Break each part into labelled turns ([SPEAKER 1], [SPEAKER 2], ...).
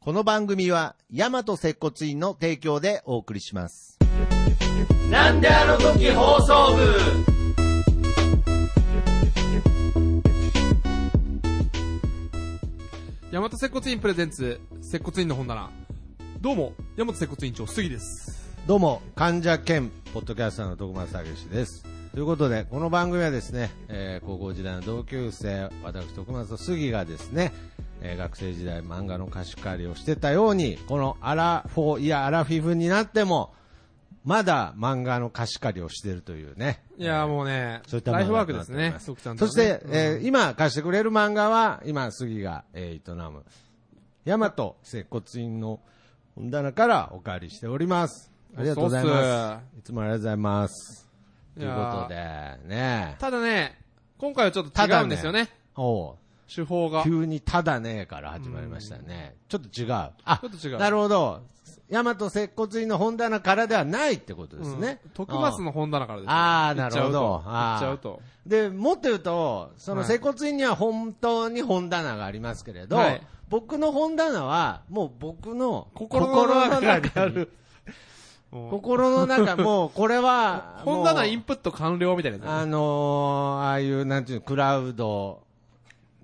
[SPEAKER 1] この番組は、ヤマト接骨院の提供でお送りします。
[SPEAKER 2] なんであの時放送部
[SPEAKER 3] 大和接骨院プレゼンツ、接骨院の本棚。どうも、大和接骨院長、杉です。
[SPEAKER 1] どうも、患者兼、ポッドキャスターの徳松武史です。ということで、この番組はですね、えー高校時代の同級生、私、徳松と杉がですね、えー学生時代漫画の貸し借りをしてたように、このアラフォー、いや、アラフィフになっても、まだ漫画の貸し借りをしてるというね。
[SPEAKER 3] いやーもうね、
[SPEAKER 1] そういった
[SPEAKER 3] ライフワーク
[SPEAKER 1] 漫画
[SPEAKER 3] で
[SPEAKER 1] にな
[SPEAKER 3] す
[SPEAKER 1] って
[SPEAKER 3] ね
[SPEAKER 1] ま、
[SPEAKER 3] 徳ちゃん
[SPEAKER 1] そして、
[SPEAKER 3] うん
[SPEAKER 1] えー今貸してくれる漫画は、今、杉が、えー営む、大和接骨院の本棚からお借りしております。ありがとうござい
[SPEAKER 3] そうっ
[SPEAKER 1] ます。いつもありがとうございます。と
[SPEAKER 3] い
[SPEAKER 1] いう
[SPEAKER 3] や
[SPEAKER 1] こと
[SPEAKER 3] ー
[SPEAKER 1] で、ね
[SPEAKER 3] ただね、今回はちょっと
[SPEAKER 1] た
[SPEAKER 3] 違
[SPEAKER 1] だね
[SPEAKER 3] うんですよね、
[SPEAKER 1] おう
[SPEAKER 3] 手法が。ち
[SPEAKER 1] 急にただねから始まりましたね。ちょっと違う。あ
[SPEAKER 3] ょ、っと違う。
[SPEAKER 1] なるほど。大和接骨院の本棚からではないってことですね。
[SPEAKER 3] うん徳松の本棚からです。
[SPEAKER 1] あーなるほど
[SPEAKER 3] 行っちゃうと。
[SPEAKER 1] で、もっと言うと、その
[SPEAKER 3] はい
[SPEAKER 1] 整骨院には本当に本棚がありますけれど、
[SPEAKER 3] はい
[SPEAKER 1] 僕の本棚は、もう僕の
[SPEAKER 3] 心
[SPEAKER 1] 心
[SPEAKER 3] の
[SPEAKER 1] の
[SPEAKER 3] 中に
[SPEAKER 1] 中にある。
[SPEAKER 3] 行っちゃうと。うん
[SPEAKER 1] 心の中、もうこれは、
[SPEAKER 3] 本棚イ
[SPEAKER 1] もう
[SPEAKER 3] ンプット完了みたいなやつ
[SPEAKER 1] あのー、ああいう、なんていうの、クラウド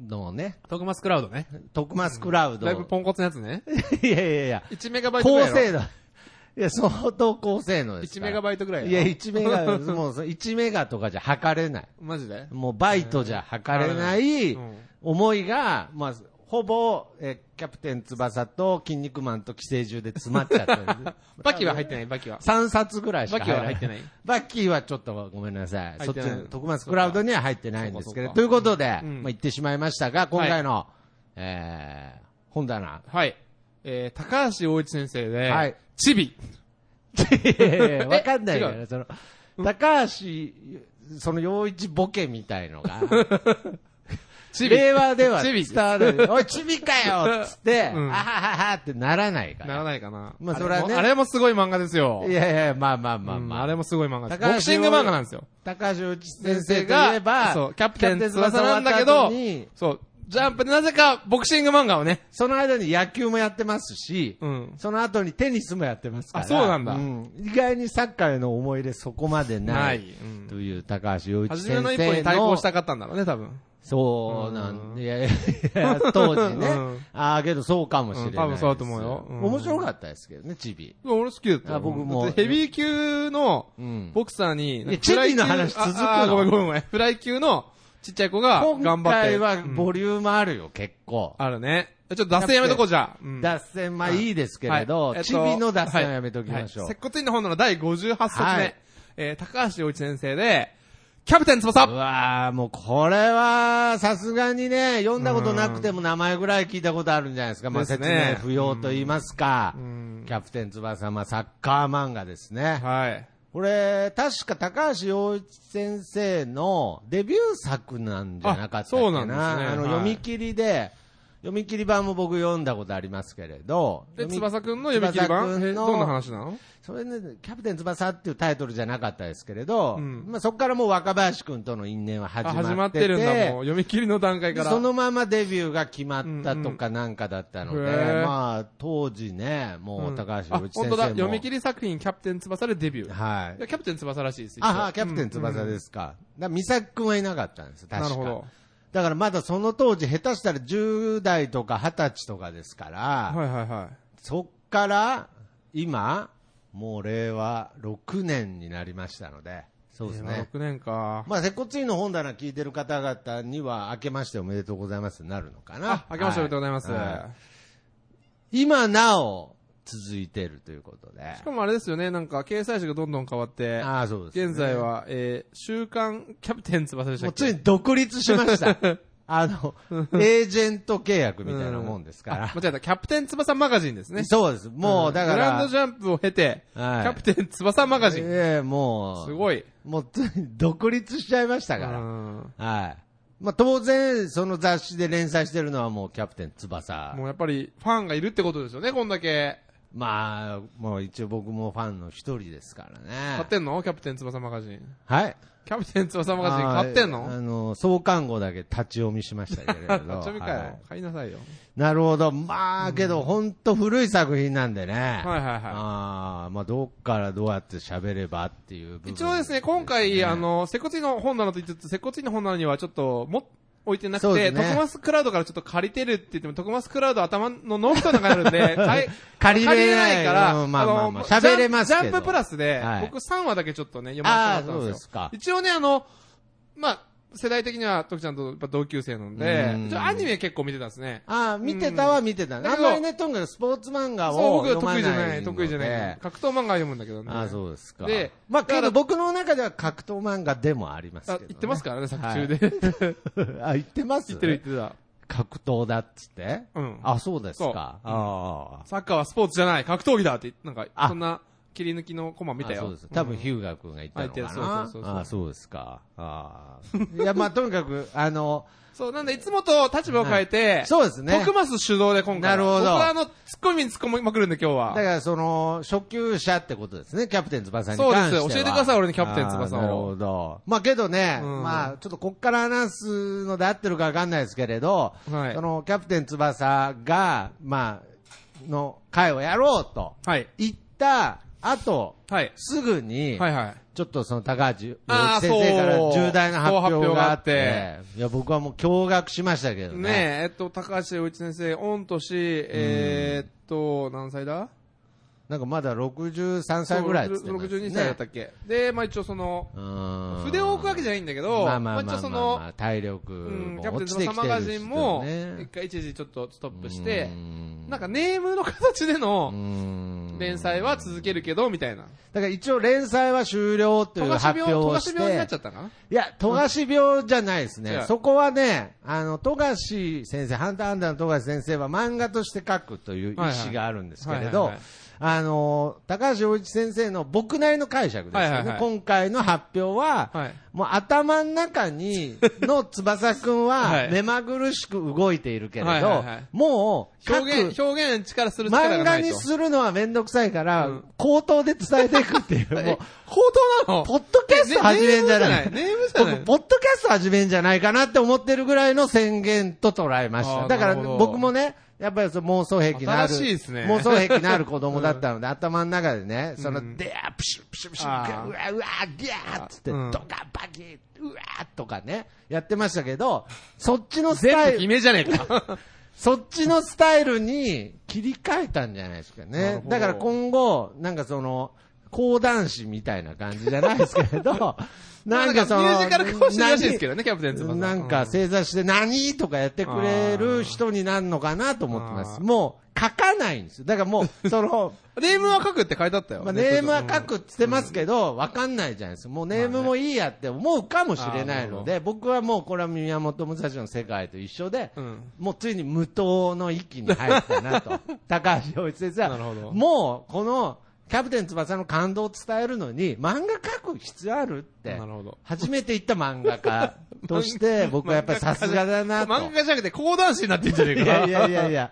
[SPEAKER 1] のね、
[SPEAKER 3] 徳松クラウドね。
[SPEAKER 1] 徳松クラウド。
[SPEAKER 3] だいぶポンコツのやつね。
[SPEAKER 1] いやいやいや、
[SPEAKER 3] 1メガバイト
[SPEAKER 1] 高
[SPEAKER 3] ぐらいやろ。
[SPEAKER 1] 精度。いや、相当高性能です
[SPEAKER 3] 1
[SPEAKER 1] から。
[SPEAKER 3] メガバイトぐらい
[SPEAKER 1] いや、
[SPEAKER 3] やろ。
[SPEAKER 1] 1メガ、もうそ1メガとかじゃ測れない。
[SPEAKER 3] マジで
[SPEAKER 1] もうバイトじゃ測れない
[SPEAKER 3] うん
[SPEAKER 1] 思いが、まあ、ほぼ、えーキャプテン翼と筋肉マンと寄生獣で詰まっちゃってる。
[SPEAKER 3] バキは入ってない、バキは。
[SPEAKER 1] 3冊ぐらいしか
[SPEAKER 3] バキは入ってない。
[SPEAKER 1] バッキーはちょっとごめんなさい。そ
[SPEAKER 3] 入っ
[SPEAKER 1] っち
[SPEAKER 3] てない
[SPEAKER 1] の特松クラウドには入ってないんですけ
[SPEAKER 3] そ
[SPEAKER 1] ど。
[SPEAKER 3] うか
[SPEAKER 1] ということで、
[SPEAKER 3] うん
[SPEAKER 1] まあ、言ってしまいましたが、今回の、えー、本棚。
[SPEAKER 3] はい。えー、高橋洋一先生で、
[SPEAKER 1] はい
[SPEAKER 3] チビ。
[SPEAKER 1] いやいやいやわかんないから
[SPEAKER 3] 違
[SPEAKER 1] その、高橋、その洋一ボケみたいのが、
[SPEAKER 3] チビ。
[SPEAKER 1] 令和では
[SPEAKER 3] チビ
[SPEAKER 1] 伝わ る。おい、チビかよっつって、
[SPEAKER 3] うん
[SPEAKER 1] あはははってならないから。
[SPEAKER 3] ならないかな。
[SPEAKER 1] まあそれはね
[SPEAKER 3] あれもあれもすごい漫画ですよ。
[SPEAKER 1] いやいや、まあまあまあ
[SPEAKER 3] うん
[SPEAKER 1] まあ。
[SPEAKER 3] あれもすごい漫画です。
[SPEAKER 1] 高橋
[SPEAKER 3] ボクシング漫画なんですよ。
[SPEAKER 1] 高橋内先生が言えば、
[SPEAKER 3] そう、キャプテン翼なんだけ
[SPEAKER 1] キャ
[SPEAKER 3] ど
[SPEAKER 1] プテン翼終わった後に、
[SPEAKER 3] そう、ジャンプでなぜかボクシング漫画をね。
[SPEAKER 1] その間に野球もやってますし、
[SPEAKER 3] うん。
[SPEAKER 1] その後にテニスもやってますから。
[SPEAKER 3] あそうなんだ
[SPEAKER 1] 意外にサッカーへの思い入れそこまでな。
[SPEAKER 3] ないい。うん
[SPEAKER 1] という高橋洋一
[SPEAKER 3] 初
[SPEAKER 1] 先生
[SPEAKER 3] め
[SPEAKER 1] の。
[SPEAKER 3] の一歩に対抗したかったんだろうね、多分。
[SPEAKER 1] そうなん
[SPEAKER 3] うん
[SPEAKER 1] いやいや、当時ね。
[SPEAKER 3] うん
[SPEAKER 1] ああ、けどそうかもしれないです、
[SPEAKER 3] うん多分そうだと思うようん
[SPEAKER 1] 面白かったですけどね、チビ。
[SPEAKER 3] でも俺好きだったよ。
[SPEAKER 1] あ僕も
[SPEAKER 3] だってヘビー級の
[SPEAKER 1] うん。
[SPEAKER 3] ボクサーに、
[SPEAKER 1] いやチビの話続くの
[SPEAKER 3] ああー、ごめんごめんごめん。フライ級のちっちゃい子が頑
[SPEAKER 1] 今
[SPEAKER 3] 張って。
[SPEAKER 1] 回は
[SPEAKER 3] うん
[SPEAKER 1] ボリュームあるよ、結構。
[SPEAKER 3] あるね。ちょっと脱線やめとこう、じゃあ。うん
[SPEAKER 1] 脱線、まあいいですけれど、
[SPEAKER 3] はいえっと
[SPEAKER 1] チビの脱線はやめときましょう。
[SPEAKER 3] はいはい接骨院の本の第58冊目。
[SPEAKER 1] はい
[SPEAKER 3] えー、高橋洋一先生で、キャプテン翼
[SPEAKER 1] うわーもうこれは、さすがにね、読んだことなくても名前ぐらい聞いたことあるんじゃないですか。まあ
[SPEAKER 3] です
[SPEAKER 1] 説
[SPEAKER 3] ね
[SPEAKER 1] 明不要と言いますか。
[SPEAKER 3] ん
[SPEAKER 1] キャプテン翼、まあサッカー漫画ですね。
[SPEAKER 3] はい。
[SPEAKER 1] これ、確か高橋洋一先生のデビュー作なんじゃなかったっけな。
[SPEAKER 3] あそうなんですね
[SPEAKER 1] あの、
[SPEAKER 3] はい
[SPEAKER 1] 読み切りで、読み切り版も僕読んだことありますけれど。
[SPEAKER 3] で、
[SPEAKER 1] 読み
[SPEAKER 3] 翼くんの読み切り版
[SPEAKER 1] 翼く
[SPEAKER 3] え
[SPEAKER 1] んの
[SPEAKER 3] どんな話なの
[SPEAKER 1] それね、キャプテン翼っていうタイトルじゃなかったですけれど、
[SPEAKER 3] うん
[SPEAKER 1] まあ、そこからもう若林くんとの因縁は始
[SPEAKER 3] あ
[SPEAKER 1] まってて
[SPEAKER 3] 始まってるんだ、もう。読み切りの段階
[SPEAKER 1] で
[SPEAKER 3] から。
[SPEAKER 1] そのままデビューが決まったとかなんかだったので、
[SPEAKER 3] うんうんへー
[SPEAKER 1] まあ、当時ね、もう高橋
[SPEAKER 3] あ
[SPEAKER 1] 洋一先生も、
[SPEAKER 3] 本当だ。読み切り作品、キャプテン翼でデビュー。
[SPEAKER 1] はい
[SPEAKER 3] いや。キャプテン翼らしいです。
[SPEAKER 1] ああ、キャプテン翼
[SPEAKER 3] す。
[SPEAKER 1] ですか。だから美咲くんはいなかったんです、
[SPEAKER 3] うんな
[SPEAKER 1] 確
[SPEAKER 3] るほ
[SPEAKER 1] か
[SPEAKER 3] ど。。
[SPEAKER 1] だからまだその当時、下手したら10代とか20歳とかですから、
[SPEAKER 3] はいはいは
[SPEAKER 1] そっから、今、もう令和6年になりましたので、そう
[SPEAKER 3] い。
[SPEAKER 1] です
[SPEAKER 3] 令和
[SPEAKER 1] ね。
[SPEAKER 3] 6年か。
[SPEAKER 1] まあ、接骨院の本棚聞いてる方々には、明けましておめでとうございますになるのかな
[SPEAKER 3] あ。、明けましておめでとうございます。
[SPEAKER 1] はは今なお、続いてるということで。
[SPEAKER 3] しかもあれですよね、なんか、掲載誌がどんどん変わって、
[SPEAKER 1] ああ、そうです、ね。
[SPEAKER 3] 現在、は、えー、週刊キャプテン翼でした
[SPEAKER 1] も
[SPEAKER 3] っ
[SPEAKER 1] う
[SPEAKER 3] け
[SPEAKER 1] ついに独立しま した。あの、エージェント契約みたいなもんですか
[SPEAKER 3] あ
[SPEAKER 1] ら。
[SPEAKER 3] 間違えた、キャプテン翼マガジンですね。
[SPEAKER 1] そうです。もう、だか
[SPEAKER 3] グラン
[SPEAKER 1] ら、
[SPEAKER 3] ドジャンプを経て、
[SPEAKER 1] はい
[SPEAKER 3] キャプテン翼マガジン。
[SPEAKER 1] ええもう、
[SPEAKER 3] すごい。
[SPEAKER 1] もうついに独立しちゃいましたから。
[SPEAKER 3] うん
[SPEAKER 1] はい。まあ、当然、その雑誌で連載してるのはもうキャプテン翼。
[SPEAKER 3] もうやっぱり、ファンがいるってことですよね、こんだけ。
[SPEAKER 1] まあ、もう一応僕もファンの一人ですから
[SPEAKER 3] 買
[SPEAKER 1] ね
[SPEAKER 3] っ。てんのキャプテン翼マガジン。
[SPEAKER 1] はい。
[SPEAKER 3] キャプテン翼マガジン
[SPEAKER 1] あー
[SPEAKER 3] 買ってん
[SPEAKER 1] あ
[SPEAKER 3] の
[SPEAKER 1] の、創刊号だけ立ち読みしましたけれど。
[SPEAKER 3] あ っちょみか
[SPEAKER 1] は
[SPEAKER 3] よ
[SPEAKER 1] い。
[SPEAKER 3] 買いなさいよ。
[SPEAKER 1] なるほど。まあ、けど、ほんと古い作品なんでね。
[SPEAKER 3] はいはいは
[SPEAKER 1] ああ、まあ、どっからどうやって喋ればっていう部分
[SPEAKER 3] い。一応ですね、今回、あ、の、接骨院の本棚と言ってつつ、接骨院の本棚にはちょっと、も、置いてな
[SPEAKER 1] そ
[SPEAKER 3] く
[SPEAKER 1] う
[SPEAKER 3] て、
[SPEAKER 1] ですね
[SPEAKER 3] 徳マスクラウドからちょっと借りてるって言っても、徳マスクラウド頭のノートの中にあるん で、買い
[SPEAKER 1] 借りれない
[SPEAKER 3] か
[SPEAKER 1] う
[SPEAKER 3] ら、
[SPEAKER 1] んまあまあ
[SPEAKER 3] の
[SPEAKER 1] まあ喋れますけど
[SPEAKER 3] ジャンジャンププラスで、
[SPEAKER 1] はい
[SPEAKER 3] 僕3話だけちょっとね、読ませても
[SPEAKER 1] あ
[SPEAKER 3] らったん
[SPEAKER 1] ーそう
[SPEAKER 3] で
[SPEAKER 1] ですす
[SPEAKER 3] よ。
[SPEAKER 1] か
[SPEAKER 3] 一応ね、あの、まあ、世代的には、徳ちゃんとやっぱ同級生なんで
[SPEAKER 1] うん、
[SPEAKER 3] 一応アニメ結構見てたんですね。
[SPEAKER 1] ああ、見てたは見てたね。
[SPEAKER 3] うん
[SPEAKER 1] あんまりね、とにかくスポーツ漫画
[SPEAKER 3] そう、
[SPEAKER 1] を
[SPEAKER 3] 僕
[SPEAKER 1] 読まな
[SPEAKER 3] 得意
[SPEAKER 1] い
[SPEAKER 3] じ
[SPEAKER 1] の
[SPEAKER 3] ゃ
[SPEAKER 1] で。
[SPEAKER 3] ない、得意じゃない。格闘漫画は読むんだけどね。
[SPEAKER 1] ああ、そうですか。
[SPEAKER 3] で
[SPEAKER 1] まあ、け
[SPEAKER 3] だから
[SPEAKER 1] ど僕の中では格闘漫画でもありますけ
[SPEAKER 3] あ
[SPEAKER 1] ど、ね。
[SPEAKER 3] 言ってますからね、作中で。
[SPEAKER 1] ら あ、言ってます
[SPEAKER 3] 言ってる言って
[SPEAKER 1] 格闘だっつって
[SPEAKER 3] た。うん。
[SPEAKER 1] あ、そうです
[SPEAKER 3] そう
[SPEAKER 1] か。ああ。
[SPEAKER 3] サッカーはスポーツじゃない、格闘技だって、なんか、
[SPEAKER 1] あ
[SPEAKER 3] そんな切り抜きのコマ見たよ。
[SPEAKER 1] あそうです。多分、
[SPEAKER 3] うん
[SPEAKER 1] ヒューガー君が言ったのかな。
[SPEAKER 3] あ言ってるそうそうそうそう
[SPEAKER 1] あそうですか。ああ。いや、まあ、とにかく、あの、
[SPEAKER 3] そう、なんでいつもと立場を変えて、
[SPEAKER 1] そうですね。
[SPEAKER 3] 徳マス主導で今回
[SPEAKER 1] な
[SPEAKER 3] は。
[SPEAKER 1] るほど
[SPEAKER 3] 僕はあの、ツッコミに突っ込みまくるんで今日
[SPEAKER 1] だ
[SPEAKER 3] は
[SPEAKER 1] か。ら、その、初級者ってことですね、キャプテン翼に
[SPEAKER 3] そう
[SPEAKER 1] 関
[SPEAKER 3] で
[SPEAKER 1] しては。
[SPEAKER 3] す教えてください俺にキャプテン翼
[SPEAKER 1] あー
[SPEAKER 3] を
[SPEAKER 1] なるほど。まあ、けどね、
[SPEAKER 3] うん
[SPEAKER 1] まあ、ちょっとこっから話すので合ってるかわかんないですけれど、
[SPEAKER 3] はい
[SPEAKER 1] その、キャプテン翼が、まあ、の会をやろうと
[SPEAKER 3] はい。
[SPEAKER 1] 言った後、
[SPEAKER 3] はい。
[SPEAKER 1] すぐに、
[SPEAKER 3] はいはい。
[SPEAKER 1] ちょっとその高橋陽
[SPEAKER 3] あー
[SPEAKER 1] 一先生から
[SPEAKER 3] そう
[SPEAKER 1] 重大な発表があっ
[SPEAKER 3] そう発
[SPEAKER 1] て、いや、僕はもう驚愕しましたけどね。
[SPEAKER 3] ねえ、えっと、高橋洋一先生、御年、えーっと、何歳だ
[SPEAKER 1] なんかまだ63歳ぐらいですね。
[SPEAKER 3] そう62歳だったっけ。で、まあ一応その、
[SPEAKER 1] うん
[SPEAKER 3] 筆を置くわけじゃないんだけど、
[SPEAKER 1] まあまあまあ
[SPEAKER 3] 一
[SPEAKER 1] ま
[SPEAKER 3] 応
[SPEAKER 1] あ
[SPEAKER 3] そ
[SPEAKER 1] まあ
[SPEAKER 3] の、
[SPEAKER 1] 体力
[SPEAKER 3] うん、キャ
[SPEAKER 1] も落
[SPEAKER 3] プテン
[SPEAKER 1] ちて
[SPEAKER 3] 翼
[SPEAKER 1] き
[SPEAKER 3] マ
[SPEAKER 1] て
[SPEAKER 3] ガ
[SPEAKER 1] るし
[SPEAKER 3] ジンも、一回一時ちょっとストップして、なんかネームの形での連
[SPEAKER 1] 連
[SPEAKER 3] 載は続けるけど、みたいな。
[SPEAKER 1] だから一応連載は終了とい
[SPEAKER 3] 富
[SPEAKER 1] う
[SPEAKER 3] 樫
[SPEAKER 1] 発表
[SPEAKER 3] 病、富
[SPEAKER 1] をし
[SPEAKER 3] 樫病になっちゃ
[SPEAKER 1] て、
[SPEAKER 3] ったかない
[SPEAKER 1] や、富樫病じゃないです
[SPEAKER 3] 違
[SPEAKER 1] ね
[SPEAKER 3] う。
[SPEAKER 1] そこはね、あの、富樫先生、ハンターハンターの富樫先生は漫画として書くという意思があるんですけれ
[SPEAKER 3] はい
[SPEAKER 1] ど
[SPEAKER 3] はいはいはいはいはい、
[SPEAKER 1] あの、高橋洋一先生の僕なりの解釈ですよね。
[SPEAKER 3] はいはいはい
[SPEAKER 1] 今回の発表は、
[SPEAKER 3] はい。
[SPEAKER 1] もう頭の中に、の翼くん
[SPEAKER 3] は
[SPEAKER 1] はい目まぐるしく動いているけれど、
[SPEAKER 3] はいはいはい
[SPEAKER 1] もう書く、
[SPEAKER 3] 表現、表現力する力
[SPEAKER 1] 漫
[SPEAKER 3] がな
[SPEAKER 1] 画
[SPEAKER 3] いと。
[SPEAKER 1] にするのはめんどくさいから、
[SPEAKER 3] うん
[SPEAKER 1] 口頭で伝えていくっていう、 もう、
[SPEAKER 3] 本当なの
[SPEAKER 1] ポッドキャスト始めんじゃない、
[SPEAKER 3] ねネームじゃない。ネームじゃない
[SPEAKER 1] 僕、ポッドキャスト始めんじゃないかなって思ってるぐらいの宣言と捉えまし
[SPEAKER 3] あー
[SPEAKER 1] た。だから、
[SPEAKER 3] なるほど
[SPEAKER 1] 僕もね、やっぱりその妄想癖のある、
[SPEAKER 3] 新しいですね
[SPEAKER 1] 妄想癖のある子供だったので、頭の中でね、その、
[SPEAKER 3] うん
[SPEAKER 1] でや、プシュプシュプシュ、
[SPEAKER 3] あー
[SPEAKER 1] うわうわ、ギャーっつって、
[SPEAKER 3] うん
[SPEAKER 1] ドカバキッ、うわーとかね、やってましたけど、そっちのスタ
[SPEAKER 3] 全部
[SPEAKER 1] イル、
[SPEAKER 3] 決めじゃねえか。
[SPEAKER 1] そっちのスタイルに切り替えたんじゃないですか
[SPEAKER 3] なる
[SPEAKER 1] ね
[SPEAKER 3] ほ。ど
[SPEAKER 1] だから今後、なんかその、講談師みたいな感じじゃないですけれ ど、 なんかその、
[SPEAKER 3] ミュージカル講師らしいですけどね、キャプテン翼。
[SPEAKER 1] なんか正座して何とかやってくれる人になるのかなと思ってま
[SPEAKER 3] あ
[SPEAKER 1] す。
[SPEAKER 3] ー
[SPEAKER 1] もう書かないんですよ。だからもう、そ の、
[SPEAKER 3] うんネームは書くって書いてあったよ。
[SPEAKER 1] まあ、
[SPEAKER 3] ネット
[SPEAKER 1] ネ
[SPEAKER 3] で
[SPEAKER 1] ームは書くっつってますけど、わかんないじゃないですか。もうネームもいいやって思うかもしれないの
[SPEAKER 3] あ
[SPEAKER 1] で、僕はもうこれは宮本武蔵の世界と一緒で、
[SPEAKER 3] うん。
[SPEAKER 1] もうついに無糖の域に入ったなと。高橋洋一先生
[SPEAKER 3] なるほど
[SPEAKER 1] は、もうこのキャプテン翼の感動を伝えるのに漫画描く必要あるって
[SPEAKER 3] な、るほど。
[SPEAKER 1] 初めて言った漫画家と して僕はやっぱりさすがだなと。
[SPEAKER 3] 漫画家じゃなくて講談師になってんじゃね
[SPEAKER 1] い
[SPEAKER 3] えか。
[SPEAKER 1] やいやいやいや。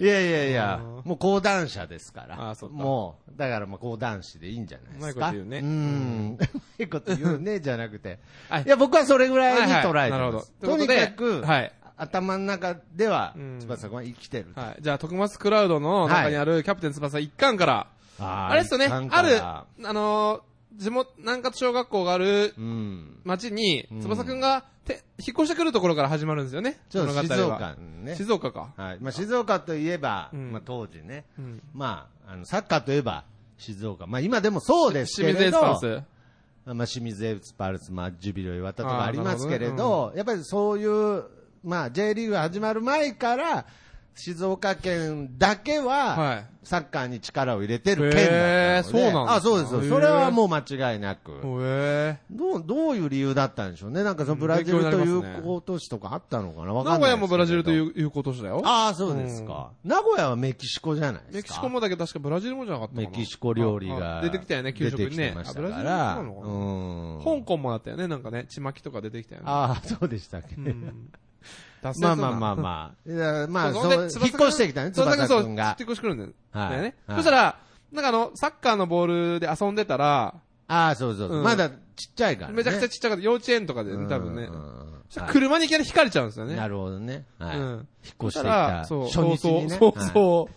[SPEAKER 1] いやいやいや
[SPEAKER 3] う、
[SPEAKER 1] もう講談社ですから。
[SPEAKER 3] あそうか
[SPEAKER 1] もう、だからまあ講談師でいいんじゃないですか。
[SPEAKER 3] うまいこと言うね
[SPEAKER 1] うん。うまいこと言うね、じゃなくて
[SPEAKER 3] はい。
[SPEAKER 1] いや、僕はそれぐらいに捉えてます。
[SPEAKER 3] なるほど。
[SPEAKER 1] とにかく、
[SPEAKER 3] はい。
[SPEAKER 1] 頭の中では
[SPEAKER 3] うん、
[SPEAKER 1] 翼くんは生きてると。
[SPEAKER 3] はい。じゃあ、徳松クラウドの中にあるキャプテン翼1巻から、
[SPEAKER 1] あー
[SPEAKER 3] あれですよね、
[SPEAKER 1] いかん
[SPEAKER 3] あ
[SPEAKER 1] か
[SPEAKER 3] る、
[SPEAKER 1] ら
[SPEAKER 3] あのー、地元、南葛小学校がある
[SPEAKER 1] うん。
[SPEAKER 3] 町に
[SPEAKER 1] う、ん
[SPEAKER 3] 翼くんが、て、引っ越してくるところから始まるんですよね。
[SPEAKER 1] ちょっと
[SPEAKER 3] 物語
[SPEAKER 1] 静
[SPEAKER 3] は
[SPEAKER 1] 岡にね。
[SPEAKER 3] 静岡か。
[SPEAKER 1] はい。まあ静岡といえば、
[SPEAKER 3] うん
[SPEAKER 1] まあ当時ね、
[SPEAKER 3] うん。
[SPEAKER 1] まあ、あの、サッカーといえば、静岡。まあ今でもそうですけ
[SPEAKER 3] 清
[SPEAKER 1] れど。
[SPEAKER 3] 水エスパルス。
[SPEAKER 1] まあ、清水エスパルス、まあ、ジュビロ岩田と
[SPEAKER 3] あー
[SPEAKER 1] かありますけれど
[SPEAKER 3] なるほ
[SPEAKER 1] やっぱりそういう、まあ、J リーグが始まる前から、静岡県だけは、
[SPEAKER 3] はい。
[SPEAKER 1] サッカーに力を入れてる県だったので、
[SPEAKER 3] へーそうなんだ
[SPEAKER 1] あそうです
[SPEAKER 3] へー
[SPEAKER 1] よそれはもう間違いなく、
[SPEAKER 3] ほえ
[SPEAKER 1] どうどういう理由だったんでしょうね、なんかそのブラジルという高都市とかあったのかな、わ
[SPEAKER 3] ー。
[SPEAKER 1] か
[SPEAKER 3] 名
[SPEAKER 1] んな
[SPEAKER 3] 古
[SPEAKER 1] い、
[SPEAKER 3] 屋もブラジルというう、いうことだよ。
[SPEAKER 1] ああ、そうですか、名古屋はメキシコじゃないで
[SPEAKER 3] メ
[SPEAKER 1] すか、
[SPEAKER 3] キシコもだけど確かブラジルもじゃなかったか
[SPEAKER 1] メ
[SPEAKER 3] な
[SPEAKER 1] キシコ料理が
[SPEAKER 3] あ出てきたよね、給食
[SPEAKER 1] 出て
[SPEAKER 3] に
[SPEAKER 1] きて
[SPEAKER 3] ね。
[SPEAKER 1] ました
[SPEAKER 3] あブラジ
[SPEAKER 1] か
[SPEAKER 3] ルも
[SPEAKER 1] ら、
[SPEAKER 3] そうなのか
[SPEAKER 1] う
[SPEAKER 3] な
[SPEAKER 1] ん
[SPEAKER 3] 香港もあったよね、なんかね、ちまきとか出てきたよね。
[SPEAKER 1] ああ、そうでしたっけ、
[SPEAKER 3] うん脱線
[SPEAKER 1] ま
[SPEAKER 3] す
[SPEAKER 1] あ
[SPEAKER 3] ん
[SPEAKER 1] ま
[SPEAKER 3] な
[SPEAKER 1] あまあまあ。いやまあ、
[SPEAKER 3] そ
[SPEAKER 1] そうう引っ
[SPEAKER 3] で
[SPEAKER 1] 越
[SPEAKER 3] 翼君
[SPEAKER 1] してきたね、
[SPEAKER 3] そう、なんか
[SPEAKER 1] 翼
[SPEAKER 3] そう、
[SPEAKER 1] く
[SPEAKER 3] 引
[SPEAKER 1] ん
[SPEAKER 3] っ
[SPEAKER 1] が。
[SPEAKER 3] 越してくるんだよ
[SPEAKER 1] はい
[SPEAKER 3] だよね。
[SPEAKER 1] はい
[SPEAKER 3] そしたら、なんかあの、サッカーのボールで遊んでたら、
[SPEAKER 1] ああ、そうそうそう
[SPEAKER 3] うん
[SPEAKER 1] まだちっちゃいからね。
[SPEAKER 3] めちゃくちゃちっちゃかった。幼稚園とかでね、多分ね
[SPEAKER 1] うん。うんうん
[SPEAKER 3] そしたら
[SPEAKER 1] はい
[SPEAKER 3] 車にいきなり引かれちゃうんですよね。
[SPEAKER 1] なるほどね。はい。
[SPEAKER 3] う
[SPEAKER 1] 引っ
[SPEAKER 3] ん。
[SPEAKER 1] 越してき
[SPEAKER 3] ら
[SPEAKER 1] た。
[SPEAKER 3] そう、
[SPEAKER 1] 初
[SPEAKER 3] そう
[SPEAKER 1] 日
[SPEAKER 3] そう、
[SPEAKER 1] にね。
[SPEAKER 3] そうそ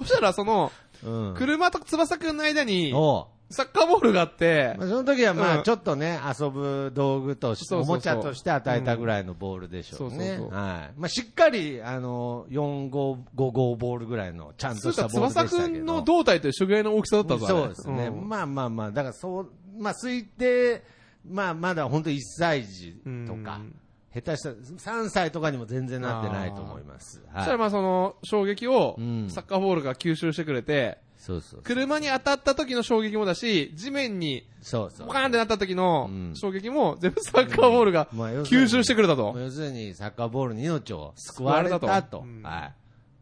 [SPEAKER 3] う。そしたら、その、
[SPEAKER 1] はいうん
[SPEAKER 3] 車と翼くんの間に、
[SPEAKER 1] お
[SPEAKER 3] サッカーボールがあって
[SPEAKER 1] うま、あその時はま
[SPEAKER 3] うん
[SPEAKER 1] あ、ちょっとね、遊ぶ道具として、
[SPEAKER 3] そうそう
[SPEAKER 1] お
[SPEAKER 3] そう
[SPEAKER 1] もちゃとして与えたぐらいのボールでしょう
[SPEAKER 3] う
[SPEAKER 1] ね。
[SPEAKER 3] んそうそうそう
[SPEAKER 1] はい。まあ、しっかり、あの、4号、5号ボールぐらいの、ちゃん
[SPEAKER 3] そ
[SPEAKER 1] と
[SPEAKER 3] う
[SPEAKER 1] し
[SPEAKER 3] し
[SPEAKER 1] た
[SPEAKER 3] たら
[SPEAKER 1] ボールで
[SPEAKER 3] 翼
[SPEAKER 1] したけど。
[SPEAKER 3] くんの胴体と一緒ぐらいの大きさだったぞ、あれ
[SPEAKER 1] そうですね、
[SPEAKER 3] ん
[SPEAKER 1] まあまあまあ、だからそう、まあ推定、まあまだ本当1歳児とか、
[SPEAKER 3] うん
[SPEAKER 1] 下手したら3歳とかにも全然なってないと思います。
[SPEAKER 3] そしたら
[SPEAKER 1] はい。
[SPEAKER 3] まあその衝撃を
[SPEAKER 1] うん
[SPEAKER 3] サッカーボールが吸収してくれて、
[SPEAKER 1] そうそう。
[SPEAKER 3] 車に当たった時の衝撃もだし、地面に
[SPEAKER 1] そうそう。
[SPEAKER 3] ボカーンってなった時の
[SPEAKER 1] うん
[SPEAKER 3] 衝撃も全部サッカーボールが
[SPEAKER 1] まあ要するに
[SPEAKER 3] 吸収してくれたと。
[SPEAKER 1] 要するにサッカーボールに命を救われた
[SPEAKER 3] 救われた
[SPEAKER 1] と。
[SPEAKER 3] とうん
[SPEAKER 1] は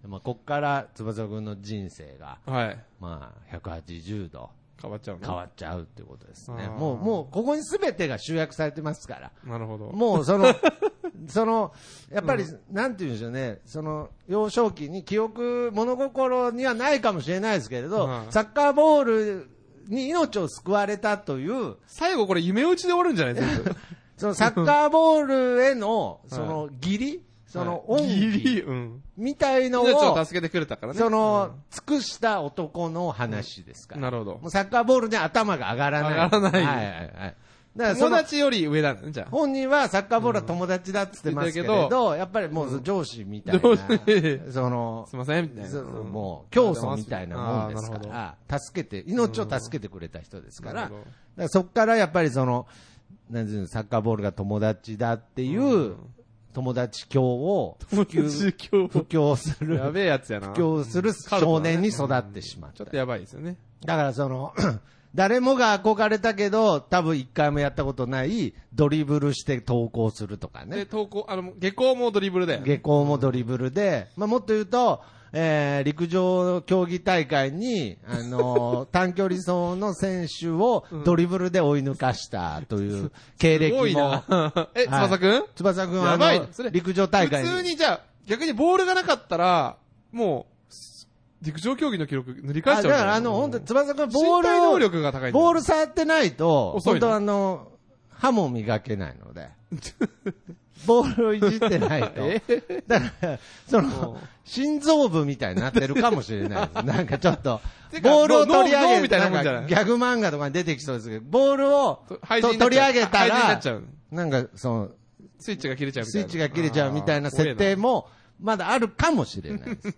[SPEAKER 1] い。まあ、こっから翼くんの人生が、
[SPEAKER 3] はい。
[SPEAKER 1] まあ、180度
[SPEAKER 3] 変わっちゃうね
[SPEAKER 1] 変わっちゃうってことですね。
[SPEAKER 3] あー
[SPEAKER 1] もう、もう、ここに全てが集約されてますから。
[SPEAKER 3] なるほど。
[SPEAKER 1] もうその、 その、やっぱり、なんて言うんでしょうね、その、幼少期に記憶、物心にはないかもしれないですけれど、
[SPEAKER 3] うん
[SPEAKER 1] サッカーボールに命を救われたという、
[SPEAKER 3] 最後これ夢打ちで終わるんじゃない全 部。
[SPEAKER 1] そのサッカーボールへの、その、義理、その、
[SPEAKER 3] はい
[SPEAKER 1] 恩
[SPEAKER 3] ギリ、
[SPEAKER 1] 義
[SPEAKER 3] うん。
[SPEAKER 1] みたいの
[SPEAKER 3] 命を
[SPEAKER 1] を、
[SPEAKER 3] 助けてくれたからね。
[SPEAKER 1] その、尽くした男の話ですか
[SPEAKER 3] うん、
[SPEAKER 1] ら。
[SPEAKER 3] なるほど
[SPEAKER 1] も。うサッカーボールに頭が上がらない。
[SPEAKER 3] 上がらない
[SPEAKER 1] はいはいはい。だからそ
[SPEAKER 3] 友
[SPEAKER 1] の
[SPEAKER 3] 達より上だね、じゃあ。
[SPEAKER 1] 本人はサッカーボールは友達だっつってますけれ
[SPEAKER 3] うん言ってる
[SPEAKER 1] ど、やっぱりもう上司みたいな、
[SPEAKER 3] 上司
[SPEAKER 1] その
[SPEAKER 3] すい、ません、みたいな。
[SPEAKER 1] そうそう
[SPEAKER 3] うん
[SPEAKER 1] もう競争みたいなもんですか
[SPEAKER 3] あーなるほど
[SPEAKER 1] ら、助けて、命を助けてくれた人ですから、
[SPEAKER 3] な
[SPEAKER 1] だ
[SPEAKER 3] る
[SPEAKER 1] か
[SPEAKER 3] ほど
[SPEAKER 1] らそこからやっぱりその、なんていうのサッカーボールが友達だっていううん友達教を普及、
[SPEAKER 3] 友達教
[SPEAKER 1] 布教する、
[SPEAKER 3] やべえやつやな。
[SPEAKER 1] 布教する
[SPEAKER 3] カルト
[SPEAKER 1] 少
[SPEAKER 3] だね
[SPEAKER 1] 年に育ってしまっ
[SPEAKER 3] ちょ
[SPEAKER 1] た
[SPEAKER 3] っ。とやばいですよね。
[SPEAKER 1] だからその、 誰もが憧れたけど、多分一回もやったことない、ドリブルして投稿するとか
[SPEAKER 3] で、
[SPEAKER 1] ね。
[SPEAKER 3] 投稿、あの、下校もドリブルだよね。
[SPEAKER 1] 下校もドリブルで、まあ、もっと言うと、えー、陸上競技大会に、あ のー短距離走の選手をドリブルで追い抜かしたという経
[SPEAKER 3] す
[SPEAKER 1] 歴
[SPEAKER 3] ごい
[SPEAKER 1] も
[SPEAKER 3] な。。 え、
[SPEAKER 1] はい
[SPEAKER 3] 翼くん
[SPEAKER 1] 翼くんはあ
[SPEAKER 3] やばいね
[SPEAKER 1] の
[SPEAKER 3] それ、
[SPEAKER 1] 陸上大会
[SPEAKER 3] 普通にじゃあ、逆にボールがなかったら、もう、陸上競技の記録塗り替えちゃう
[SPEAKER 1] あ
[SPEAKER 3] ん
[SPEAKER 1] だ
[SPEAKER 3] じゃない
[SPEAKER 1] からあの、本当に翼くんボ
[SPEAKER 3] 身体能
[SPEAKER 1] ールを、
[SPEAKER 3] 力が高いんだよ
[SPEAKER 1] ボール触ってないと、
[SPEAKER 3] 遅い
[SPEAKER 1] 本
[SPEAKER 3] の
[SPEAKER 1] 当あの、歯も磨けないので。 ボールをいじって ないと。だから、その、心臓部みたいになってるかもしれない です。なんかちょっと
[SPEAKER 3] て、か
[SPEAKER 1] ボールを取り
[SPEAKER 3] 脳
[SPEAKER 1] 上
[SPEAKER 3] 脳
[SPEAKER 1] げ
[SPEAKER 3] み
[SPEAKER 1] て、
[SPEAKER 3] た
[SPEAKER 1] な
[SPEAKER 3] いなもん
[SPEAKER 1] ん
[SPEAKER 3] じゃない
[SPEAKER 1] かギャグ漫画とかに出てきそうですけど、ボールを
[SPEAKER 3] と廃人
[SPEAKER 1] と
[SPEAKER 3] になっ
[SPEAKER 1] 取
[SPEAKER 3] ち
[SPEAKER 1] り
[SPEAKER 3] ゃう
[SPEAKER 1] 上げた
[SPEAKER 3] 廃人になっ
[SPEAKER 1] ら
[SPEAKER 3] ち、ゃう。
[SPEAKER 1] なんかその、
[SPEAKER 3] スイッチが切れちゃうみた
[SPEAKER 1] ス
[SPEAKER 3] い
[SPEAKER 1] イ
[SPEAKER 3] な。
[SPEAKER 1] ッチが切れちゃうみたいな設定も、まだあるかもしれない です。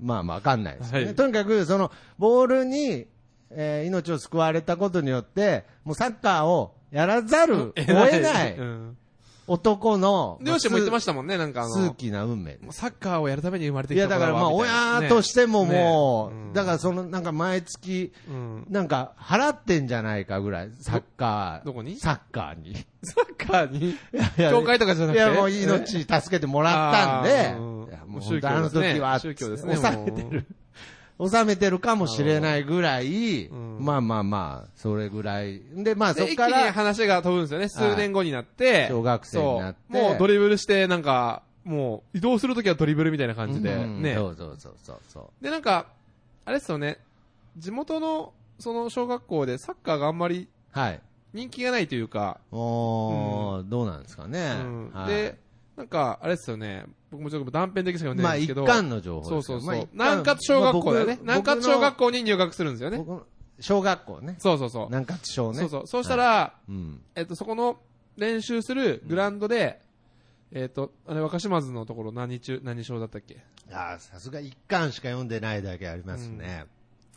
[SPEAKER 1] まあまあ、わかんないですよね。
[SPEAKER 3] はい
[SPEAKER 1] とにかく、その、ボールに、えー命を救われたことによって、もうサッカーをやらざ るを
[SPEAKER 3] あー
[SPEAKER 1] 得
[SPEAKER 3] 怖え
[SPEAKER 1] ない
[SPEAKER 3] うん
[SPEAKER 1] 男の、
[SPEAKER 3] 両親も言ってま
[SPEAKER 1] し
[SPEAKER 3] したもんね、なんかあ
[SPEAKER 1] 数
[SPEAKER 3] の、
[SPEAKER 1] 奇な運命
[SPEAKER 3] サッカーをやるために生まれて
[SPEAKER 1] い
[SPEAKER 3] きた
[SPEAKER 1] や、
[SPEAKER 3] 子
[SPEAKER 1] だから
[SPEAKER 3] わ
[SPEAKER 1] まあ、
[SPEAKER 3] みたいな
[SPEAKER 1] 親
[SPEAKER 3] ね
[SPEAKER 1] としてもも
[SPEAKER 3] ね
[SPEAKER 1] う、だからその、なんか毎月、
[SPEAKER 3] うん
[SPEAKER 1] なんか払ってんじゃないかぐらい、サッカー。
[SPEAKER 3] どこに
[SPEAKER 1] サッカー に。
[SPEAKER 3] サッカーに、
[SPEAKER 1] いや
[SPEAKER 3] 教会とかじゃな
[SPEAKER 1] い
[SPEAKER 3] くて。
[SPEAKER 1] や、もう命助けてもらったんで
[SPEAKER 3] あーうん、
[SPEAKER 1] いや
[SPEAKER 3] も
[SPEAKER 1] も
[SPEAKER 3] う
[SPEAKER 1] う本
[SPEAKER 3] 宗教
[SPEAKER 1] 当あの
[SPEAKER 3] ですね
[SPEAKER 1] 時は、
[SPEAKER 3] 宗教ですね
[SPEAKER 1] 収めてる。収めてるかもしれないぐらい、
[SPEAKER 3] うん
[SPEAKER 1] まあまあまあ、それぐらい。で、まあそっ
[SPEAKER 3] で一気
[SPEAKER 1] か
[SPEAKER 3] に
[SPEAKER 1] ら、
[SPEAKER 3] 話が飛ぶんですよね。数年後になって。
[SPEAKER 1] 小学生になって
[SPEAKER 3] そうもうドリブルして、なんか、もう移動するときはドリブルみたいな感じで。
[SPEAKER 1] うん
[SPEAKER 3] ね。
[SPEAKER 1] そうそうそうそうそ
[SPEAKER 3] で、なんか、あれですよね。地元の、その小学校でサッカーがあんまり
[SPEAKER 1] う。はい。
[SPEAKER 3] 人気がないというか、
[SPEAKER 1] おー、どうなんですかね
[SPEAKER 3] う。ん
[SPEAKER 1] はい
[SPEAKER 3] で、なんか、あれですよね。僕もちょっと断片的しか読んで
[SPEAKER 1] ま
[SPEAKER 3] な
[SPEAKER 1] あ
[SPEAKER 3] いんです
[SPEAKER 1] 一
[SPEAKER 3] けど。
[SPEAKER 1] 貫の情報
[SPEAKER 3] そ
[SPEAKER 1] で
[SPEAKER 3] う
[SPEAKER 1] すけ
[SPEAKER 3] そ
[SPEAKER 1] ど
[SPEAKER 3] う
[SPEAKER 1] まあ
[SPEAKER 3] そ
[SPEAKER 1] 一。
[SPEAKER 3] う
[SPEAKER 1] 貫
[SPEAKER 3] 南葛小学校だよね。
[SPEAKER 1] まあ
[SPEAKER 3] 南
[SPEAKER 1] 僕の
[SPEAKER 3] 葛小学校に入学するんですよね。
[SPEAKER 1] 僕の小学校ね。
[SPEAKER 3] そうそうそう。
[SPEAKER 1] 南葛小ね。
[SPEAKER 3] そうそう。そうしたら、
[SPEAKER 1] うん。
[SPEAKER 3] えっと、そこの練習するグラウンドで、えっと、あれ、若島津のところ何中、何章だったっけ
[SPEAKER 1] ああ、さすが一巻しか読んでないだけありますね。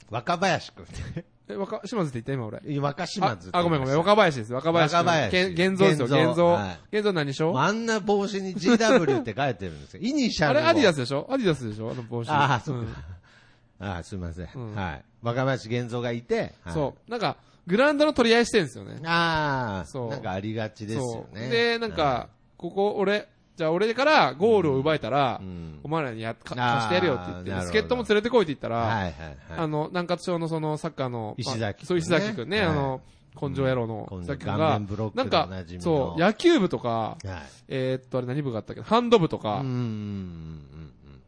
[SPEAKER 1] 若林くんね。
[SPEAKER 3] え、若島津って言った今俺。
[SPEAKER 1] 若島津って言いました。
[SPEAKER 3] ああ、ごめんごめん。若林です。若林くん。
[SPEAKER 1] 若林
[SPEAKER 3] けん現像ですよ、
[SPEAKER 1] 現像
[SPEAKER 3] 現像
[SPEAKER 1] はい。
[SPEAKER 3] 現像何章
[SPEAKER 1] あんな帽子に GW って書いてるんですよ。イニシャ
[SPEAKER 3] あ
[SPEAKER 1] ル
[SPEAKER 3] れ、
[SPEAKER 1] を。
[SPEAKER 3] アディダスでしょアディダスでしょあの帽子。
[SPEAKER 1] ああ、そう
[SPEAKER 3] うん
[SPEAKER 1] か。 ああ、すいません。
[SPEAKER 3] うん
[SPEAKER 1] はい。若林玄三がいて。はい
[SPEAKER 3] そう。なんか、グラウンドの取り合いしてるんですよね。
[SPEAKER 1] ああ、
[SPEAKER 3] そう
[SPEAKER 1] なんかありがちですよ
[SPEAKER 3] そう。
[SPEAKER 1] ね。
[SPEAKER 3] で、なん
[SPEAKER 1] は
[SPEAKER 3] か、ここ、俺、じゃあ俺からゴールを奪えたら
[SPEAKER 1] い、うん
[SPEAKER 3] お前らにや、か
[SPEAKER 1] あー
[SPEAKER 3] 貸してやるよって言
[SPEAKER 1] なる
[SPEAKER 3] って、
[SPEAKER 1] ほど
[SPEAKER 3] 助っ人も連れてこいって言ったら、
[SPEAKER 1] はいはいはい。
[SPEAKER 3] あの、南葛町のそのサッカーの、
[SPEAKER 1] 石崎君ね
[SPEAKER 3] そう、石崎君ね、
[SPEAKER 1] はい
[SPEAKER 3] あの、根性野郎の、
[SPEAKER 1] 今
[SPEAKER 3] さ
[SPEAKER 1] 度
[SPEAKER 3] っき君
[SPEAKER 1] 顔
[SPEAKER 3] が
[SPEAKER 1] 面、ブロック
[SPEAKER 3] なん
[SPEAKER 1] でお
[SPEAKER 3] か
[SPEAKER 1] なじ、み
[SPEAKER 3] そ
[SPEAKER 1] の
[SPEAKER 3] う、野球部とか、
[SPEAKER 1] はい。
[SPEAKER 3] えーっと、あれ何部があったっけハンド部と
[SPEAKER 1] うん
[SPEAKER 3] か
[SPEAKER 1] うんう、ん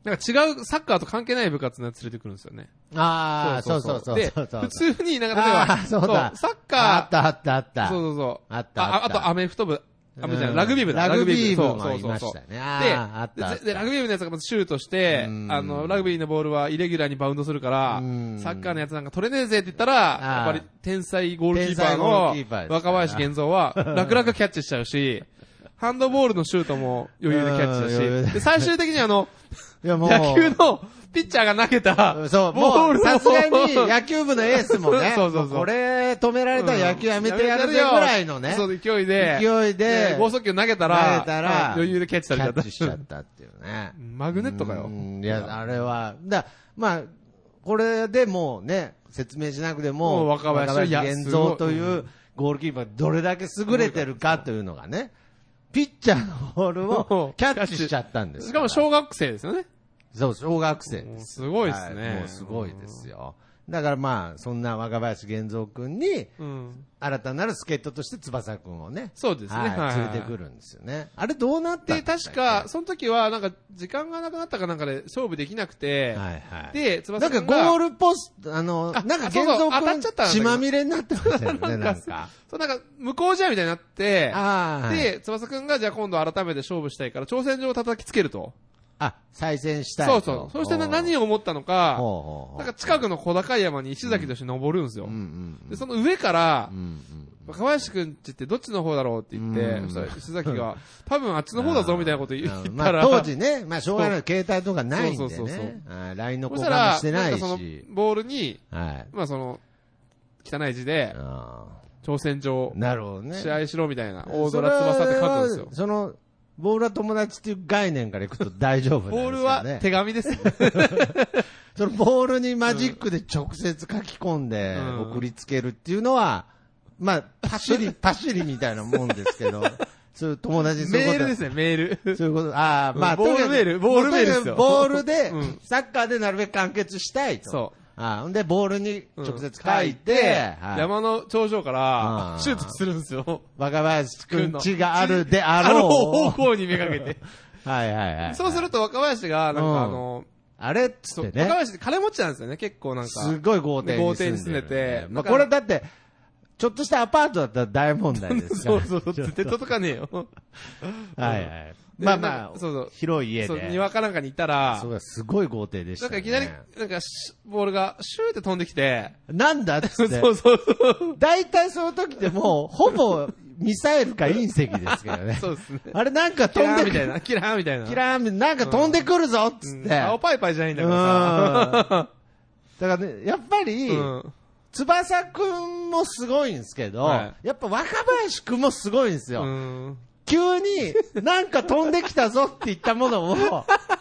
[SPEAKER 3] なんか違う、サッカーと関係ない部活のやつ連れてくるんですよね。
[SPEAKER 1] うん。ああ、そうそうそう。
[SPEAKER 3] で、
[SPEAKER 1] そうそう
[SPEAKER 3] 普通に、なんか例え
[SPEAKER 1] あ
[SPEAKER 3] ば、
[SPEAKER 1] ーそうだ
[SPEAKER 3] サッ
[SPEAKER 1] あっ
[SPEAKER 3] カ
[SPEAKER 1] たあったあっ
[SPEAKER 3] ー、
[SPEAKER 1] た。
[SPEAKER 3] そうそうそう。
[SPEAKER 1] あったあ
[SPEAKER 3] あ、あ
[SPEAKER 1] った。
[SPEAKER 3] とアメフト部、アメじゃない、ラグビー部だ、
[SPEAKER 1] ラグビー部
[SPEAKER 3] そう
[SPEAKER 1] も
[SPEAKER 3] そ
[SPEAKER 1] あ
[SPEAKER 3] う
[SPEAKER 1] り
[SPEAKER 3] そう
[SPEAKER 1] ま
[SPEAKER 3] そう
[SPEAKER 1] し。たね。
[SPEAKER 3] で
[SPEAKER 1] あーあった。
[SPEAKER 3] でで、ラグビー部のやつがまずシュートして
[SPEAKER 1] う、ん
[SPEAKER 3] あの、ラグビーのボールはイレギュラーにバウンドするから
[SPEAKER 1] うん、
[SPEAKER 3] サッカーのやつなんか取れねえぜって言ったら、やっぱり天才ゴールキーパ
[SPEAKER 1] 天才ゴールキー
[SPEAKER 3] ー
[SPEAKER 1] パーです
[SPEAKER 3] の
[SPEAKER 1] から
[SPEAKER 3] 若林玄三は、楽々キャッチしちゃ うし、ハンドボールのシュートも余裕でキャッチ
[SPEAKER 1] うん余裕
[SPEAKER 3] だ
[SPEAKER 1] で
[SPEAKER 3] し、で、最終的にあの、
[SPEAKER 1] いやもう
[SPEAKER 3] 野球のピッチャーが投げた、
[SPEAKER 1] そう、
[SPEAKER 3] ボ
[SPEAKER 1] も
[SPEAKER 3] ール
[SPEAKER 1] う、
[SPEAKER 3] を
[SPEAKER 1] さすがに野球部のエースもね、
[SPEAKER 3] そうそうそう
[SPEAKER 1] もこれ止められたら野球やめてやる
[SPEAKER 3] うん
[SPEAKER 1] ぜぐらいのね、
[SPEAKER 3] そう、勢いで、
[SPEAKER 1] 勢いで、
[SPEAKER 3] 剛速球投げたら、
[SPEAKER 1] 投げたら
[SPEAKER 3] 余裕でキャッ
[SPEAKER 1] キ
[SPEAKER 3] チされちゃ
[SPEAKER 1] ャ
[SPEAKER 3] った。。
[SPEAKER 1] ッチしちゃったっていうね
[SPEAKER 3] マグネットかよ
[SPEAKER 1] う。んいや、あれは、だ、まあ、これでもうね、説明しなくて
[SPEAKER 3] も
[SPEAKER 1] も、
[SPEAKER 3] う若林いや
[SPEAKER 1] 現
[SPEAKER 3] すご
[SPEAKER 1] 像
[SPEAKER 3] い
[SPEAKER 1] というゴールキーパーがどれだけ優れてるかというのがね、ピッチャーのボールをキャッチしちゃったんです
[SPEAKER 3] し
[SPEAKER 1] ら
[SPEAKER 3] かも小学生ですよね。
[SPEAKER 1] そう、小学生です。
[SPEAKER 3] すごいですね
[SPEAKER 1] はもうすごいですよ。だからまあ、そんな若林玄三君に、
[SPEAKER 3] うん。
[SPEAKER 1] 新たなる助っ人として翼君をね、
[SPEAKER 3] そうですね。
[SPEAKER 1] はい、連れてく
[SPEAKER 3] る。
[SPEAKER 1] るんですよね。あれどうなって
[SPEAKER 3] で、確か、、その時は、なんか、時間がなくなったかなんかで勝負できなくて、
[SPEAKER 1] はいはい。
[SPEAKER 3] で、
[SPEAKER 1] な
[SPEAKER 3] 翼
[SPEAKER 1] んか
[SPEAKER 3] くん
[SPEAKER 1] ゴ
[SPEAKER 3] が、
[SPEAKER 1] ールポスト、あの、
[SPEAKER 3] あ
[SPEAKER 1] なんか
[SPEAKER 3] そう
[SPEAKER 1] 玄
[SPEAKER 3] そう
[SPEAKER 1] 三
[SPEAKER 3] 当たっちゃったん
[SPEAKER 1] 君、
[SPEAKER 3] だけ
[SPEAKER 1] 血
[SPEAKER 3] ど
[SPEAKER 1] まみれになってましたよね、なんか。
[SPEAKER 3] そう なんか、向こう試合みたいになって、
[SPEAKER 1] ああ、はい
[SPEAKER 3] で、翼くんが、じゃあ今度改めて勝負したいから、挑戦状を叩きつけると。
[SPEAKER 1] あ、再戦したい
[SPEAKER 3] そう
[SPEAKER 1] と。
[SPEAKER 3] そう。そしてね
[SPEAKER 1] おう
[SPEAKER 3] 何を思ったのか、
[SPEAKER 1] ほうほうほう
[SPEAKER 3] なんか近くの小高い山に石崎として登るんですよ。
[SPEAKER 1] うんうんうん。
[SPEAKER 3] で、その上から
[SPEAKER 1] う、んうん
[SPEAKER 3] 若林くんちってどっちの方だろうって言って、
[SPEAKER 1] うん
[SPEAKER 3] そしたら石崎が、多分あっちの方だぞみたいなこと言
[SPEAKER 1] あ
[SPEAKER 3] っ
[SPEAKER 1] ー
[SPEAKER 3] たら、
[SPEAKER 1] まあ、当時ね、まあ、障害の携帯とかないんで
[SPEAKER 3] そうそうそうそう
[SPEAKER 1] ね。あー LINE の
[SPEAKER 3] そし
[SPEAKER 1] 交換
[SPEAKER 3] た
[SPEAKER 1] も
[SPEAKER 3] ら
[SPEAKER 1] し、てな
[SPEAKER 3] なん
[SPEAKER 1] い
[SPEAKER 3] かその
[SPEAKER 1] し。
[SPEAKER 3] ボールに、
[SPEAKER 1] はい。
[SPEAKER 3] まあその、汚い字で、
[SPEAKER 1] あ
[SPEAKER 3] 挑戦状
[SPEAKER 1] ー、なるほどね。
[SPEAKER 3] 試合しろみたいな、大空翼って書くんですよ。
[SPEAKER 1] それはその、ボールは友達っていう概念からいくと大丈夫なんですよ
[SPEAKER 3] ボー
[SPEAKER 1] ね。
[SPEAKER 3] ルは手紙です。
[SPEAKER 1] そのボールにマジックで直接書き込んで
[SPEAKER 3] うん
[SPEAKER 1] 送りつけるっていうのは、まあ、パシ リ、パシリみたいなもんですけど、そういう友達にそういうこ
[SPEAKER 3] メー
[SPEAKER 1] と
[SPEAKER 3] ルですね、メール。
[SPEAKER 1] そういうこと、ああ、まあ、
[SPEAKER 3] うんボール
[SPEAKER 1] とにかく
[SPEAKER 3] メールボールメールですよ
[SPEAKER 1] ボールで
[SPEAKER 3] うん、
[SPEAKER 1] サッカーでなるべく完結したいと。
[SPEAKER 3] そ
[SPEAKER 1] ああ、ほんで、ボールに
[SPEAKER 3] うん
[SPEAKER 1] 直接書いて、はい
[SPEAKER 3] 山の頂上から
[SPEAKER 1] う、ん
[SPEAKER 3] シュートするんですよ。
[SPEAKER 1] 若林く
[SPEAKER 3] 君
[SPEAKER 1] ん
[SPEAKER 3] の
[SPEAKER 1] ちがあるであ
[SPEAKER 3] あの方
[SPEAKER 1] ろ
[SPEAKER 3] 向にめがけて。
[SPEAKER 1] う。はいはいはい。
[SPEAKER 3] そうすると若林が、なん
[SPEAKER 1] うん
[SPEAKER 3] かあの、
[SPEAKER 1] あれっつ
[SPEAKER 3] そう
[SPEAKER 1] って
[SPEAKER 3] 若
[SPEAKER 1] ね、
[SPEAKER 3] 林って金持ちなんですよね、結構なんか。
[SPEAKER 1] すごい豪邸に住んでる、
[SPEAKER 3] 豪邸に住んでて
[SPEAKER 1] まあ、
[SPEAKER 3] だから
[SPEAKER 1] これだって、ちょっとしたアパートだったら大問題ですか
[SPEAKER 3] そ
[SPEAKER 1] ら。
[SPEAKER 3] うそうそう、絶対届かねえよ。
[SPEAKER 1] はいはい。
[SPEAKER 3] で
[SPEAKER 1] まあ
[SPEAKER 3] なん
[SPEAKER 1] ま
[SPEAKER 3] か
[SPEAKER 1] あ、
[SPEAKER 3] そうそう
[SPEAKER 1] 広い家
[SPEAKER 3] そう、
[SPEAKER 1] で。
[SPEAKER 3] 庭かなんかにいたら、
[SPEAKER 1] そうだすごい豪邸でし
[SPEAKER 3] な
[SPEAKER 1] た、
[SPEAKER 3] ん
[SPEAKER 1] ね。
[SPEAKER 3] かいきなり、なんかシュ、ボールがシューって飛んできて、
[SPEAKER 1] なんだっつ
[SPEAKER 3] そう
[SPEAKER 1] って
[SPEAKER 3] そ。うそう。
[SPEAKER 1] 大体その時でもう、ほぼミサイルか隕石ですけどね。
[SPEAKER 3] そうですね。
[SPEAKER 1] あれなんか
[SPEAKER 3] キ
[SPEAKER 1] 飛
[SPEAKER 3] ラ
[SPEAKER 1] ん
[SPEAKER 3] ー
[SPEAKER 1] で
[SPEAKER 3] み
[SPEAKER 1] き
[SPEAKER 3] たい
[SPEAKER 1] て、
[SPEAKER 3] な、キラーみたいな。
[SPEAKER 1] キラーみたいな、なんか飛んでくるぞっつって。
[SPEAKER 3] うん青パイパイじゃないんだからさ。
[SPEAKER 1] だからね、やっぱり、
[SPEAKER 3] うん
[SPEAKER 1] 翼くんもすごいんですけど、
[SPEAKER 3] は
[SPEAKER 1] やっぱ若林くんもすごいんですよ。
[SPEAKER 3] うん。
[SPEAKER 1] 急に、なんか飛んできたぞって言ったもの を、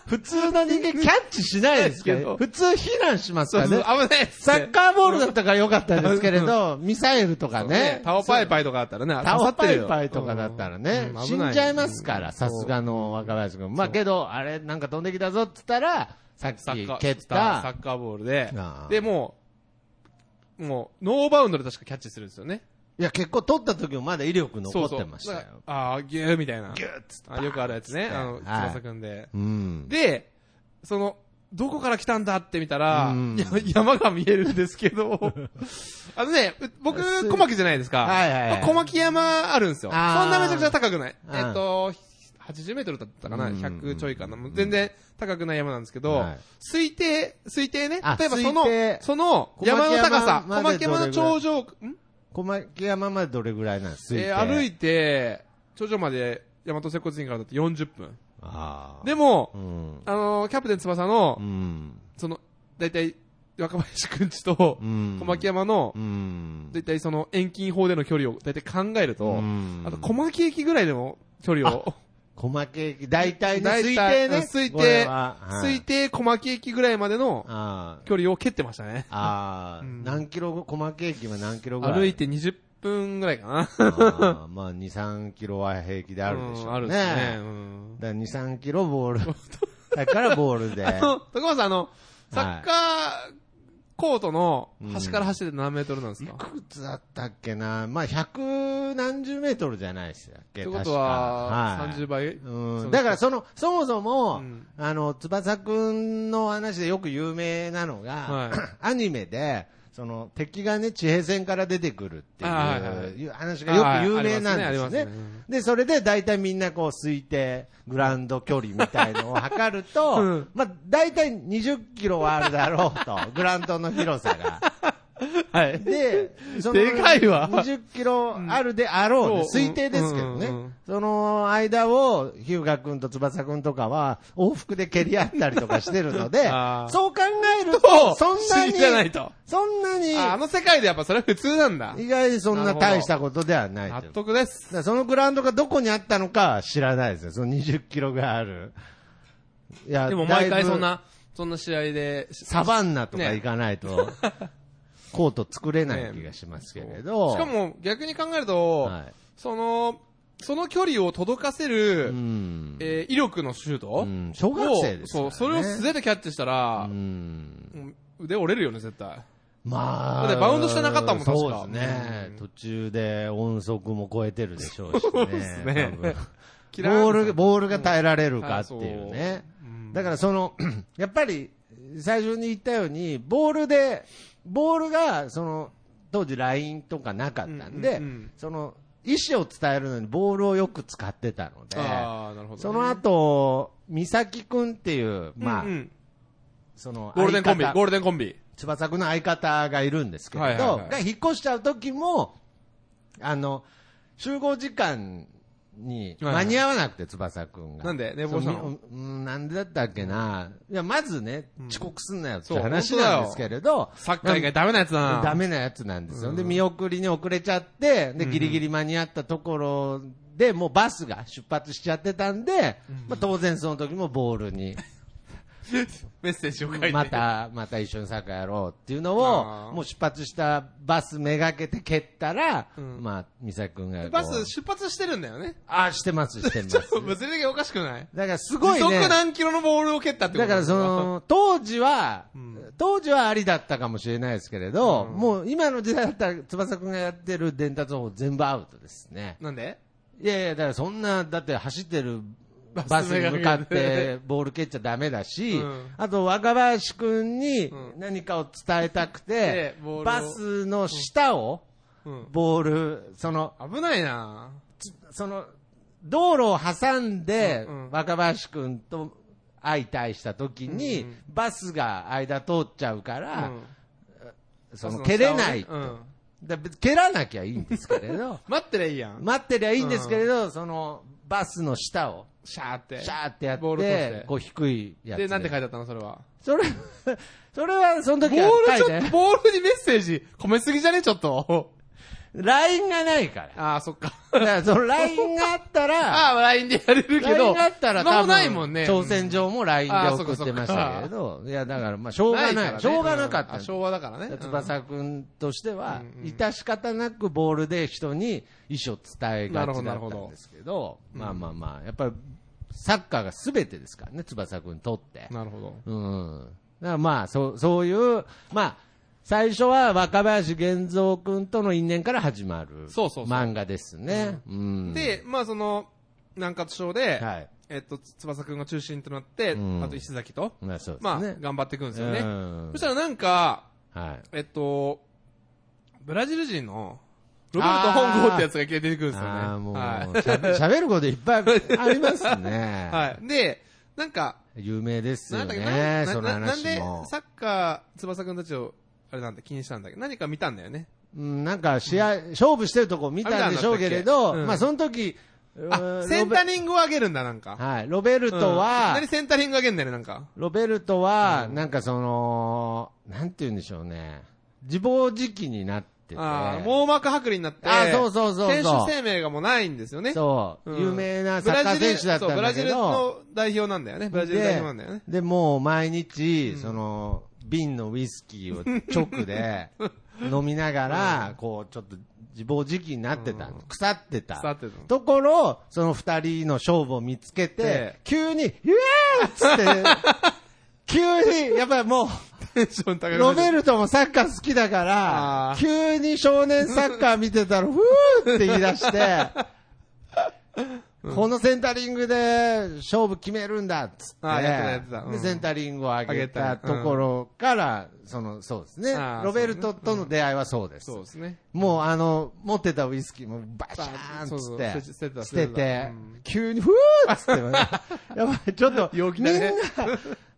[SPEAKER 1] 普通の人間キャッチしないですけど、
[SPEAKER 3] け
[SPEAKER 1] 普通避難します
[SPEAKER 3] そ
[SPEAKER 1] か
[SPEAKER 3] う
[SPEAKER 1] ら
[SPEAKER 3] そう、
[SPEAKER 1] ね
[SPEAKER 3] 危。ないっつって。
[SPEAKER 1] サッカーボールだったから良かったですけれど、ミサイルとか
[SPEAKER 3] そうね
[SPEAKER 1] ね。
[SPEAKER 3] タオパイパイとかあったらね、
[SPEAKER 1] タオパ
[SPEAKER 3] 刺さってる
[SPEAKER 1] イ
[SPEAKER 3] よ
[SPEAKER 1] パイとかだったらね、
[SPEAKER 3] うん
[SPEAKER 1] 死んじゃいますから、さす。がの若林君。まあけど、あれ、なんか飛んできたぞって言ったら、さっ
[SPEAKER 3] 危ない
[SPEAKER 1] き
[SPEAKER 3] うんサッカー、
[SPEAKER 1] 蹴っ
[SPEAKER 3] サ
[SPEAKER 1] た、
[SPEAKER 3] ッカーボールで
[SPEAKER 1] ああ、
[SPEAKER 3] で、もう、もう、ノーバウンドで確かキャッチするんですよね。
[SPEAKER 1] いや、結構取った時もまだ威力残ってましたよ
[SPEAKER 3] そう。そうああ、ギューみたいな。
[SPEAKER 1] ギューっつって
[SPEAKER 3] あよくあるやつね。
[SPEAKER 1] つって
[SPEAKER 3] あの、
[SPEAKER 1] はい
[SPEAKER 3] 翼くんで。
[SPEAKER 1] うん。
[SPEAKER 3] で、その、どこから来たんだって見たら
[SPEAKER 1] うん、
[SPEAKER 3] や山が見えるんです けど、あのね、う僕、
[SPEAKER 1] す
[SPEAKER 3] 小牧じゃないですか。
[SPEAKER 1] はいはいはい
[SPEAKER 3] まあ小牧山あるんですよ。そん
[SPEAKER 1] あー
[SPEAKER 3] なめちゃくちゃ高くない。
[SPEAKER 1] うん
[SPEAKER 3] えっと、80メートルだったかな
[SPEAKER 1] うん
[SPEAKER 3] ?100 ちょいかなもう全然高くない山なんですけど
[SPEAKER 1] はい、
[SPEAKER 3] 推定、推定ね
[SPEAKER 1] あ。
[SPEAKER 3] 例えばその
[SPEAKER 1] 推定、
[SPEAKER 3] その山の高さ、
[SPEAKER 1] 小
[SPEAKER 3] 小
[SPEAKER 1] 牧山
[SPEAKER 3] 牧山
[SPEAKER 1] ま
[SPEAKER 3] の
[SPEAKER 1] で
[SPEAKER 3] 頂上、ん
[SPEAKER 1] 小牧山までどれぐらいなんです
[SPEAKER 3] えー歩
[SPEAKER 1] いて。
[SPEAKER 3] いて、頂上まで、大和接骨院からだって40分。
[SPEAKER 1] ああ。
[SPEAKER 3] でも
[SPEAKER 1] う、ん。
[SPEAKER 3] あのー、キャプテン翼の
[SPEAKER 1] う、ん。
[SPEAKER 3] その、大体、若林くんちと、
[SPEAKER 1] うん。
[SPEAKER 3] 小牧山の
[SPEAKER 1] う、ん。
[SPEAKER 3] 大体その遠近法での距離を大体考えると、
[SPEAKER 1] うん
[SPEAKER 3] あと小牧駅ぐらいでも距離を、
[SPEAKER 1] 小牧駅、大体ね、
[SPEAKER 3] 大
[SPEAKER 1] 推定
[SPEAKER 3] 体
[SPEAKER 1] ね。
[SPEAKER 3] うん推定
[SPEAKER 1] これははい
[SPEAKER 3] 推定小牧駅ぐらいまでの
[SPEAKER 1] ああ。
[SPEAKER 3] 距離を蹴ってましたね。
[SPEAKER 1] ああ、
[SPEAKER 3] うん
[SPEAKER 1] 何キロ後、小牧駅は何キロぐらい
[SPEAKER 3] 歩いて20分ぐらいかな。
[SPEAKER 1] あーまあ、2、3キロは平気であるでしょうね。
[SPEAKER 3] うんあるですね。うん
[SPEAKER 1] だから2、3キ ロボール。だからボールで。
[SPEAKER 3] あの、徳川さん、あの、サッカー、コートの端から走って何メートルなんです
[SPEAKER 1] い
[SPEAKER 3] か、
[SPEAKER 1] くつだったっけな、まあ、百何十メートルじゃないですよ。
[SPEAKER 3] っ
[SPEAKER 1] って
[SPEAKER 3] ことは、30倍
[SPEAKER 1] う
[SPEAKER 3] そ
[SPEAKER 1] ん、
[SPEAKER 3] の
[SPEAKER 1] だからその、そもそも、
[SPEAKER 3] うん
[SPEAKER 1] あの、翼くんの話でよく有名なのが、
[SPEAKER 3] は
[SPEAKER 1] アニメで、その、敵がね、地平線から出てくるっていう、
[SPEAKER 3] あはいはいはい
[SPEAKER 1] いう話がよく有名なんですね。
[SPEAKER 3] ありまありますうん
[SPEAKER 1] で、それで大体みんなこう推定、グラウンド距離みたいのを測ると、
[SPEAKER 3] うん
[SPEAKER 1] まあ大体20キロはあるだろうと、グラウンドの広さが。
[SPEAKER 3] はい。
[SPEAKER 1] で、その
[SPEAKER 3] でかいわ
[SPEAKER 1] 20キロあるであろうね、
[SPEAKER 3] そう
[SPEAKER 1] 推定ですけどね。
[SPEAKER 3] うんうんうん
[SPEAKER 1] その間を、日向くんと翼くんとかは、往復で蹴り合ったりとかしてるので
[SPEAKER 3] あ、ー
[SPEAKER 1] そう考え ると、そんなに
[SPEAKER 3] 不思議じゃないと。
[SPEAKER 1] そんなに、
[SPEAKER 3] ああの世界でやっぱそれは普通なんだ。
[SPEAKER 1] 意外にそんな大したことではないという
[SPEAKER 3] 納得です。
[SPEAKER 1] だからそのグラウンドがどこにあったのか知らないですよ。その20キロがある。いや
[SPEAKER 3] でも毎
[SPEAKER 1] だい
[SPEAKER 3] 回
[SPEAKER 1] ぶ
[SPEAKER 3] そんな、そんな試合で、
[SPEAKER 1] サバンナとか
[SPEAKER 3] ね
[SPEAKER 1] 行かないと、 コート作れない気がしますけれど。
[SPEAKER 3] しか、も逆に考えると、
[SPEAKER 1] はい。
[SPEAKER 3] その、その距離を届かせ
[SPEAKER 1] う
[SPEAKER 3] る、
[SPEAKER 1] ん。
[SPEAKER 3] えー威力のシュート
[SPEAKER 1] うん小学生ですから
[SPEAKER 3] そ
[SPEAKER 1] ね
[SPEAKER 3] う、それを素手でキャッチしたら
[SPEAKER 1] う、ん。
[SPEAKER 3] うん腕折れるよね、絶対。
[SPEAKER 1] ま
[SPEAKER 3] だ
[SPEAKER 1] あ。
[SPEAKER 3] ってバウンドしてなかったもん確か
[SPEAKER 1] そうですね。
[SPEAKER 3] うん
[SPEAKER 1] 途中で音速も超えてるでしょう しね。そう
[SPEAKER 3] ですね
[SPEAKER 1] ボール、
[SPEAKER 3] ー
[SPEAKER 1] ボールが耐えられるかっていう
[SPEAKER 3] うんはい
[SPEAKER 1] ね。だからその、 やっぱり、最初に言ったように、ボールで、ボールが、その、当時 LINE とかなかったんで、
[SPEAKER 3] うんうんうん
[SPEAKER 1] その、意思を伝えるのにボールをよく使ってたので、
[SPEAKER 3] ああ、なるほどね。
[SPEAKER 1] その後、美咲くんっていう、
[SPEAKER 3] うん、
[SPEAKER 1] まあ、
[SPEAKER 3] うん
[SPEAKER 1] その
[SPEAKER 3] ゴールデンコンビ、
[SPEAKER 1] 相方
[SPEAKER 3] ゴールデンコンビ。
[SPEAKER 1] 翼くんの相方がいるんですけれど、
[SPEAKER 3] はいはいはい
[SPEAKER 1] が引っ越しちゃう時も、あの、集合時間に
[SPEAKER 3] はいは
[SPEAKER 1] 間
[SPEAKER 3] い
[SPEAKER 1] に合わなくて、翼くんが。
[SPEAKER 3] なんで寝坊したの
[SPEAKER 1] そみうん、なんでだったっけな。いや、まずね、遅刻すんなよって
[SPEAKER 3] そう
[SPEAKER 1] 話なんですけれど、
[SPEAKER 3] サッカー以外ダメなやつだな。
[SPEAKER 1] ダメなやつなんですよ。
[SPEAKER 3] うん
[SPEAKER 1] で、見送りに遅れちゃって、で、ギリギリ間に合ったところで、もうバスが出発しちゃってたんで、まあ当然その時もボールに。
[SPEAKER 3] メッセージを書いて。
[SPEAKER 1] ま。た、また一緒にサッカーやろうっていうの
[SPEAKER 3] あ
[SPEAKER 1] を、
[SPEAKER 3] ー
[SPEAKER 1] もう出発したバスめがけて蹴ったら、
[SPEAKER 3] うん
[SPEAKER 1] まあ、美咲くんがこう。
[SPEAKER 3] バス出発してるんだよね。
[SPEAKER 1] あー、してます、してま
[SPEAKER 3] ちょっ
[SPEAKER 1] す。
[SPEAKER 3] と物理的におかしくない
[SPEAKER 1] だからすごい
[SPEAKER 3] 時
[SPEAKER 1] ね
[SPEAKER 3] 速。何キロのボールを蹴ったってこと
[SPEAKER 1] だからそ、の、当時は
[SPEAKER 3] ん、
[SPEAKER 1] 当時はありだったかもしれないですけれど、
[SPEAKER 3] うん
[SPEAKER 1] もう今の時代だったら翼くんがやってる伝達方法全部アウトですね。
[SPEAKER 3] なんで
[SPEAKER 1] いやいや、だからそんな、だって走ってる
[SPEAKER 3] バス
[SPEAKER 1] バスに向かっ
[SPEAKER 3] めがけ
[SPEAKER 1] てボール蹴っちゃダメだし、
[SPEAKER 3] うん
[SPEAKER 1] あと若林くんに
[SPEAKER 3] うん
[SPEAKER 1] 何かを伝えたくて
[SPEAKER 3] で、ボールを
[SPEAKER 1] バスの下を
[SPEAKER 3] うん。
[SPEAKER 1] ボール、その、
[SPEAKER 3] 危ないな
[SPEAKER 1] つその、道路を挟んで
[SPEAKER 3] うんうん
[SPEAKER 1] 若林くんと相対した時に、
[SPEAKER 3] うんうん
[SPEAKER 1] バスが間通っちゃうから、
[SPEAKER 3] うん
[SPEAKER 1] その蹴れない、
[SPEAKER 3] うん。
[SPEAKER 1] だ別に蹴らなきゃいいんですけれ ど
[SPEAKER 3] 待ってりゃいいやん。
[SPEAKER 1] 待ってりゃいいんですけれど、そのバスの下を
[SPEAKER 3] シャーって。
[SPEAKER 1] シャーってやって
[SPEAKER 3] ボール通して
[SPEAKER 1] こう低いやつ
[SPEAKER 3] で、なんて書いてあったのそれは。
[SPEAKER 1] それ、 それは、その
[SPEAKER 3] ボ
[SPEAKER 1] 時は
[SPEAKER 3] ール
[SPEAKER 1] 書
[SPEAKER 3] ち
[SPEAKER 1] い
[SPEAKER 3] ょっと、
[SPEAKER 1] て、
[SPEAKER 3] ボールにメッセージ込めすぎじゃねちょっ と。
[SPEAKER 1] LINE がないから。
[SPEAKER 3] ああ、そっか。
[SPEAKER 1] だから、その LINE があったら、
[SPEAKER 3] ああ、LINE でやれるけ
[SPEAKER 1] LINE
[SPEAKER 3] ど。
[SPEAKER 1] があったら
[SPEAKER 3] スマ
[SPEAKER 1] 多
[SPEAKER 3] ホ
[SPEAKER 1] 分、
[SPEAKER 3] ないもんね。
[SPEAKER 1] 挑戦状も LINE
[SPEAKER 3] あ
[SPEAKER 1] で
[SPEAKER 3] ーそ
[SPEAKER 1] 送
[SPEAKER 3] っか
[SPEAKER 1] っ
[SPEAKER 3] そっか
[SPEAKER 1] てましたけれど、いや、だから、まあ、しょうが
[SPEAKER 3] か
[SPEAKER 1] な
[SPEAKER 3] ら
[SPEAKER 1] い。
[SPEAKER 3] ね
[SPEAKER 1] しょうがなかった
[SPEAKER 3] あ
[SPEAKER 1] んだ。
[SPEAKER 3] 昭和だからね。
[SPEAKER 1] 翼くんとしては
[SPEAKER 3] うんう、ん
[SPEAKER 1] 致し方なくボールで人に意思を伝えがちだっ
[SPEAKER 3] なるほ
[SPEAKER 1] た
[SPEAKER 3] どなるほ
[SPEAKER 1] ん
[SPEAKER 3] ど
[SPEAKER 1] ですけど、まあまあまあ、やっぱり、サッカーが全てですからね、翼くんにとって
[SPEAKER 3] う。んなるほど。
[SPEAKER 1] うん。だからまあ、そう、そういう、まあ、最初は若林玄三君との因縁から始まる。
[SPEAKER 3] そうそうそう
[SPEAKER 1] 漫画ですね。うん。
[SPEAKER 3] で、まあその、南葛賞で、
[SPEAKER 1] はい。
[SPEAKER 3] えっと、翼くんが中心となって、
[SPEAKER 1] うん
[SPEAKER 3] あと石崎と、
[SPEAKER 1] まあそうですね。
[SPEAKER 3] まあ、頑張っていくんですよね。
[SPEAKER 1] うん
[SPEAKER 3] そしたらなんか、
[SPEAKER 1] はい。
[SPEAKER 3] えっと、ブラジル人の、ロベルト・本郷ってやつが出てくるんですよね。
[SPEAKER 1] ああ、もう、
[SPEAKER 3] は
[SPEAKER 1] しゃべ喋ることいっぱいありますね
[SPEAKER 3] い。。 はい。で、なんか、
[SPEAKER 1] 有名です
[SPEAKER 3] な
[SPEAKER 1] よ
[SPEAKER 3] んだっけな
[SPEAKER 1] ね
[SPEAKER 3] ん。
[SPEAKER 1] そ
[SPEAKER 3] な
[SPEAKER 1] の
[SPEAKER 3] ななん
[SPEAKER 1] 話
[SPEAKER 3] で
[SPEAKER 1] も、。
[SPEAKER 3] サッカー、翼くんたちを、あれなんだ、気にしたんだけど、何か見たんだよね。
[SPEAKER 1] うん、なんか試合、勝負してるとこ見たんでしょうけれ
[SPEAKER 3] あ見たんだったっけ
[SPEAKER 1] ど、
[SPEAKER 3] うん
[SPEAKER 1] まあその時、
[SPEAKER 3] あ
[SPEAKER 1] う、ん
[SPEAKER 3] センタ
[SPEAKER 1] ロ
[SPEAKER 3] リングを上げるんだ、なんか。
[SPEAKER 1] ベはい。ロベル
[SPEAKER 3] うん
[SPEAKER 1] トは、
[SPEAKER 3] いきなりセンタリング上げんだよね、なんか。
[SPEAKER 1] ロベルトは、
[SPEAKER 3] うん
[SPEAKER 1] なんかその、なんて言うんでしょうね。自暴自棄になってて。
[SPEAKER 3] ああ、網膜剥離になって、
[SPEAKER 1] あそうそうそう
[SPEAKER 3] 選
[SPEAKER 1] そう
[SPEAKER 3] 手生命がもうないんですよね。
[SPEAKER 1] そう、
[SPEAKER 3] うん
[SPEAKER 1] 有名なサッカー選手だったん
[SPEAKER 3] ブ
[SPEAKER 1] だ
[SPEAKER 3] ラジ
[SPEAKER 1] け
[SPEAKER 3] ルそう
[SPEAKER 1] ど、
[SPEAKER 3] ブラジルの代表なんだよね。ブラジル代表なんだよね。
[SPEAKER 1] で、もう毎日、
[SPEAKER 3] うん
[SPEAKER 1] その、瓶のウイスキーを直 で飲みながら、こう、ちょっと自暴自棄になってた、
[SPEAKER 3] うん
[SPEAKER 1] 腐ってた。
[SPEAKER 3] 腐ってたの
[SPEAKER 1] ところ、その二人の勝負を見つけて
[SPEAKER 3] で、
[SPEAKER 1] 急に、イエーっつって、急に、やっぱりもう、
[SPEAKER 3] テン ション高い。
[SPEAKER 1] ロベルトもサッカー好きだか
[SPEAKER 3] あ
[SPEAKER 1] ら
[SPEAKER 3] ー、
[SPEAKER 1] 急に少年サッカー見てたら、ふーって言い出して、このセンタリングで勝負決めるんだっつって、
[SPEAKER 3] あーやってたやってたうん
[SPEAKER 1] でセンタリングを上げ
[SPEAKER 3] 上
[SPEAKER 1] た
[SPEAKER 3] げたうん
[SPEAKER 1] ところから、そのそうですね
[SPEAKER 3] あー、
[SPEAKER 1] ロベルトとの出会いはそうです。
[SPEAKER 3] そうですね。
[SPEAKER 1] もうあの、持ってたウイスキーもバシャーンっ
[SPEAKER 3] そう
[SPEAKER 1] つ
[SPEAKER 3] そう
[SPEAKER 1] って、
[SPEAKER 3] 捨ててた
[SPEAKER 1] 捨て
[SPEAKER 3] 捨ててた
[SPEAKER 1] て
[SPEAKER 3] うん、
[SPEAKER 1] 急にふーっつって、やばい、ちょっと、
[SPEAKER 3] 陽気
[SPEAKER 1] み
[SPEAKER 3] だ
[SPEAKER 1] んな
[SPEAKER 3] ね、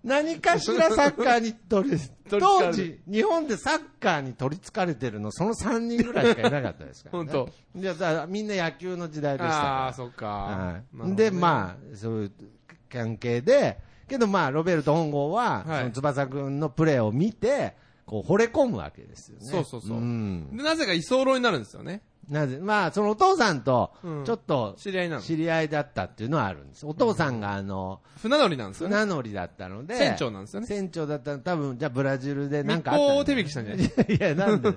[SPEAKER 1] 何かしらサッカーに取り、
[SPEAKER 3] 取り憑か
[SPEAKER 1] 当
[SPEAKER 3] れ
[SPEAKER 1] 時、日本でサッカーに取りつかれてるの、その3人ぐらいしかいなかったですから、ね。
[SPEAKER 3] 本
[SPEAKER 1] いやだからみんな野球の時代でした
[SPEAKER 3] ああー、
[SPEAKER 1] か
[SPEAKER 3] そっ
[SPEAKER 1] ら。は
[SPEAKER 3] か。
[SPEAKER 1] い、で、
[SPEAKER 3] あ。
[SPEAKER 1] まあ、そういう関係で、けどまあ、ロベルト本郷は、
[SPEAKER 3] はい
[SPEAKER 1] その翼くんのプレーを見て、こう、惚れ込むわけですよね。
[SPEAKER 3] そうそうそうんでなぜか居候になるんですよね。
[SPEAKER 1] なぜ、まあ、そのお父さんと
[SPEAKER 3] うん、
[SPEAKER 1] ちょっと、
[SPEAKER 3] 知り合いなの。
[SPEAKER 1] 知り合いだったっていうのはあるんです。お父さんが、あの、
[SPEAKER 3] 船乗りなんですよね。
[SPEAKER 1] 船乗りだったので、
[SPEAKER 3] 船長なんですよね。
[SPEAKER 1] 船長だったら多分、じゃあブラジルでなん
[SPEAKER 3] 密
[SPEAKER 1] かあった
[SPEAKER 3] 航を
[SPEAKER 1] んだ
[SPEAKER 3] 手
[SPEAKER 1] よ
[SPEAKER 3] 引きしたんじゃ ない
[SPEAKER 1] いや、なんで、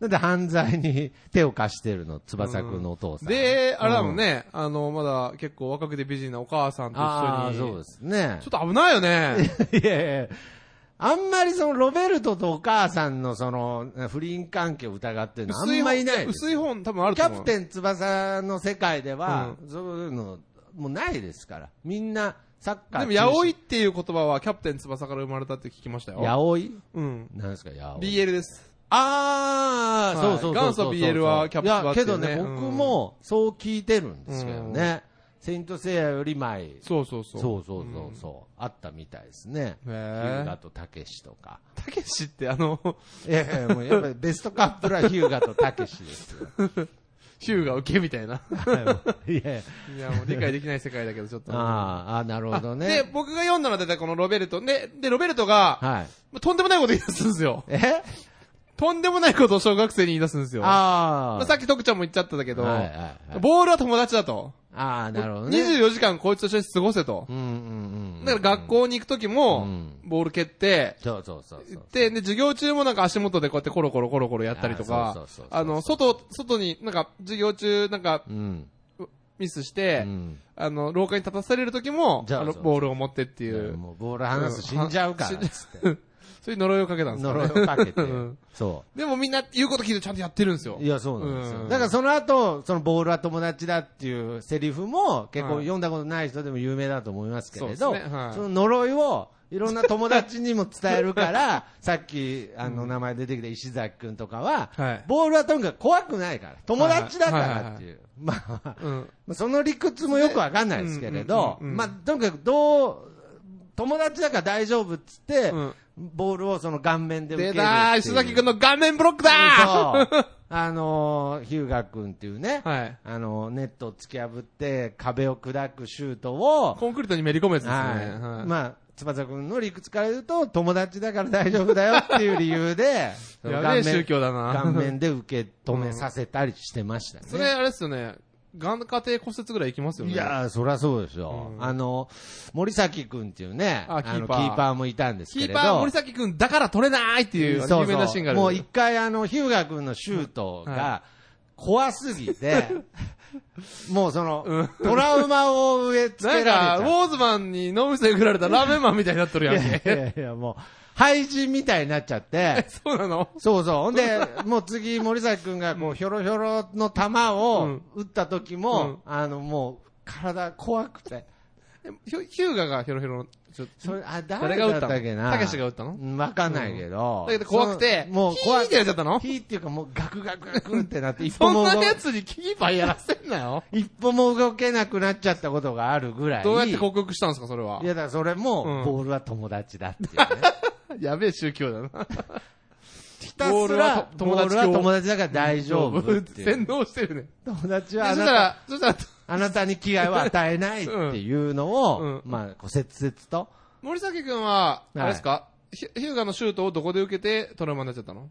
[SPEAKER 1] なんで犯罪に手を貸してるの、翼くんのお父さん。
[SPEAKER 3] で、あれだもんね、あの、まだ結構若くて美人なお母さんと
[SPEAKER 1] ああ、
[SPEAKER 3] 一緒
[SPEAKER 1] そう
[SPEAKER 3] に
[SPEAKER 1] で。すね
[SPEAKER 3] ちょ。っと危ないよね。
[SPEAKER 1] いやいやあんまりそのロベルトとお母さんのその不倫関係を疑ってるのあんまいないです
[SPEAKER 3] 薄い本多分ある
[SPEAKER 1] キ
[SPEAKER 3] と
[SPEAKER 1] ャ
[SPEAKER 3] 思う。
[SPEAKER 1] プテン翼の世界では、そういうのもうないですから、みんなサッカー
[SPEAKER 3] でも、ヤオイっていう言葉はキャプテン翼から生まれたって聞きましたよ。
[SPEAKER 1] 八百い
[SPEAKER 3] うん。
[SPEAKER 1] なんですか、八百い。
[SPEAKER 3] BL です。
[SPEAKER 1] あー、そうそうそうそうそう。
[SPEAKER 3] 元祖 BL はキャプ
[SPEAKER 1] いや、けど
[SPEAKER 3] キャ
[SPEAKER 1] ね、
[SPEAKER 3] プテンね
[SPEAKER 1] 僕もそう聞いてるんですけどね。セイントセイヤより前、
[SPEAKER 3] そうそうそう。
[SPEAKER 1] そうそうそうそう、あったみたいですね。
[SPEAKER 3] へ
[SPEAKER 1] ヒ
[SPEAKER 3] ー
[SPEAKER 1] ューガとたけしと か。
[SPEAKER 3] たけしってあの、
[SPEAKER 1] ええ、もうやっぱりベストカップルはヒューガとたけしですよ。
[SPEAKER 3] ヒューが受けみ たいな。
[SPEAKER 1] はいいや
[SPEAKER 3] いや、もう理解できない世界だけど、ちょっと。
[SPEAKER 1] あーあー、なるほど
[SPEAKER 3] で、
[SPEAKER 1] ね。
[SPEAKER 3] 僕が読んだのは大体このロベルト。で、で、ロベルトが、
[SPEAKER 1] はい。
[SPEAKER 3] とんでもないこと言い出すんですよ。
[SPEAKER 1] え
[SPEAKER 3] とんでもないことを小学生に言い出すんですよ。
[SPEAKER 1] あ
[SPEAKER 3] まあ
[SPEAKER 1] あ。
[SPEAKER 3] さっき徳ちゃんも言っちゃったんだけど、
[SPEAKER 1] はいはいはい
[SPEAKER 3] ボールは友達だと。
[SPEAKER 1] ああ、なるほどね。
[SPEAKER 3] 24時間こいつと一緒に過ごせと
[SPEAKER 1] う。んうんうん。
[SPEAKER 3] だから学校に行くときも
[SPEAKER 1] うん、
[SPEAKER 3] ボール蹴って、
[SPEAKER 1] そうそうそうそう。
[SPEAKER 3] で、で、授業中もなんか足元でこうやってコロコロコロコロやったりと
[SPEAKER 1] あそ
[SPEAKER 3] か
[SPEAKER 1] うそうそうそう、
[SPEAKER 3] あの、外、外になんか授業中なんか
[SPEAKER 1] うん。
[SPEAKER 3] ミスし
[SPEAKER 1] う
[SPEAKER 3] て、
[SPEAKER 1] ん。
[SPEAKER 3] あの、廊下に立たされるときも、
[SPEAKER 1] じゃあ
[SPEAKER 3] あの、
[SPEAKER 1] そう
[SPEAKER 3] ボールを持ってってい
[SPEAKER 1] いや
[SPEAKER 3] う、
[SPEAKER 1] もうボール離すと死んじゃうからっつって。
[SPEAKER 3] そういう呪いをかけたんですよ
[SPEAKER 1] 呪
[SPEAKER 3] ね
[SPEAKER 1] いをかけて
[SPEAKER 3] うん。
[SPEAKER 1] そ
[SPEAKER 3] でもみんな言うこと聞いてちゃんとやってるんですよ
[SPEAKER 1] う。い。や、そうなんですよ。
[SPEAKER 3] うん
[SPEAKER 1] だからその後、そのボールは友達だっていうセリフも結構
[SPEAKER 3] はい
[SPEAKER 1] 読んだことない人でも有名だと思いますけれ
[SPEAKER 3] そう
[SPEAKER 1] ど、
[SPEAKER 3] ですねはい
[SPEAKER 1] その呪いをいろんな友達にも伝える から、さっきあの名前出てきた石崎くんとかは、
[SPEAKER 3] はい
[SPEAKER 1] ボールはとにかく怖くないから、友達だからっていう。まあ、
[SPEAKER 3] うん。
[SPEAKER 1] まあその理屈もよくわかんないですけれど、
[SPEAKER 3] うんうんうんうん
[SPEAKER 1] まあ、とにかくどう、友達だから大丈夫っつって、
[SPEAKER 3] うん
[SPEAKER 1] ボールをその顔面で受ける
[SPEAKER 3] で
[SPEAKER 1] っていう。
[SPEAKER 3] だー、石崎くんの顔面ブロックだー
[SPEAKER 1] そうあのー、ヒューガ君っていうね、
[SPEAKER 3] はい。
[SPEAKER 1] あのー、ネットを突き破って壁を砕くシュートを、
[SPEAKER 3] コンクリートにめり込むやつですね。
[SPEAKER 1] は。
[SPEAKER 3] はいい
[SPEAKER 1] まあ、翼くんの理屈から言うと、友達だから大丈夫だよっていう理由で、その
[SPEAKER 3] や
[SPEAKER 1] 顔
[SPEAKER 3] べえ
[SPEAKER 1] 面
[SPEAKER 3] 宗教だな。
[SPEAKER 1] 顔面で受け止めさせたりしてましたね。
[SPEAKER 3] それ、あれですよね。眼下底骨折ぐらいいきますよね。
[SPEAKER 1] いやー、そりゃそうでしょ、
[SPEAKER 3] う
[SPEAKER 1] うんあの、森崎くんっていうね、
[SPEAKER 3] あ
[SPEAKER 1] あ
[SPEAKER 3] キーパー
[SPEAKER 1] のキーパーもいたんです
[SPEAKER 3] キ
[SPEAKER 1] けれど。
[SPEAKER 3] ーパー森崎くんだから取れないっていう
[SPEAKER 1] そ
[SPEAKER 3] 有
[SPEAKER 1] うそ
[SPEAKER 3] 名
[SPEAKER 1] う
[SPEAKER 3] なシーンがある。
[SPEAKER 1] もう一回あの、ヒューガ君のシュート
[SPEAKER 3] は
[SPEAKER 1] が怖すぎ て、もうその、
[SPEAKER 3] うん
[SPEAKER 1] トラウマを植え付
[SPEAKER 3] な
[SPEAKER 1] け
[SPEAKER 3] ん
[SPEAKER 1] ら
[SPEAKER 3] か、
[SPEAKER 1] れ
[SPEAKER 3] ウ
[SPEAKER 1] た。
[SPEAKER 3] ォーズマンに脳みそに振られたラーメンマンみたいになっとるやん
[SPEAKER 1] い
[SPEAKER 3] け。
[SPEAKER 1] やいやいや、もう、廃人みたいになっちゃっ て、
[SPEAKER 3] そうなの
[SPEAKER 1] そうそう。ほんで、もう次、森崎くんが、こう、ひょろひょろの球を打った時も、あの、もう、体怖くて。
[SPEAKER 3] ヒュヒューガがヒョロヒョロの、ちょ
[SPEAKER 1] それ、あ、
[SPEAKER 3] 誰
[SPEAKER 1] 誰
[SPEAKER 3] が打
[SPEAKER 1] だ
[SPEAKER 3] っ
[SPEAKER 1] ったた
[SPEAKER 3] の
[SPEAKER 1] っけな。
[SPEAKER 3] たけしが打ったの
[SPEAKER 1] うんわかんないけど。
[SPEAKER 3] だけど怖くて
[SPEAKER 1] そ、のもう怖
[SPEAKER 3] ヒーってやっちゃったの
[SPEAKER 1] 火っていうかもうガクガクガクってなって、一
[SPEAKER 3] そ
[SPEAKER 1] 歩
[SPEAKER 3] ん
[SPEAKER 1] も動
[SPEAKER 3] なやつにキーパーやらせんな よ。
[SPEAKER 1] 一歩も動けなくなっちゃったことがあるぐらい。。
[SPEAKER 3] どうやって克服したんですか、それはい
[SPEAKER 1] や、だからそれも、
[SPEAKER 3] うん
[SPEAKER 1] ボールは友達だっていうね。
[SPEAKER 3] やべえ宗教だな。
[SPEAKER 1] ひた
[SPEAKER 3] ボー
[SPEAKER 1] す
[SPEAKER 3] ルは
[SPEAKER 1] ら、
[SPEAKER 3] と
[SPEAKER 1] ボールは
[SPEAKER 3] 友達
[SPEAKER 1] 友達だから大丈夫ってい
[SPEAKER 3] 洗
[SPEAKER 1] う。
[SPEAKER 3] 脳してるね。
[SPEAKER 1] 友達
[SPEAKER 3] で
[SPEAKER 1] は
[SPEAKER 3] そ
[SPEAKER 1] あ
[SPEAKER 3] し
[SPEAKER 1] な
[SPEAKER 3] た
[SPEAKER 1] た、
[SPEAKER 3] ら、そしたら、
[SPEAKER 1] あなたに危害は与えないっていうのを、
[SPEAKER 3] うんうん
[SPEAKER 1] まあ、こう、切々と。
[SPEAKER 3] 森崎くんは、
[SPEAKER 1] い
[SPEAKER 3] あれですか、ヒュヒューガのシュートをどこで受けてトラウマになっちゃったの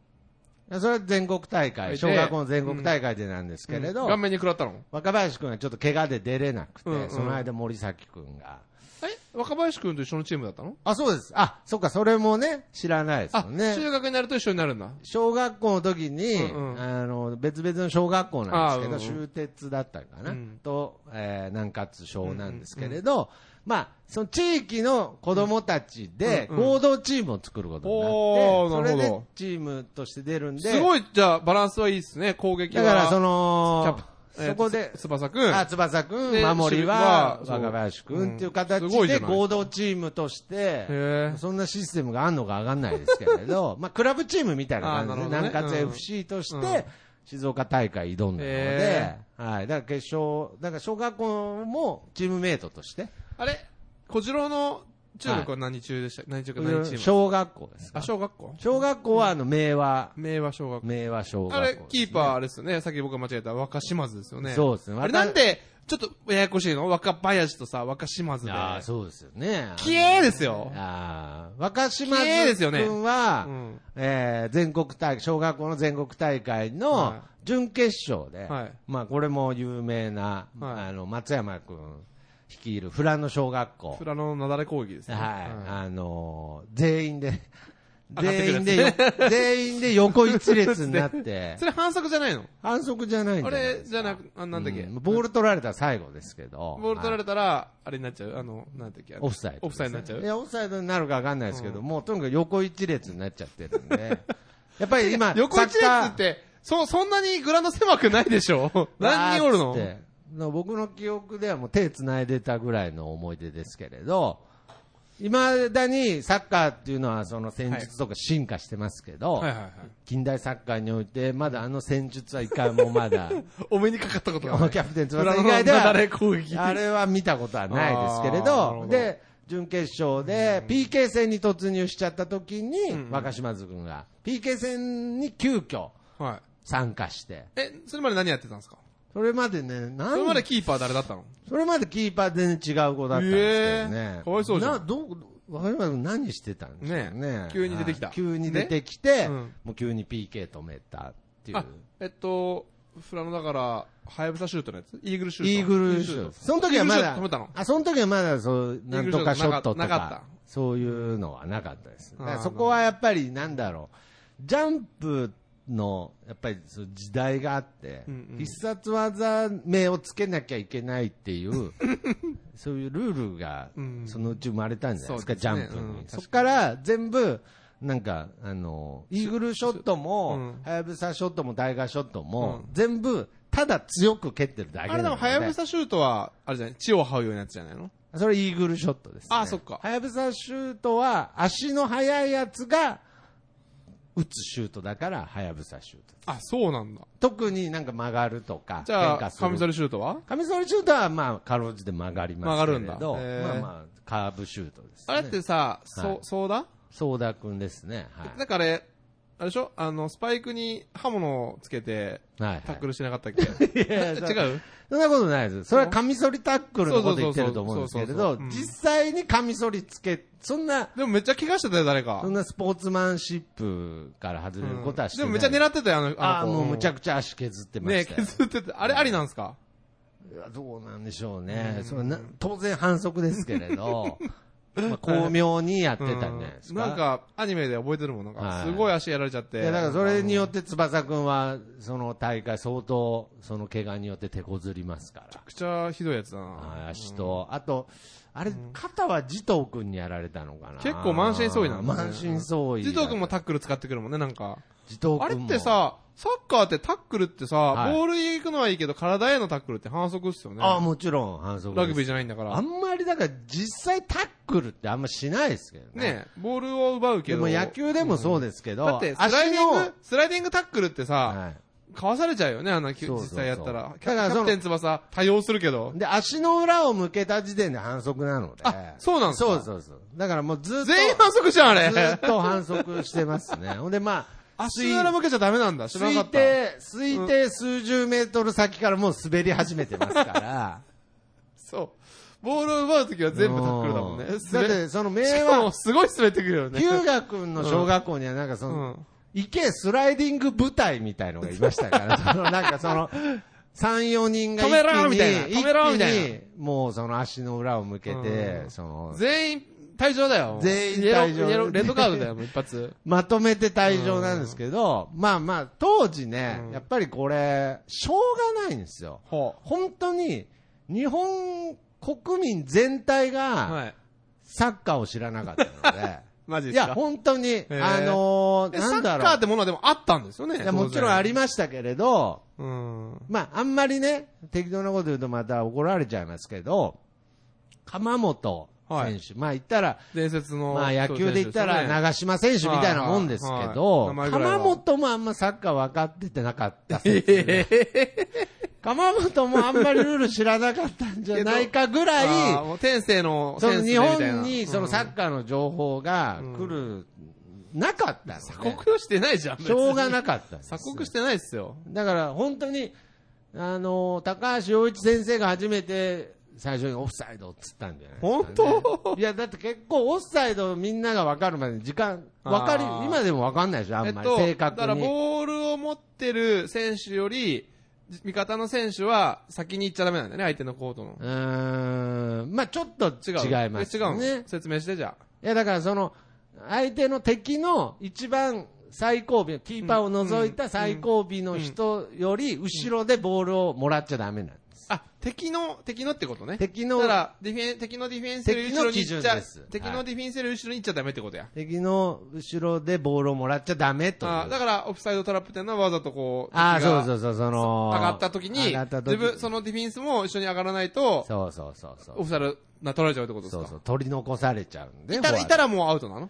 [SPEAKER 1] それは全国大
[SPEAKER 3] で
[SPEAKER 1] 会、小学校の全国大会でなんですけれど、
[SPEAKER 3] 顔面に食らったの
[SPEAKER 1] 若林君がちょっと怪我で出れなくて、
[SPEAKER 3] うんうん
[SPEAKER 1] その間森崎君が。
[SPEAKER 3] え若林くんと一緒のチームだったの
[SPEAKER 1] あ、そうです。あ、そっか、それもね、知らないです
[SPEAKER 3] あ
[SPEAKER 1] よ、
[SPEAKER 3] 中
[SPEAKER 1] ね。
[SPEAKER 3] 学になると一緒になるんだ。
[SPEAKER 1] 小学校の時に、
[SPEAKER 3] うんうん
[SPEAKER 1] あの、別々の小学校なんですけど、
[SPEAKER 3] あーうん
[SPEAKER 1] 終鉄だったのかな、
[SPEAKER 3] うん
[SPEAKER 1] と、えー南葛小なんですけれど、まあ、その地域の子供たちで
[SPEAKER 3] うんうん
[SPEAKER 1] 合同チームを作ることにな
[SPEAKER 3] おー
[SPEAKER 1] って、それ
[SPEAKER 3] なる
[SPEAKER 1] で
[SPEAKER 3] ほど
[SPEAKER 1] チームとして出るんで、
[SPEAKER 3] すごい、じゃあ、バランスはいいですね、攻撃
[SPEAKER 1] だ
[SPEAKER 3] は。
[SPEAKER 1] からそ
[SPEAKER 3] キャ
[SPEAKER 1] の
[SPEAKER 3] プ、えー
[SPEAKER 1] そこで、
[SPEAKER 3] 翼くん。
[SPEAKER 1] あ翼く
[SPEAKER 3] で
[SPEAKER 1] ん、守りは
[SPEAKER 3] 守備はそう
[SPEAKER 1] 若林くんっていう形
[SPEAKER 3] うんすごいじ
[SPEAKER 1] で
[SPEAKER 3] ゃない
[SPEAKER 1] 合同チームとして、
[SPEAKER 3] へー
[SPEAKER 1] そんなシステムがあんのかわかんないですけれ ど、まあ、クラブチームみたいな感じで、
[SPEAKER 3] あーなる
[SPEAKER 1] 南
[SPEAKER 3] ほどね
[SPEAKER 1] 葛 FC とし
[SPEAKER 3] うん
[SPEAKER 1] て、静岡大会挑んだので
[SPEAKER 3] へ、
[SPEAKER 1] はい。だから決勝、だから小学校もチームメイトとして、
[SPEAKER 3] あれ小次郎の中学は何中でした、何中か何チーム
[SPEAKER 1] 小学校ですか
[SPEAKER 3] あ、小学校
[SPEAKER 1] 小学校は、あの、明和、
[SPEAKER 3] 明和小学校。
[SPEAKER 1] 明和小学校
[SPEAKER 3] あ
[SPEAKER 1] です
[SPEAKER 3] れ
[SPEAKER 1] ね、、
[SPEAKER 3] キーパーあれですよね。さっき僕が間違えた若島津ですよね。
[SPEAKER 1] そうですね。
[SPEAKER 3] あれなんで、ちょっとややこしいの若林とさ、若島津で。
[SPEAKER 1] ああ、そうですよね。
[SPEAKER 3] きえーですよ。
[SPEAKER 1] ああ、若島
[SPEAKER 3] 綺麗です
[SPEAKER 1] 津
[SPEAKER 3] よね
[SPEAKER 1] 君は、
[SPEAKER 3] うん。
[SPEAKER 1] えー全国大会、小学校の全国大会
[SPEAKER 3] は
[SPEAKER 1] の準決勝で、
[SPEAKER 3] はい
[SPEAKER 1] まあこれも有名な、
[SPEAKER 3] はい
[SPEAKER 1] あの、松山君率いるフラの小学校。
[SPEAKER 3] フラノのなだれ攻撃ですね。
[SPEAKER 1] はい、
[SPEAKER 3] は
[SPEAKER 1] あのー全員で、
[SPEAKER 3] 上がってく
[SPEAKER 1] 全
[SPEAKER 3] るや
[SPEAKER 1] 員
[SPEAKER 3] つ
[SPEAKER 1] でよ、全員で横一列になっ
[SPEAKER 3] い
[SPEAKER 1] て
[SPEAKER 3] そ、れ反則じゃないの
[SPEAKER 1] 反則じゃないん
[SPEAKER 3] あ
[SPEAKER 1] だ
[SPEAKER 3] れじゃなく、あなんだっけ、
[SPEAKER 1] ボール取られたら最後ですけど。
[SPEAKER 3] ボール取ら
[SPEAKER 1] れ
[SPEAKER 3] れたら、あれになっちゃうあの、なんだっけあの
[SPEAKER 1] オフサイドですね。
[SPEAKER 3] オフサイドになっちゃ
[SPEAKER 1] いうや、オフサイドになるかわかんないですけど、もうとにかく横一列になっちゃってるんで。やっぱり今、
[SPEAKER 3] 横一
[SPEAKER 1] サッカー
[SPEAKER 3] 列って、そ、そんなにグラウンド狭くないでしょ何人おる
[SPEAKER 1] わ
[SPEAKER 3] の
[SPEAKER 1] ーっつっての僕の記憶ではもう手繋いでたぐらいの思い出ですけれど、いまだにサッカーっていうのはその戦術とか進化してますけど、
[SPEAKER 3] はいはいはい。
[SPEAKER 1] 近代サッカーにおいてまだあの戦術は一回もま だ、
[SPEAKER 3] お目にかかったこと
[SPEAKER 1] キ
[SPEAKER 3] がない。
[SPEAKER 1] ャプテン
[SPEAKER 3] 裏
[SPEAKER 1] 翼
[SPEAKER 3] の
[SPEAKER 1] 以外では
[SPEAKER 3] なだれ攻撃。
[SPEAKER 1] あれは見たことはないですけれ
[SPEAKER 3] あーなるほ
[SPEAKER 1] ど、
[SPEAKER 3] ど
[SPEAKER 1] で、準決勝で PK 戦に突入しちゃった時に、若島津君が PK 戦に急遽
[SPEAKER 3] はい。
[SPEAKER 1] 参加して、
[SPEAKER 3] え、それまで何やってたんですか
[SPEAKER 1] それまでね、
[SPEAKER 3] そ
[SPEAKER 1] な
[SPEAKER 3] れ
[SPEAKER 1] ん
[SPEAKER 3] までキーパー誰だったの
[SPEAKER 1] それまでキーパー全然違う子だったんですけどね
[SPEAKER 3] え。ーかわいそうじゃん
[SPEAKER 1] などわかります何してたんですかね
[SPEAKER 3] ね急に出てきた
[SPEAKER 1] はい急に出てきて、
[SPEAKER 3] うん
[SPEAKER 1] もう急に PK 止めたっていう
[SPEAKER 3] あ。、えっと、フラノだから、ハヤブサシュートのやつイーグルシュート。
[SPEAKER 1] イーグルシュート。その時はまだ
[SPEAKER 3] イーグルシュート止めたの、
[SPEAKER 1] あ、その時はまだそう、
[SPEAKER 3] ー
[SPEAKER 1] な
[SPEAKER 3] グ
[SPEAKER 1] ん
[SPEAKER 3] ルシ
[SPEAKER 1] と
[SPEAKER 3] ュート
[SPEAKER 1] かショットと
[SPEAKER 3] なかなか
[SPEAKER 1] か
[SPEAKER 3] っ、
[SPEAKER 1] そういうのはなかったです。だから
[SPEAKER 3] あー
[SPEAKER 1] そこはやっぱりなんだろう、ジャンプの、やっぱりそう時代があって
[SPEAKER 3] うんう、ん
[SPEAKER 1] 必殺技名をつけなきゃいけないって いう、そういうルールが
[SPEAKER 3] うん
[SPEAKER 1] そのうち生まれたんじゃないですか、
[SPEAKER 3] そうで
[SPEAKER 1] ジャ
[SPEAKER 3] す
[SPEAKER 1] ンプ
[SPEAKER 3] ねうん確か
[SPEAKER 1] に。
[SPEAKER 3] に
[SPEAKER 1] そこから全部、なんか、あの、イーグルショット
[SPEAKER 3] う
[SPEAKER 1] も
[SPEAKER 3] ん、
[SPEAKER 1] はやぶさショットも、ダイガーショットも
[SPEAKER 3] う、
[SPEAKER 1] 全部、ただ強く蹴ってるだけな
[SPEAKER 3] あれでも、ハヤブ
[SPEAKER 1] で
[SPEAKER 3] サシュートは、あれじゃない地を這うようなやつじゃないの
[SPEAKER 1] それイーグルショットです、ね。
[SPEAKER 3] あそっか
[SPEAKER 1] はやぶさシュートは、足の速いやつが、打つシュートだから、はやぶさシュート。
[SPEAKER 3] あ、そうなんだ。
[SPEAKER 1] 特になんか曲がるとか、
[SPEAKER 3] じゃ
[SPEAKER 1] 変化
[SPEAKER 3] あ、
[SPEAKER 1] する
[SPEAKER 3] カミソリシュートは
[SPEAKER 1] カミソリシュートは、まあ、かろうじて曲がりますけれど。
[SPEAKER 3] 曲がるんだへー
[SPEAKER 1] まあまあ、カーブシュートです、ね。
[SPEAKER 3] あれってさ、
[SPEAKER 1] はい
[SPEAKER 3] そ、そうだ
[SPEAKER 1] ソーダ君ですね。はい。
[SPEAKER 3] なんかあれ、あれでしょあの、スパイクに刃物をつけて、
[SPEAKER 1] はい、はい。
[SPEAKER 3] タックルしてなかったっけ
[SPEAKER 1] いやいや
[SPEAKER 3] 違う
[SPEAKER 1] そんなことないです。それはカミソリタックルのこと言ってると思うんですけれ
[SPEAKER 3] そうそう
[SPEAKER 1] ど
[SPEAKER 3] そうそう、そうそう
[SPEAKER 1] 実際にカミソリつけ、そんな、
[SPEAKER 3] でもめっちゃ怪我してたよ、誰か
[SPEAKER 1] そ。んなスポーツマンシップから外れることはして
[SPEAKER 3] で
[SPEAKER 1] ない。
[SPEAKER 3] もめっちゃ狙ってたよ、あの、
[SPEAKER 1] ああ、
[SPEAKER 3] の子
[SPEAKER 1] もうむちゃくちゃ足削ってま
[SPEAKER 3] ね
[SPEAKER 1] したよ。
[SPEAKER 3] 削ってて、あれありなんすか
[SPEAKER 1] いやどうなんでしょうね。それな当然反則ですけれ ど、まあ巧妙にやってたんじゃないですか。
[SPEAKER 3] なんか、アニメで覚えてるもん、なん
[SPEAKER 1] は
[SPEAKER 3] か、
[SPEAKER 1] い
[SPEAKER 3] すごい足やられちゃって。
[SPEAKER 1] いやだからそれによって翼くんは、その大会相当、その怪我によって手こずりますから。
[SPEAKER 3] めちゃくちゃひどいやつだな。
[SPEAKER 1] はい足と、あと、あれ、肩は慈瞳君にやられたのかな。
[SPEAKER 3] 結構満身創痍なんだね
[SPEAKER 1] 満身創痍。
[SPEAKER 3] 児童君もタックル使ってくるもんね、なんか。
[SPEAKER 1] 慈瞳君も。
[SPEAKER 3] あれって、さ、サッカーってタックルってさ、
[SPEAKER 1] はい
[SPEAKER 3] ボールに行くのはいいけど、体へのタックルって反則っすよね。
[SPEAKER 1] ああ、もちろん反則です。
[SPEAKER 3] ラグビーじゃないんだか
[SPEAKER 1] あ
[SPEAKER 3] ら。
[SPEAKER 1] んまりだから実際タックルってあんましないですけどね。
[SPEAKER 3] ねボールを奪うけ
[SPEAKER 1] で
[SPEAKER 3] ど。
[SPEAKER 1] も野球でもそうですけど、
[SPEAKER 3] だって、スライディング、スライディングタックルって
[SPEAKER 1] 足の、
[SPEAKER 3] さ、
[SPEAKER 1] は
[SPEAKER 3] かわされちゃうよね、あの、き
[SPEAKER 1] そう
[SPEAKER 3] 実
[SPEAKER 1] そうそう
[SPEAKER 3] 際やったら。キ
[SPEAKER 1] だから
[SPEAKER 3] ャ
[SPEAKER 1] そ
[SPEAKER 3] キ
[SPEAKER 1] の
[SPEAKER 3] ャプテン翼、対応するけど
[SPEAKER 1] い、。で、足の裏を向けた時点で反則なので。
[SPEAKER 3] あそうなんですか
[SPEAKER 1] そうそうそう。だからもうずっと、
[SPEAKER 3] 全員反則じゃん、あ
[SPEAKER 1] ずっ
[SPEAKER 3] れ。
[SPEAKER 1] と反則してますね。ほんでまあ、
[SPEAKER 3] 足の裏向けちゃダメなんだ、知らな
[SPEAKER 1] 推
[SPEAKER 3] かった。
[SPEAKER 1] 定、推定数十メートル先からもう滑り始めてますから。
[SPEAKER 3] そう。ボールを奪うときは 全部タックルだもんね。
[SPEAKER 1] うだ
[SPEAKER 3] 滑
[SPEAKER 1] っ
[SPEAKER 3] る
[SPEAKER 1] て、その名
[SPEAKER 3] しか
[SPEAKER 1] は
[SPEAKER 3] も、、すごい滑ってくるよね
[SPEAKER 1] ヒ。ューガ君の小学校にはなんかその、
[SPEAKER 3] うん
[SPEAKER 1] 池スライディング部隊みたいのがいましたから、 そのなんかその、3、4人が一気に、
[SPEAKER 3] 止めろみたいな
[SPEAKER 1] 一気
[SPEAKER 3] 止めろみたい
[SPEAKER 1] に、もうその足の裏を向けて、
[SPEAKER 3] うん
[SPEAKER 1] その、
[SPEAKER 3] 全員、退場だよ。
[SPEAKER 1] 全員
[SPEAKER 3] イエロー
[SPEAKER 1] 退場
[SPEAKER 3] イエローレッドカードだよ、もう一 発。
[SPEAKER 1] まとめて退場なんですけど、まあまあ、当時ね、
[SPEAKER 3] うん
[SPEAKER 1] やっぱりこれ、しょうがないんですよ。
[SPEAKER 3] ほ
[SPEAKER 1] 本当に、日本国民全体が
[SPEAKER 3] はい。
[SPEAKER 1] サッカーを知らなかったので、
[SPEAKER 3] マ ジ
[SPEAKER 1] い
[SPEAKER 3] ですか
[SPEAKER 1] や、本当に、
[SPEAKER 3] ー
[SPEAKER 1] あのー
[SPEAKER 3] え
[SPEAKER 1] な
[SPEAKER 3] サ
[SPEAKER 1] ん
[SPEAKER 3] ッ
[SPEAKER 1] だ
[SPEAKER 3] カ
[SPEAKER 1] ろ
[SPEAKER 3] ーってものはでもあったんですよね。
[SPEAKER 1] う。いや、もちろんありましたけれど、
[SPEAKER 3] 当然。うん。
[SPEAKER 1] まあ、あんまりね、適当なこと言うとまた怒られちゃいますけど、鎌本選手、まあ言ったら、
[SPEAKER 3] 伝説の。
[SPEAKER 1] まあ野球で言ったら長嶋選手みたいなもんですけど、
[SPEAKER 3] はいはいはい名前ぐらい
[SPEAKER 1] 鎌
[SPEAKER 3] は
[SPEAKER 1] 本もあんまサッカー分かっててなかった
[SPEAKER 3] え
[SPEAKER 1] 説。鎌本もあんまりルール知らなかったんじゃないかぐ ら
[SPEAKER 3] あー
[SPEAKER 1] い、
[SPEAKER 3] もう天性の、
[SPEAKER 1] その
[SPEAKER 3] センス
[SPEAKER 1] 日
[SPEAKER 3] でみたいな
[SPEAKER 1] 本にそのサ
[SPEAKER 3] うん
[SPEAKER 1] ッカーの情報が来る、なかったの
[SPEAKER 3] 鎖
[SPEAKER 1] ね。
[SPEAKER 3] 国してないじゃん。別
[SPEAKER 1] し
[SPEAKER 3] に
[SPEAKER 1] ょうがなかったんですよ
[SPEAKER 3] 鎖国してないっすよ。
[SPEAKER 1] だから本当に、あの高橋洋一先生が初めて最初にオフサイドっつったんじゃないですかね、
[SPEAKER 3] 本
[SPEAKER 1] いや、だって結構オフサイドみんなが分かるまで時間、分かり
[SPEAKER 3] あー、
[SPEAKER 1] 今でも分かんないでしょ、あんまり、正確に。
[SPEAKER 3] だからボールを持ってる選手より、味方の選手は先に行っちゃダメなんだよね、相手のコートの。
[SPEAKER 1] うーん、まあちょっと
[SPEAKER 3] 違
[SPEAKER 1] 違
[SPEAKER 3] う。
[SPEAKER 1] います
[SPEAKER 3] え違うの、
[SPEAKER 1] ね。
[SPEAKER 3] 説明してじゃ
[SPEAKER 1] いや、だからその、相手の敵の一番最後尾、キーパーを除いた最後尾の人より後ろでボールをもらっちゃダメなんです。
[SPEAKER 3] あ。あ、敵の、敵のってことね。
[SPEAKER 1] 敵
[SPEAKER 3] だ
[SPEAKER 1] の、
[SPEAKER 3] から、ディフェン、敵のディフェンスより後ろに行
[SPEAKER 1] 敵の
[SPEAKER 3] っち
[SPEAKER 1] 基準
[SPEAKER 3] ゃ
[SPEAKER 1] です、
[SPEAKER 3] 敵のディフェンスより後ろに行っちゃダメってことや。
[SPEAKER 1] 敵の後ろでボールをもらっちゃダメという。
[SPEAKER 3] あだから、オフサイドトラップっていうのはわざとこう、
[SPEAKER 1] ああ、
[SPEAKER 3] 敵が
[SPEAKER 1] そうそうそう、その、
[SPEAKER 3] 上がった時に、
[SPEAKER 1] 上がった時
[SPEAKER 3] 自分、そのディフェンスも一緒に上がらないと、
[SPEAKER 1] そうそうそうそ
[SPEAKER 3] オ
[SPEAKER 1] う。
[SPEAKER 3] フサイドな取られちゃうってことです
[SPEAKER 1] そう
[SPEAKER 3] か
[SPEAKER 1] そう、取り残されちゃうんで。
[SPEAKER 3] いたら、
[SPEAKER 1] フォワ
[SPEAKER 3] い
[SPEAKER 1] ード
[SPEAKER 3] たらもうアウトなの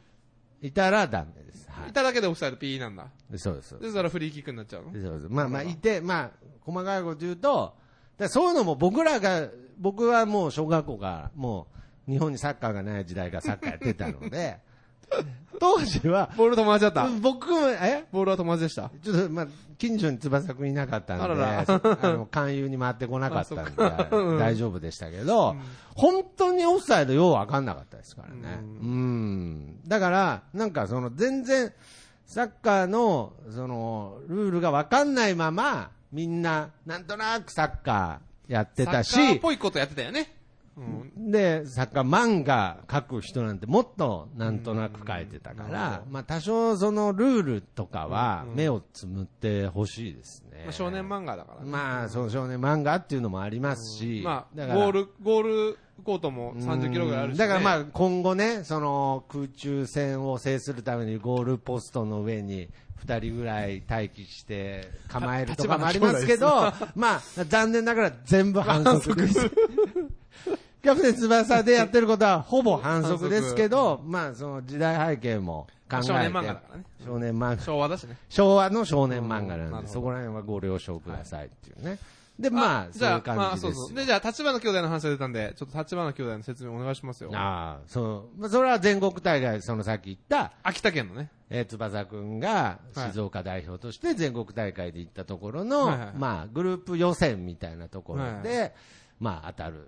[SPEAKER 1] いたらダメです。はい
[SPEAKER 3] ただけでオフサイド P なんだ。
[SPEAKER 1] い。そうです。そうで
[SPEAKER 3] で、それフリーキックになっちゃうの
[SPEAKER 1] すそうですまあまあ、いて、まあ、細かいこと言うと、だからそういうのも僕らが、僕はもう小学校から、もう日本にサッカーがない時代からサッカーやってたの で、当時は、
[SPEAKER 3] ボール友達だった。
[SPEAKER 1] 僕も、え
[SPEAKER 3] ボールは友達でした。
[SPEAKER 1] ちょっと、まあ、近所に翼くんいなかったんで、
[SPEAKER 3] あらら
[SPEAKER 1] そあの、勧誘に回ってこなかったんで、
[SPEAKER 3] あそっかうん
[SPEAKER 1] 大丈夫でしたけど、本当にオフサイドようわかんなかったですからね。うん。だから、なんかその、全然、サッカーの、その、ルールがわかんないまま、みんな、なんとなくサッカーやってた
[SPEAKER 3] サッカーっ
[SPEAKER 1] し、
[SPEAKER 3] ぽいことやってたよね。うん。
[SPEAKER 1] で、サッカー漫画書く人なんてもっとなんとなく書いてたから、まあ多少そのルールとかは目をつむってほしいですね。
[SPEAKER 3] まあ、少年漫画だからね。
[SPEAKER 1] まあ、その少年漫画っていうのもありますし、
[SPEAKER 3] まあ、
[SPEAKER 1] だから
[SPEAKER 3] ゴール、ゴールコートも30キロぐらいあるし、
[SPEAKER 1] うんだからま
[SPEAKER 3] あ、
[SPEAKER 1] あ今後ね、その空中戦を制するためにゴールポストの上に2人ぐらい待機して構えるとかもあります けど、まあ残念ながら全部反則です。 キャプテン翼でやってることはほぼ反則ですけど、まあその時代背景も考えて。
[SPEAKER 3] 少年漫画だからね。
[SPEAKER 1] 少年漫画
[SPEAKER 3] 昭和だしね。
[SPEAKER 1] 昭和の少年漫画な
[SPEAKER 3] うんなんる
[SPEAKER 1] で、
[SPEAKER 3] ほど
[SPEAKER 1] そこら辺はご了承くださいっていうね。で、まあ、
[SPEAKER 3] じ
[SPEAKER 1] そう
[SPEAKER 3] ゃ
[SPEAKER 1] い
[SPEAKER 3] あ
[SPEAKER 1] う、感じですよ。
[SPEAKER 3] で、じゃあ、立花兄弟の話が出たんで、ちょっと立花兄弟の説明お願いしますよ。
[SPEAKER 1] ああ、そう。まあ、それは全国大会、そのさっき言った、
[SPEAKER 3] 秋田県のね。
[SPEAKER 1] えー、翼くんが
[SPEAKER 3] はい
[SPEAKER 1] 静岡代表として全国大会で行ったところの、
[SPEAKER 3] はいはいはい
[SPEAKER 1] まあ、グループ予選みたいなところで、
[SPEAKER 3] はい
[SPEAKER 1] まあ、当たる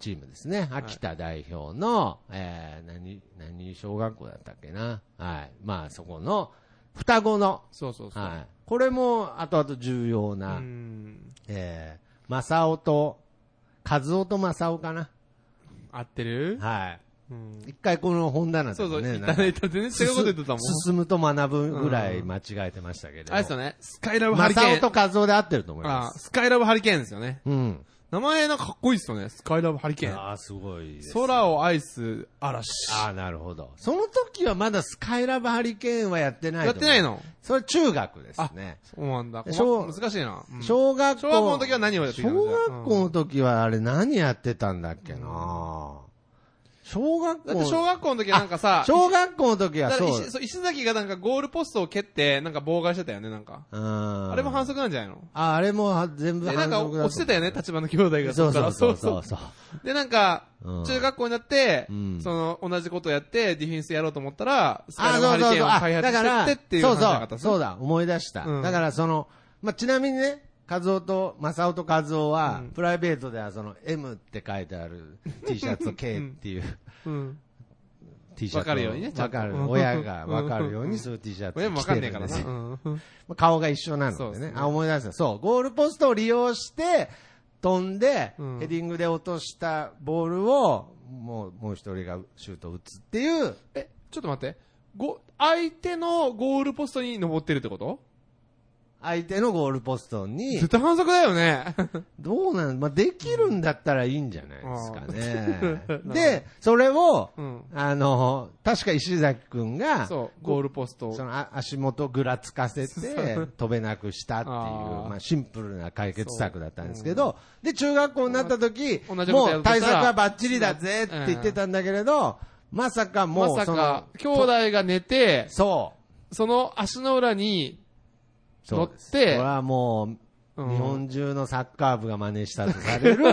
[SPEAKER 1] チームですね。秋田代表の、えー何、何小学校だったっけな。はい。まあ、そこの、双子の、
[SPEAKER 3] そうそうそう。
[SPEAKER 1] はい。これも、後々重要
[SPEAKER 3] う
[SPEAKER 1] な、
[SPEAKER 3] ん。
[SPEAKER 1] えー、正雄と、和夫と正雄かな。
[SPEAKER 3] 合ってる
[SPEAKER 1] はい。
[SPEAKER 3] うん。
[SPEAKER 1] 一回この本棚と
[SPEAKER 3] そうそ
[SPEAKER 1] か
[SPEAKER 3] う、
[SPEAKER 1] ね、
[SPEAKER 3] い
[SPEAKER 1] な
[SPEAKER 3] た
[SPEAKER 1] んか
[SPEAKER 3] だいた全然違うこと言ってたもん。
[SPEAKER 1] 進むと学ぶぐらい間違えてましたけれど。
[SPEAKER 3] あれですよね、スカイラブハリケ
[SPEAKER 1] 正
[SPEAKER 3] ー
[SPEAKER 1] 雄
[SPEAKER 3] ン。
[SPEAKER 1] と和夫で合ってると思い
[SPEAKER 3] あ
[SPEAKER 1] ま
[SPEAKER 3] あ、
[SPEAKER 1] す。
[SPEAKER 3] スカイラブハリケーンですよね。
[SPEAKER 1] うん。
[SPEAKER 3] 名前なんかかっこいいっすよね。スカイラブハリケーン。
[SPEAKER 1] ああ、すごいです。
[SPEAKER 3] 空を愛す嵐。
[SPEAKER 1] ああ、なるほど。その時はまだスカイラブハリケーンはやってない
[SPEAKER 3] や
[SPEAKER 1] と思
[SPEAKER 3] って
[SPEAKER 1] う
[SPEAKER 3] ないの
[SPEAKER 1] それ中学ですね。
[SPEAKER 3] そうなんだ。
[SPEAKER 1] 小
[SPEAKER 3] ここ難しいな。うん
[SPEAKER 1] 小学校。
[SPEAKER 3] 小学校の時は何をやっていたの
[SPEAKER 1] 小
[SPEAKER 3] じゃあ
[SPEAKER 1] 学校の時はあれ何やってたんだっけな小学
[SPEAKER 3] だって小
[SPEAKER 1] 校。
[SPEAKER 3] 学校の時はなんかさ、
[SPEAKER 1] 小学校の時は
[SPEAKER 3] だか
[SPEAKER 1] そ
[SPEAKER 3] ら
[SPEAKER 1] う。
[SPEAKER 3] 石そう石崎がなんかゴールポストを蹴って、なんか妨害してたよね、なんか。
[SPEAKER 1] あ
[SPEAKER 3] あれも反則なんじゃないの
[SPEAKER 1] あ、あれもは全部
[SPEAKER 3] で、
[SPEAKER 1] 反
[SPEAKER 3] な
[SPEAKER 1] 則だ
[SPEAKER 3] んか
[SPEAKER 1] と思う
[SPEAKER 3] 落ちてたよね、立場の兄弟が。
[SPEAKER 1] そう
[SPEAKER 3] っか
[SPEAKER 1] そ
[SPEAKER 3] ら
[SPEAKER 1] うそうそうそう。
[SPEAKER 3] そうで、なんか、
[SPEAKER 1] うん
[SPEAKER 3] 中学校になって、
[SPEAKER 1] うん
[SPEAKER 3] その、同じことやって、ディフェンスやろうと思ったら、スカ
[SPEAKER 1] あ、
[SPEAKER 3] イラ
[SPEAKER 1] そうそう
[SPEAKER 3] ブハリ
[SPEAKER 1] そう。
[SPEAKER 3] ケーンを開
[SPEAKER 1] あ、
[SPEAKER 3] 発
[SPEAKER 1] だ
[SPEAKER 3] し
[SPEAKER 1] か
[SPEAKER 3] てっ
[SPEAKER 1] ら
[SPEAKER 3] てって、いう
[SPEAKER 1] そう
[SPEAKER 3] 話じゃ
[SPEAKER 1] そ
[SPEAKER 3] なかった
[SPEAKER 1] う、そう
[SPEAKER 3] だ。
[SPEAKER 1] だ、思い出した。
[SPEAKER 3] うん
[SPEAKER 1] だからその、まあ、ちなみにね、和夫と、正雄と和夫は、プライベートではその、M って書いてある T シャツと K っていう
[SPEAKER 3] うん。
[SPEAKER 1] T シャツを。
[SPEAKER 3] わかるようにねちゃ
[SPEAKER 1] わ
[SPEAKER 3] んと
[SPEAKER 1] かる
[SPEAKER 3] う。ん
[SPEAKER 1] 親がわかるようにそういう T シャツ
[SPEAKER 3] 親も
[SPEAKER 1] 着
[SPEAKER 3] わか
[SPEAKER 1] て
[SPEAKER 3] んねえ
[SPEAKER 1] る
[SPEAKER 3] か
[SPEAKER 1] ん
[SPEAKER 3] ら
[SPEAKER 1] です
[SPEAKER 3] な。
[SPEAKER 1] よ
[SPEAKER 3] うん。
[SPEAKER 1] まあ顔が一緒なので
[SPEAKER 3] そう
[SPEAKER 1] ね。
[SPEAKER 3] ですね
[SPEAKER 1] あ、思い出した。そう、ゴールポストを利用して、飛んで、
[SPEAKER 3] うん
[SPEAKER 1] ヘディングで落としたボールを、もう、もう一人がシュートを打つっていう、
[SPEAKER 3] え、ちょっと待って。ご、相手のゴールポストに登ってるってこと
[SPEAKER 1] 相手のゴールポストに
[SPEAKER 3] 絶、対反則だよね。
[SPEAKER 1] どうなん、まあ、できるんだったらいいんじゃないですかね。
[SPEAKER 3] うん
[SPEAKER 1] で、それを、
[SPEAKER 3] うん。
[SPEAKER 1] あの、確か石崎くんが、
[SPEAKER 3] そう、ゴールポスト。
[SPEAKER 1] そのあ足元をぐらつかせて
[SPEAKER 3] そう
[SPEAKER 1] 飛べなくしたっていう
[SPEAKER 3] あー
[SPEAKER 1] まあ、シンプルな解決策だったんですけど、で中学校になった時
[SPEAKER 3] 同じことや
[SPEAKER 1] も
[SPEAKER 3] る
[SPEAKER 1] う
[SPEAKER 3] と
[SPEAKER 1] 対
[SPEAKER 3] したら
[SPEAKER 1] 策はバッチリだぜって言ってたんだけれど、まさかもう
[SPEAKER 3] まさ
[SPEAKER 1] そ
[SPEAKER 3] か
[SPEAKER 1] の、
[SPEAKER 3] 兄弟が寝て、
[SPEAKER 1] そう
[SPEAKER 3] その足の裏に、
[SPEAKER 1] そうです
[SPEAKER 3] 乗って
[SPEAKER 1] これはもう、
[SPEAKER 3] うん
[SPEAKER 1] 日本中のサッカー部が真似したとされる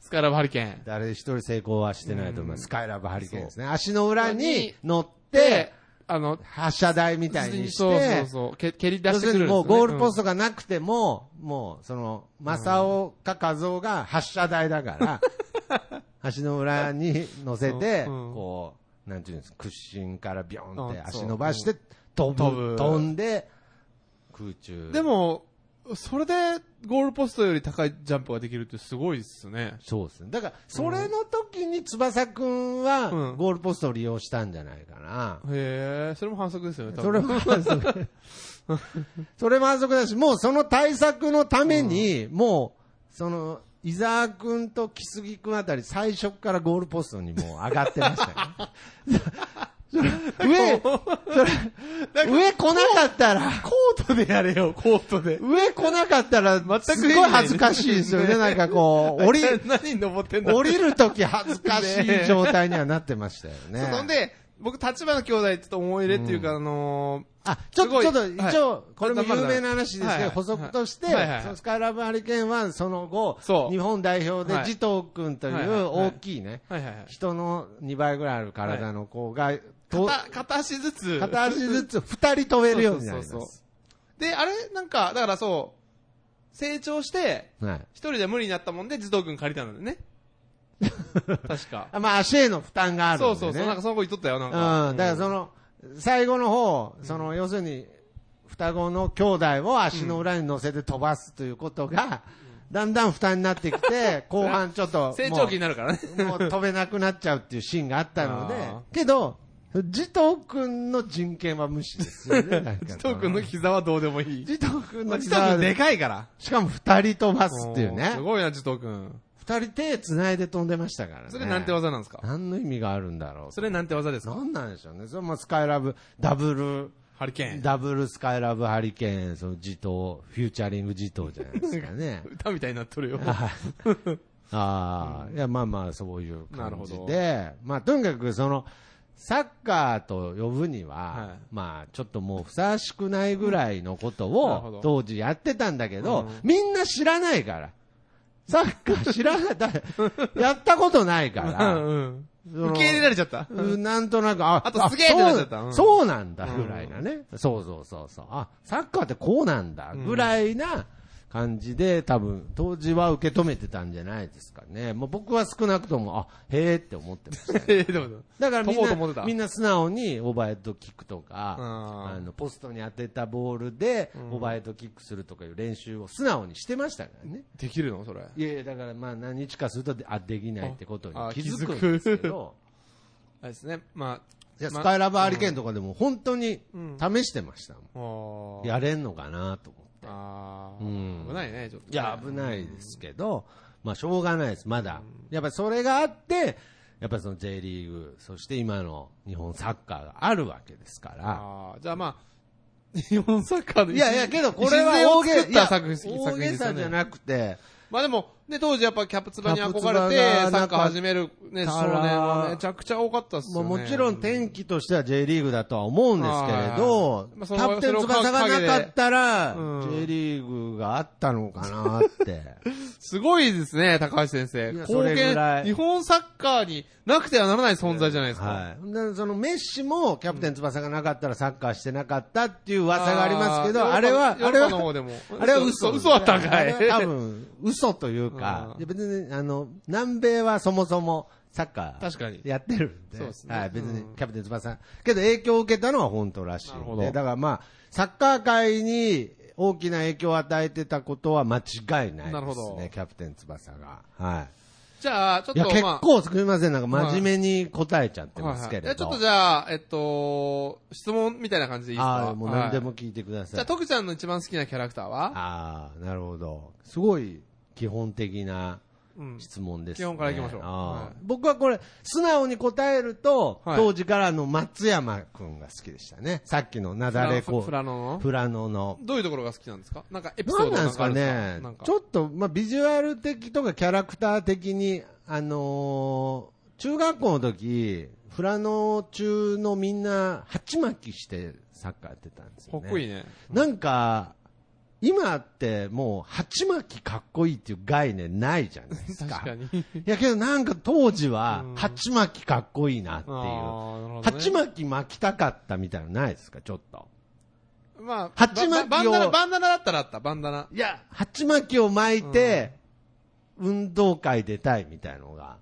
[SPEAKER 3] スカラブハリケーン。
[SPEAKER 1] 誰一人成功はしてないと思います、
[SPEAKER 3] うん
[SPEAKER 1] スカイラブハリケーンですね足の裏に乗っ
[SPEAKER 3] で
[SPEAKER 1] て、
[SPEAKER 3] あの、
[SPEAKER 1] 発射台みたいにして
[SPEAKER 3] そうそうそう、け蹴り出
[SPEAKER 1] 要
[SPEAKER 3] し
[SPEAKER 1] す
[SPEAKER 3] てく
[SPEAKER 1] る
[SPEAKER 3] るん
[SPEAKER 1] に
[SPEAKER 3] ですよね。
[SPEAKER 1] もうゴールポス
[SPEAKER 3] ト。
[SPEAKER 1] トがなくても、もうその、正雄か和夫が発射台だ から、足の裏に乗せて、
[SPEAKER 3] うんうん
[SPEAKER 1] こう、なんていうんですか、屈伸からビョンって
[SPEAKER 3] あそう
[SPEAKER 1] 足伸ばして、飛
[SPEAKER 3] 飛
[SPEAKER 1] ぶ、
[SPEAKER 3] ぶ
[SPEAKER 1] 飛んで、空中。
[SPEAKER 3] で、も、それでゴールポストより高いジャンプができるってすごいですね。
[SPEAKER 1] そうですね。だから、それの時に翼くんは、
[SPEAKER 3] うん
[SPEAKER 1] ゴールポストを利用したんじゃないかな。
[SPEAKER 3] へえ、それも反則ですよね、多分
[SPEAKER 1] それも反則。それも反則だし、もうその対策のために、もう、その、伊沢くんと木杉くんあたり、最初からゴールポストにもう上がってましたよ上、 上来なかったら、
[SPEAKER 3] コートでやれよ、コートで。
[SPEAKER 1] 上来なかったら、
[SPEAKER 3] く
[SPEAKER 1] すごい恥ずかしいですよね。
[SPEAKER 3] ね
[SPEAKER 1] なんかこう、降り、
[SPEAKER 3] 何登ってんだ
[SPEAKER 1] 降りるとき恥ずかしい状態にはなってましたよね。
[SPEAKER 3] そんで、僕、立場の兄弟ちょっと思い入れっていうか、あの
[SPEAKER 1] あ、ちょっ
[SPEAKER 3] すご
[SPEAKER 1] と、
[SPEAKER 3] い
[SPEAKER 1] ちょっと、一応、これも
[SPEAKER 3] まだま
[SPEAKER 1] 有
[SPEAKER 3] だ
[SPEAKER 1] 名な話です
[SPEAKER 3] は
[SPEAKER 1] け
[SPEAKER 3] いは
[SPEAKER 1] ど、補
[SPEAKER 3] い
[SPEAKER 1] 足として、
[SPEAKER 3] はいはい
[SPEAKER 1] そのスカイラブハリケーンは、その後
[SPEAKER 3] そ、う
[SPEAKER 1] 日本代表で
[SPEAKER 3] はい
[SPEAKER 1] 慈藤君とい
[SPEAKER 3] はいは
[SPEAKER 1] う
[SPEAKER 3] いはい
[SPEAKER 1] 大きいね、
[SPEAKER 3] ーはいはいはい。
[SPEAKER 1] 人の2倍ぐらいある体の子が、と
[SPEAKER 3] 片片足ずつ。
[SPEAKER 1] 片足ずつ2人飛べるようになりま
[SPEAKER 3] そうそう
[SPEAKER 1] す。
[SPEAKER 3] で、あれなんか、だからそう、成長して、
[SPEAKER 1] はい
[SPEAKER 3] 一人で無理になったもんで、児童軍借りたんだよ ね。確か。
[SPEAKER 1] あまあ、足への負担があるんで
[SPEAKER 3] そ
[SPEAKER 1] ね。
[SPEAKER 3] うそうそう、なんかその子言っとったよ、な
[SPEAKER 1] うんん、
[SPEAKER 3] か。
[SPEAKER 1] だからその、最後の方、その、要するに、双子の兄弟を足の裏に乗せて飛ばすということが、だんだん負担になってき て、後半ちょっと、
[SPEAKER 3] 成長期になるからね。
[SPEAKER 1] もう飛べなくなっちゃうっていうシーンがあったので
[SPEAKER 3] あ、
[SPEAKER 1] けど、慈藤君の人権は無視ですよね。 なんか
[SPEAKER 3] 児童軍の膝はどうでもいい。
[SPEAKER 1] 慈藤君
[SPEAKER 3] ま
[SPEAKER 1] の
[SPEAKER 3] あ児
[SPEAKER 1] 膝
[SPEAKER 3] 童
[SPEAKER 1] は
[SPEAKER 3] 軍でかいから。
[SPEAKER 1] しかも二人飛ばすっていう
[SPEAKER 3] おー
[SPEAKER 1] ね
[SPEAKER 3] す。ごいな、児童軍。
[SPEAKER 1] 二人手繋いで飛んでましたからね。
[SPEAKER 3] それなんて技なんですか
[SPEAKER 1] 何の意味があるんだろう。
[SPEAKER 3] それなんて技ですか
[SPEAKER 1] 何なんでしょうね。それもスカイラブ、ダブ
[SPEAKER 3] ハリケー
[SPEAKER 1] ル、
[SPEAKER 3] ン。。
[SPEAKER 1] ダブルスカイラブハリケーン、その慈藤、フューチャリング慈藤じゃないですかね
[SPEAKER 3] 歌みたいになっとるよ。
[SPEAKER 1] ああ、いや、まあまあ、そういう感じ
[SPEAKER 3] なるほ
[SPEAKER 1] で、まあ、とにかく、その、サッカーと呼ぶには、
[SPEAKER 3] はい
[SPEAKER 1] まあ、ちょっともうふさわしくないぐらいのこと
[SPEAKER 3] うんなるほ
[SPEAKER 1] を
[SPEAKER 3] ど、
[SPEAKER 1] 当時やってたんだけど、
[SPEAKER 3] うん
[SPEAKER 1] みんな知らないから。サッカー知らない、だやったことないか
[SPEAKER 3] う
[SPEAKER 1] ら、
[SPEAKER 3] ん
[SPEAKER 1] そ
[SPEAKER 3] うん
[SPEAKER 1] の
[SPEAKER 3] 受け入れられちゃった。
[SPEAKER 1] うんなんとなく、あ、
[SPEAKER 3] あとすげえってなっちゃった
[SPEAKER 1] そう
[SPEAKER 3] うん
[SPEAKER 1] そうなんだ、ぐらいなね。そうそうそうそう。あ、サッカーってこうなんだ、ぐらいな感じで、多分、当時は受け止めてたんじゃないですかね。もう僕は少なくとも、あ、へえって思ってました。
[SPEAKER 3] ええ、で も、
[SPEAKER 1] だからみん
[SPEAKER 3] 飛ぼうと思って
[SPEAKER 1] な、
[SPEAKER 3] た
[SPEAKER 1] みんな素直にオーバーヘッドキックと
[SPEAKER 3] う
[SPEAKER 1] か、
[SPEAKER 3] ん
[SPEAKER 1] あの、ポストに当てたボールで、オーバーヘッドキックするとかいう練習を素直にしてましたからね。
[SPEAKER 3] できるのそれ。
[SPEAKER 1] いやいや、だからまあ何日かすると、あ、できないってことに
[SPEAKER 3] ああ
[SPEAKER 1] 気づくんですけど、
[SPEAKER 3] あれですね。ま
[SPEAKER 1] いや
[SPEAKER 3] ま
[SPEAKER 1] スカイラブハリケーンとかでも本当に試してましたもん、
[SPEAKER 3] あ、おー
[SPEAKER 1] やれんのかなと思って。
[SPEAKER 3] あ
[SPEAKER 1] う
[SPEAKER 3] あ、
[SPEAKER 1] ん
[SPEAKER 3] 危ないね、ちょっとね。
[SPEAKER 1] いや、危ないですけど、まあ、しょうがないです、まだ。やっぱりそれがあって、やっぱりその J リーグ、そして今の日本サッカーがあるわけですから。
[SPEAKER 3] ああ、じゃあまあ、 日本サッカーの
[SPEAKER 1] いやいや、けどこれは
[SPEAKER 3] 礎
[SPEAKER 1] 大
[SPEAKER 3] を
[SPEAKER 1] げ
[SPEAKER 3] 作
[SPEAKER 1] い
[SPEAKER 3] った
[SPEAKER 1] や
[SPEAKER 3] 作品作
[SPEAKER 1] 大
[SPEAKER 3] 品
[SPEAKER 1] げ
[SPEAKER 3] ですよ
[SPEAKER 1] さじゃ
[SPEAKER 3] ね。
[SPEAKER 1] なくて、
[SPEAKER 3] まあでも、ね、当時やっぱキャプツバに
[SPEAKER 1] キャプツ
[SPEAKER 3] 憧
[SPEAKER 1] バが
[SPEAKER 3] れて、サッカー始める、ね、
[SPEAKER 1] な
[SPEAKER 3] 少
[SPEAKER 1] かった
[SPEAKER 3] 年はめちゃくちゃ多かったっす
[SPEAKER 1] ま
[SPEAKER 3] よ
[SPEAKER 1] あ、
[SPEAKER 3] ね。
[SPEAKER 1] もちろん天気としては J リーグだとは思うんですけれ
[SPEAKER 3] は
[SPEAKER 1] ど
[SPEAKER 3] いまあ、そ
[SPEAKER 1] キ
[SPEAKER 3] の
[SPEAKER 1] ャプテン翼がなかったら
[SPEAKER 3] う、ん
[SPEAKER 1] J リーグがあったのかな って。
[SPEAKER 3] すごいですね、高橋先生。
[SPEAKER 1] いやそれ
[SPEAKER 3] 貢
[SPEAKER 1] ぐらい
[SPEAKER 3] 献、日本サッカーになくてはならない存在じゃないですか。
[SPEAKER 1] はい、でそのメッシもキャプテン翼がなかったらサッカーしてなかったっていう噂がありますけど、あ
[SPEAKER 3] ー
[SPEAKER 1] れは、
[SPEAKER 3] ヨ
[SPEAKER 1] あ
[SPEAKER 3] ーロ
[SPEAKER 1] れ
[SPEAKER 3] ッパの
[SPEAKER 1] は、
[SPEAKER 3] 方でも。
[SPEAKER 1] あれは嘘。
[SPEAKER 3] 嘘だったんか
[SPEAKER 1] あれ
[SPEAKER 3] い。
[SPEAKER 1] は多分、嘘というか、
[SPEAKER 3] うん
[SPEAKER 1] いや別に、あの、南米はそもそもサッカ
[SPEAKER 3] 確かに
[SPEAKER 1] ーやってるんで、
[SPEAKER 3] そうですね
[SPEAKER 1] はい、別に
[SPEAKER 3] うん
[SPEAKER 1] キャプテン翼。けど影響を受けたのは本当らしい
[SPEAKER 3] なる
[SPEAKER 1] ん
[SPEAKER 3] ほ
[SPEAKER 1] で、
[SPEAKER 3] ど
[SPEAKER 1] だからまあ、サッカー界に大きな影響を与えてたことは間違いない
[SPEAKER 3] なる
[SPEAKER 1] で
[SPEAKER 3] ほ
[SPEAKER 1] す
[SPEAKER 3] ど
[SPEAKER 1] ね、キャプテン翼が。はい。
[SPEAKER 3] じゃあ、ちょっ
[SPEAKER 1] いや、
[SPEAKER 3] と、
[SPEAKER 1] 結
[SPEAKER 3] まあ、
[SPEAKER 1] 構すみません、なんか真面目に答えちゃってますけ
[SPEAKER 3] いは
[SPEAKER 1] れ
[SPEAKER 3] いじゃ
[SPEAKER 1] ど。
[SPEAKER 3] あちょっとじゃあ、えっと、質問みたいな感じでいいで
[SPEAKER 1] あ
[SPEAKER 3] すか
[SPEAKER 1] あ、もう何で
[SPEAKER 3] は
[SPEAKER 1] も聞いてくだ
[SPEAKER 3] いじ
[SPEAKER 1] さい。
[SPEAKER 3] ゃあ、徳ちゃんの一番好きなキャラクターは
[SPEAKER 1] ああ、なるほど。すごい基本的な
[SPEAKER 3] うん。
[SPEAKER 1] 質問です、ね。
[SPEAKER 3] 基本からいきましょう
[SPEAKER 1] ああ
[SPEAKER 3] はい
[SPEAKER 1] 僕はこれ、素直に答えると、
[SPEAKER 3] はい
[SPEAKER 1] 当時からの松山くんが好きでしたね。さっきのなだれこ
[SPEAKER 3] フラノの
[SPEAKER 1] フラノの。
[SPEAKER 3] どういうところが好きなんですかなんかエピソー
[SPEAKER 1] 何
[SPEAKER 3] ド
[SPEAKER 1] なんですか
[SPEAKER 3] ある
[SPEAKER 1] ね
[SPEAKER 3] んですかなんか
[SPEAKER 1] ちょっと、まあ、ビジュアル的とかキャラクター的に、あのー中学校の時、フラノ中のみんな、鉢巻きしてサッカーやってたんですよね。
[SPEAKER 3] かっこいいね。
[SPEAKER 1] なんか、今ってもう、鉢巻きかっこいいっていう概念ないじゃないですか。
[SPEAKER 3] 確かに。
[SPEAKER 1] いやけどなんか当時は
[SPEAKER 3] うん、
[SPEAKER 1] 鉢巻きかっこいいなっていう。
[SPEAKER 3] ああ、なるほどね
[SPEAKER 1] 鉢巻き巻きたかったみたいなのないですか、ちょっと。
[SPEAKER 3] まあ、
[SPEAKER 1] 鉢巻きを
[SPEAKER 3] バンダナ、バンダナだったらあった、バンダナ。
[SPEAKER 1] いや、鉢巻きを巻いて、運動会出たいみたいのが、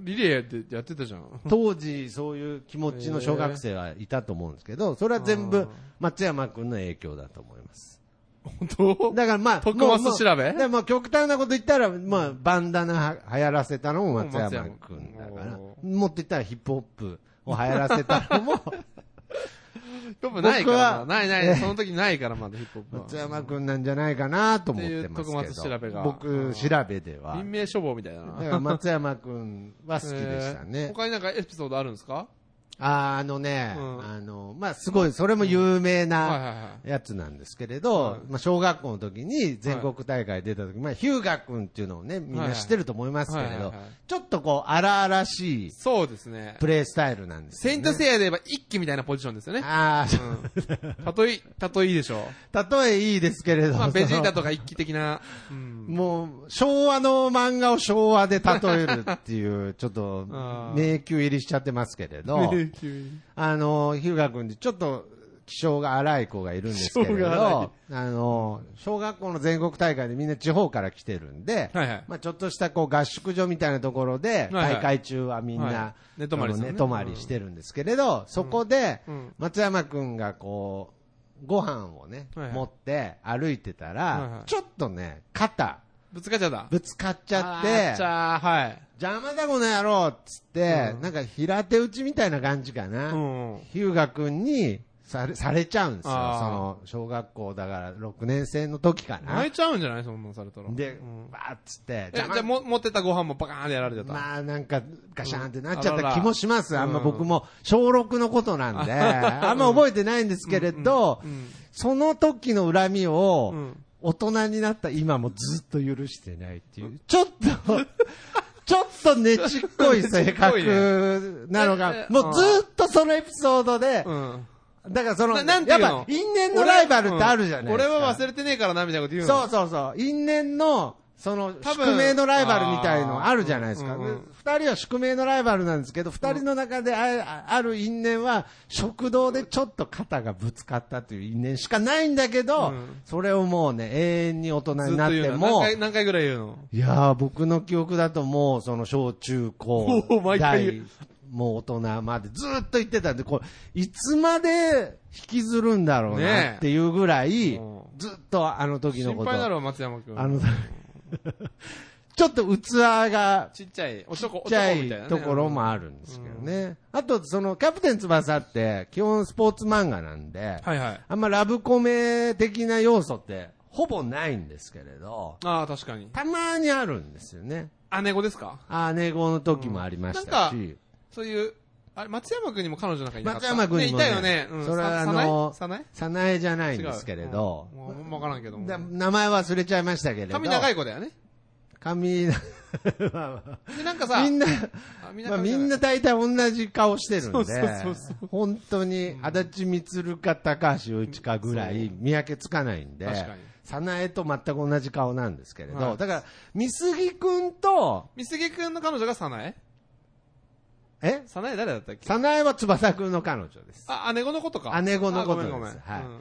[SPEAKER 3] リレーでやってたじゃん。
[SPEAKER 1] 当時そういう気持ちの小学生はいたと思うんですけど、それは全
[SPEAKER 3] あー
[SPEAKER 1] 部松山君の影響だと思います。
[SPEAKER 3] 本当
[SPEAKER 1] だからまあ、
[SPEAKER 3] 徳
[SPEAKER 1] もう
[SPEAKER 3] 松調べ
[SPEAKER 1] もうでも極端なこと言ったら、まあ、バンダナは流行らせたのも松
[SPEAKER 3] 松
[SPEAKER 1] 山
[SPEAKER 3] 山
[SPEAKER 1] 君だから、
[SPEAKER 3] お
[SPEAKER 1] 持ってったらヒップホップを流行らせたのも、
[SPEAKER 3] ヒップホップないからな
[SPEAKER 1] 僕は
[SPEAKER 3] ないな
[SPEAKER 1] え
[SPEAKER 3] い、
[SPEAKER 1] え
[SPEAKER 3] その時ないからまだヒップホップは。
[SPEAKER 1] 松山君なんじゃないかなと思ってます
[SPEAKER 3] っていう徳松
[SPEAKER 1] け
[SPEAKER 3] 調
[SPEAKER 1] ど
[SPEAKER 3] べが、
[SPEAKER 1] 僕調べでは
[SPEAKER 3] 民、命処方みたい
[SPEAKER 1] だ
[SPEAKER 3] な。
[SPEAKER 1] から松山君は好きでした
[SPEAKER 3] えー
[SPEAKER 1] ね。
[SPEAKER 3] 他になんかエピソードあるんですか
[SPEAKER 1] あーあのね、
[SPEAKER 3] うん
[SPEAKER 1] あの、まあ、すごい、それも有名
[SPEAKER 3] はいは
[SPEAKER 1] ない
[SPEAKER 3] は
[SPEAKER 1] やつなんですけれど、まあ、小学校の時に全国大会出た時、まあ、ヒューガ君っていうのをね、みんな知ってると思いますけれ
[SPEAKER 3] はいはい
[SPEAKER 1] ど
[SPEAKER 3] はいはい、
[SPEAKER 1] ちょっとこう、荒々しい
[SPEAKER 3] い。そうですね。
[SPEAKER 1] プレイスタイルなんです
[SPEAKER 3] セイ
[SPEAKER 1] よ、
[SPEAKER 3] ン
[SPEAKER 1] ね
[SPEAKER 3] ト。セイヤで言えば一気みたいなポジションですよね。
[SPEAKER 1] ああ、
[SPEAKER 3] うん。 たとえ、たとえいいでしょ
[SPEAKER 1] 例えいいですけれ
[SPEAKER 3] う。
[SPEAKER 1] ど、
[SPEAKER 3] まあ、ベジー
[SPEAKER 1] そ
[SPEAKER 3] タ
[SPEAKER 1] の
[SPEAKER 3] とか一気的な。うん。
[SPEAKER 1] もう、昭和の漫画を昭和で例えるっていう、ちょっと
[SPEAKER 3] あー、
[SPEAKER 1] 迷宮入りしちゃってますけれ ど、あの、ヒューガ君でちょっと、気性が荒い子がいるんですけれ
[SPEAKER 3] 気性が荒い
[SPEAKER 1] ど、あの、小学校の全国大会でみんな地方から来てるんで、
[SPEAKER 3] はいはい
[SPEAKER 1] まあちょっとしたこう合宿所みたいなところで、
[SPEAKER 3] はいはい
[SPEAKER 1] 大会中はみん
[SPEAKER 3] は、
[SPEAKER 1] ない
[SPEAKER 3] 寝泊まり
[SPEAKER 1] あ
[SPEAKER 3] す
[SPEAKER 1] の
[SPEAKER 3] るね
[SPEAKER 1] 寝泊まりしてるんですけれど、そこで
[SPEAKER 3] うん、
[SPEAKER 1] 松山くんがこう、ご飯をね、
[SPEAKER 3] はいはい
[SPEAKER 1] 持って歩いてたら、
[SPEAKER 3] はいはい
[SPEAKER 1] ちょっとね、肩、
[SPEAKER 3] ぶつかっちゃった。
[SPEAKER 1] ぶつかっちゃっ
[SPEAKER 3] あー
[SPEAKER 1] て
[SPEAKER 3] ち、ゃー、はい。
[SPEAKER 1] 邪魔だこの野郎っつって、
[SPEAKER 3] うん
[SPEAKER 1] なんか平手打ちみたいな感じかな。
[SPEAKER 3] うん。
[SPEAKER 1] ヒューガ君にされ、されちゃうんですよ。そ
[SPEAKER 3] あー
[SPEAKER 1] の、小学校だから6年生の時かな
[SPEAKER 3] 泣い。ちゃうんじゃないそんなんされたら。
[SPEAKER 1] で
[SPEAKER 3] うん、
[SPEAKER 1] わーっつって、
[SPEAKER 3] えじゃあも、持ってたご飯もバカーンでやられてた。
[SPEAKER 1] まあなんか、ガシャンってなっちゃ
[SPEAKER 3] うん
[SPEAKER 1] っ
[SPEAKER 3] あらら
[SPEAKER 1] た気もします。あんま
[SPEAKER 3] うん
[SPEAKER 1] 僕も小6のことなんで、あんま覚えてないんですけれど
[SPEAKER 3] う、ん。
[SPEAKER 1] その時の恨み
[SPEAKER 3] う
[SPEAKER 1] を、
[SPEAKER 3] ん。
[SPEAKER 1] 大人になった今もずっと許してないっていう、ちょっと、 ちょっとねちっこい性格なのが、もうずっとそのエピソードで、
[SPEAKER 3] うん。
[SPEAKER 1] だからその、
[SPEAKER 3] な
[SPEAKER 1] や
[SPEAKER 3] なん
[SPEAKER 1] って
[SPEAKER 3] いうの
[SPEAKER 1] ぱ因縁のライバルってあるじゃないですか。
[SPEAKER 3] 俺は忘れてねえからな、みたいなこと言うの。
[SPEAKER 1] そうそうそう。因縁の、その、
[SPEAKER 3] 多分
[SPEAKER 1] 宿命のライバルみたいのあるじゃないです
[SPEAKER 3] あ
[SPEAKER 1] か。
[SPEAKER 3] ー
[SPEAKER 1] で
[SPEAKER 3] うん
[SPEAKER 1] 二、
[SPEAKER 3] うん
[SPEAKER 1] 人は宿命のライバルなんですけど、二人の中であある因縁は、食堂でちょっと肩がぶつかったという因縁しかないんだけど、
[SPEAKER 3] うん
[SPEAKER 1] それをもうね、永遠に大人
[SPEAKER 3] ずっ
[SPEAKER 1] にな
[SPEAKER 3] と
[SPEAKER 1] っ
[SPEAKER 3] 言
[SPEAKER 1] て
[SPEAKER 3] うの。何
[SPEAKER 1] も、
[SPEAKER 3] 回、何回ぐらい言うの
[SPEAKER 1] いやー、僕の記憶だともう、その小中 高
[SPEAKER 3] おー毎回言
[SPEAKER 1] 大、もう大人までずーっと言ってたんで、こう、いつまで引きずるんだろう
[SPEAKER 3] ねえ
[SPEAKER 1] なっていうぐらい、
[SPEAKER 3] うん
[SPEAKER 1] ずっとあの時の
[SPEAKER 3] 心
[SPEAKER 1] こと。
[SPEAKER 3] 配だろ、松山君。
[SPEAKER 1] あの、 ちょっと器が
[SPEAKER 3] ちっちゃい、おちょこ、
[SPEAKER 1] ちっちゃ
[SPEAKER 3] おちょこみた
[SPEAKER 1] い
[SPEAKER 3] なね
[SPEAKER 1] ところもあるんですけどね。あと、その、キャプテン翼って、基本スポーツ漫画なんで、
[SPEAKER 3] はいはい。
[SPEAKER 1] あんまラブコメ的な要素って、ほぼないんですけれど、
[SPEAKER 3] ああ、確かに。
[SPEAKER 1] たまにあるんですよね。
[SPEAKER 3] 姉子ですか
[SPEAKER 1] 姉子の時もありましたし、
[SPEAKER 3] うんそういう、あれ、松山君にも彼女なんかいなかった
[SPEAKER 1] 松山君にも
[SPEAKER 3] ね
[SPEAKER 1] ね
[SPEAKER 3] いたよね。うん。
[SPEAKER 1] それはあ
[SPEAKER 3] ささない
[SPEAKER 1] の
[SPEAKER 3] さない
[SPEAKER 1] 早苗じゃない
[SPEAKER 3] 違
[SPEAKER 1] ん
[SPEAKER 3] う
[SPEAKER 1] ですけれど、
[SPEAKER 3] うんもうもうわからんけども。
[SPEAKER 1] だ名前忘れちゃいましたけれど、
[SPEAKER 3] 髪長い子だよね。
[SPEAKER 1] 髪まあ
[SPEAKER 3] で、なんか
[SPEAKER 1] まあ
[SPEAKER 3] さ、
[SPEAKER 1] みんな、
[SPEAKER 3] あみ
[SPEAKER 1] まあ、み
[SPEAKER 3] 髪長
[SPEAKER 1] ん
[SPEAKER 3] い
[SPEAKER 1] な大体同じ顔してるん
[SPEAKER 3] そうそうそう
[SPEAKER 1] で、本当に足立みつるか高橋雄一かぐらい見分けつかないんで
[SPEAKER 3] 確かに、
[SPEAKER 1] 早苗と全く同じ顔なんですけれど、
[SPEAKER 3] はい
[SPEAKER 1] だから、美杉くんと、
[SPEAKER 3] 美杉君の彼女が早苗
[SPEAKER 1] え
[SPEAKER 3] 早苗誰だったっけ
[SPEAKER 1] 早苗は翼くんの彼女です。
[SPEAKER 3] あ、姉子のことか。
[SPEAKER 1] 姉子のこと
[SPEAKER 3] あ
[SPEAKER 1] です
[SPEAKER 3] ごめんごめん。
[SPEAKER 1] はい
[SPEAKER 3] うん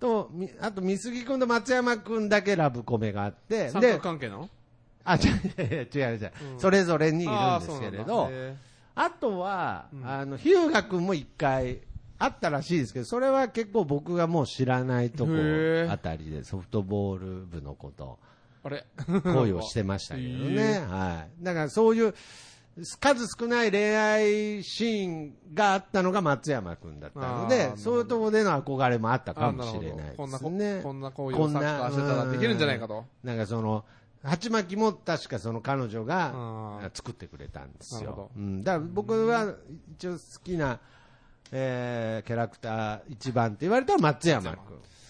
[SPEAKER 1] と、みあと、美杉くんと松山くんだけラブコメがあって、
[SPEAKER 3] 三
[SPEAKER 1] で
[SPEAKER 3] 角、関係なの
[SPEAKER 1] あ、違う違う違う違う、
[SPEAKER 3] うん
[SPEAKER 1] それぞれにいる
[SPEAKER 3] あ
[SPEAKER 1] ん
[SPEAKER 3] あ
[SPEAKER 1] で
[SPEAKER 3] そう
[SPEAKER 1] す
[SPEAKER 3] な
[SPEAKER 1] け
[SPEAKER 3] ん
[SPEAKER 1] れ
[SPEAKER 3] だ
[SPEAKER 1] ど、
[SPEAKER 3] へ
[SPEAKER 1] あとは、
[SPEAKER 3] うん
[SPEAKER 1] あの、ヒューガ君も一回あったらしいですけど、それは結構僕がもう知らないとこ
[SPEAKER 3] へー
[SPEAKER 1] あたりで、ソフトボール部のこと。
[SPEAKER 3] えあれ
[SPEAKER 1] 行為をしてましたけどね、
[SPEAKER 3] へ
[SPEAKER 1] はい、だからそういう数少ない恋愛シーンがあったのが松山君だったの
[SPEAKER 3] あーなる
[SPEAKER 1] で
[SPEAKER 3] ほ、ど
[SPEAKER 1] そういうところでの憧れもあった
[SPEAKER 3] あ
[SPEAKER 1] か
[SPEAKER 3] ー
[SPEAKER 1] も
[SPEAKER 3] なる
[SPEAKER 1] し
[SPEAKER 3] ほど
[SPEAKER 1] れないで
[SPEAKER 3] こんな
[SPEAKER 1] す
[SPEAKER 3] こ
[SPEAKER 1] ね
[SPEAKER 3] こ。んな行為
[SPEAKER 1] こ
[SPEAKER 3] を
[SPEAKER 1] ん
[SPEAKER 3] サ
[SPEAKER 1] な
[SPEAKER 3] ッカーしてたらできるんじゃないかと。
[SPEAKER 1] なんかその鉢巻きも確かその彼女が
[SPEAKER 3] あー
[SPEAKER 1] 作ってくれたんです
[SPEAKER 3] なるほ
[SPEAKER 1] よう
[SPEAKER 3] ど。
[SPEAKER 1] ん、だから僕は一応好きな、えーキャラクター一番って言われたら松山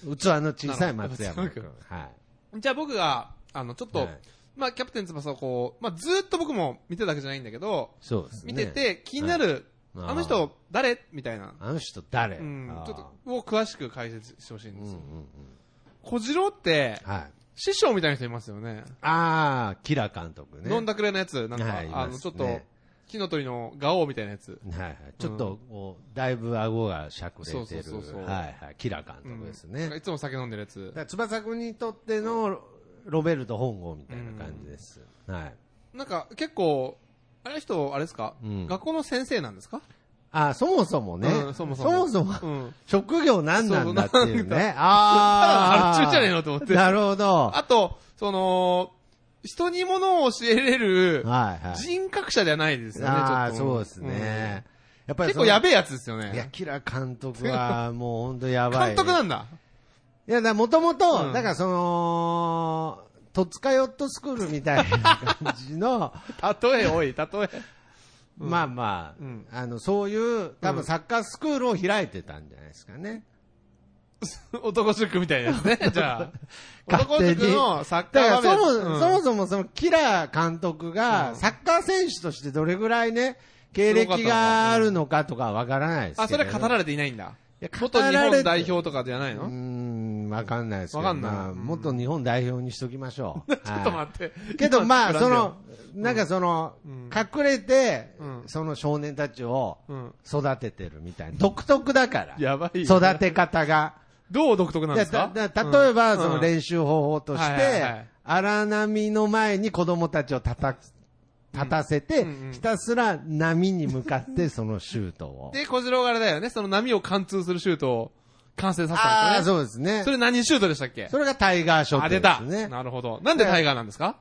[SPEAKER 1] 君。器の小さい松山君
[SPEAKER 3] なる。
[SPEAKER 1] はい。
[SPEAKER 3] じゃあ僕が、あの、ちょっと、
[SPEAKER 1] はい
[SPEAKER 3] まあ、キャプテン翼をこう、まあ、ずーっと僕も見てたわけじゃないんだけど、
[SPEAKER 1] そうですね。
[SPEAKER 3] 見てて気になる、
[SPEAKER 1] はい
[SPEAKER 3] あの
[SPEAKER 1] あー
[SPEAKER 3] 人誰みたいな。
[SPEAKER 1] あの人誰、
[SPEAKER 3] うん
[SPEAKER 1] あ、ー
[SPEAKER 3] ちょっと、を詳しく解説してほしいん
[SPEAKER 1] う
[SPEAKER 3] で
[SPEAKER 1] んう
[SPEAKER 3] す
[SPEAKER 1] んう
[SPEAKER 3] よ。
[SPEAKER 1] ん。
[SPEAKER 3] 小次郎って、
[SPEAKER 1] はい。
[SPEAKER 3] 師匠みたいな人いますよね。
[SPEAKER 1] ああ、キラ監督ね。
[SPEAKER 3] 飲んだくれのやつ、なんか、
[SPEAKER 1] はいいます
[SPEAKER 3] あの、ちょっと
[SPEAKER 1] ね、
[SPEAKER 3] 木の鳥のガオみたいなやつ。
[SPEAKER 1] はいはい。ちょっと、こう、だいぶ顎がしゃくれてる。
[SPEAKER 3] そうそうそうそう
[SPEAKER 1] はいはい。キラ監督ですね。
[SPEAKER 3] なんかいつも酒飲んでるやつ
[SPEAKER 1] だか。ら翼くんにとってのロベルト本郷みたいな感じです。はい。
[SPEAKER 3] なんか、結構、あれ人、あれですか、
[SPEAKER 1] うん
[SPEAKER 3] 学校の先生なんですか
[SPEAKER 1] あ、そもそもね。
[SPEAKER 3] う
[SPEAKER 1] そ
[SPEAKER 3] んそ
[SPEAKER 1] も
[SPEAKER 3] も
[SPEAKER 1] そ
[SPEAKER 3] そ
[SPEAKER 1] も。
[SPEAKER 3] もうん。
[SPEAKER 1] 職業何なんだっていう
[SPEAKER 3] そうな
[SPEAKER 1] ね。ああ。
[SPEAKER 3] ただの発注じゃねえのと思って
[SPEAKER 1] なるほど。は
[SPEAKER 3] あと、その、人にものを教えれ
[SPEAKER 1] い
[SPEAKER 3] る、
[SPEAKER 1] はい。
[SPEAKER 3] 人格者ではないですよね、
[SPEAKER 1] ああ、
[SPEAKER 3] ちょっと。
[SPEAKER 1] そうですね。やっ
[SPEAKER 3] う
[SPEAKER 1] ぱ
[SPEAKER 3] ん。
[SPEAKER 1] り
[SPEAKER 3] 結
[SPEAKER 1] そ
[SPEAKER 3] 構
[SPEAKER 1] の
[SPEAKER 3] やべえやつですよ
[SPEAKER 1] いや、
[SPEAKER 3] ね。
[SPEAKER 1] キラ監督は、もう本当やばい。
[SPEAKER 3] 監督なんだ。
[SPEAKER 1] いや、だもともと、
[SPEAKER 3] うん
[SPEAKER 1] だからその、戸塚ヨットスクールみたいな感じの、
[SPEAKER 3] 例え、おい、例え。 うん
[SPEAKER 1] まあまあ、
[SPEAKER 3] うん
[SPEAKER 1] あの、そういう、多
[SPEAKER 3] う
[SPEAKER 1] 分
[SPEAKER 3] ん
[SPEAKER 1] サッカースクールを開いてたんじゃないですかね。
[SPEAKER 3] 男塾みたいなや つね、じゃあ。
[SPEAKER 1] 勝
[SPEAKER 3] 男
[SPEAKER 1] 手に
[SPEAKER 3] 塾のサッカ
[SPEAKER 1] だ
[SPEAKER 3] ー場
[SPEAKER 1] からそも、
[SPEAKER 3] 面
[SPEAKER 1] そも
[SPEAKER 3] うん
[SPEAKER 1] そもそのキラー監督が、
[SPEAKER 3] うん
[SPEAKER 1] サッカー選手としてどれぐらいね、経歴があるのかとかわからないです
[SPEAKER 3] あ、
[SPEAKER 1] け
[SPEAKER 3] そ
[SPEAKER 1] ど。
[SPEAKER 3] れは語られていないんだ。
[SPEAKER 1] いや
[SPEAKER 3] 元日
[SPEAKER 1] 語られて
[SPEAKER 3] 本代表とかじゃないう
[SPEAKER 1] ー
[SPEAKER 3] の
[SPEAKER 1] ん、わかんないですけど。
[SPEAKER 3] わかんない
[SPEAKER 1] まあ、
[SPEAKER 3] うん
[SPEAKER 1] 元日本代表にしときましょう。ちょ
[SPEAKER 3] ちょっと待って。
[SPEAKER 1] けど、まあ、
[SPEAKER 3] 今
[SPEAKER 1] その、、なんかその、
[SPEAKER 3] うん
[SPEAKER 1] 隠れて、
[SPEAKER 3] うん
[SPEAKER 1] その少年たちを
[SPEAKER 3] うん。
[SPEAKER 1] 育ててるみたいな。独特だから。
[SPEAKER 3] やばいよね
[SPEAKER 1] 育て方が。
[SPEAKER 3] どう独特なんですか
[SPEAKER 1] だだ例えば、
[SPEAKER 3] うん
[SPEAKER 1] その練習方法とし
[SPEAKER 3] はいはいは
[SPEAKER 1] て
[SPEAKER 3] い、
[SPEAKER 1] 荒波の前に子供たちを立た、立たせて
[SPEAKER 3] うんうんう、ん
[SPEAKER 1] ひたすら波に向か ってそのシュートを。
[SPEAKER 3] で、小次郎があれだよね、その波を貫通するシュートを完成させたん
[SPEAKER 1] ああ、
[SPEAKER 3] です
[SPEAKER 1] そ
[SPEAKER 3] よね。
[SPEAKER 1] うですね
[SPEAKER 3] そ。れ何シュートでしたっけ
[SPEAKER 1] それがタイガーショッ
[SPEAKER 3] あ、
[SPEAKER 1] ト
[SPEAKER 3] 出
[SPEAKER 1] で
[SPEAKER 3] た。
[SPEAKER 1] すね。
[SPEAKER 3] なるほど。なんでタイガーなんですか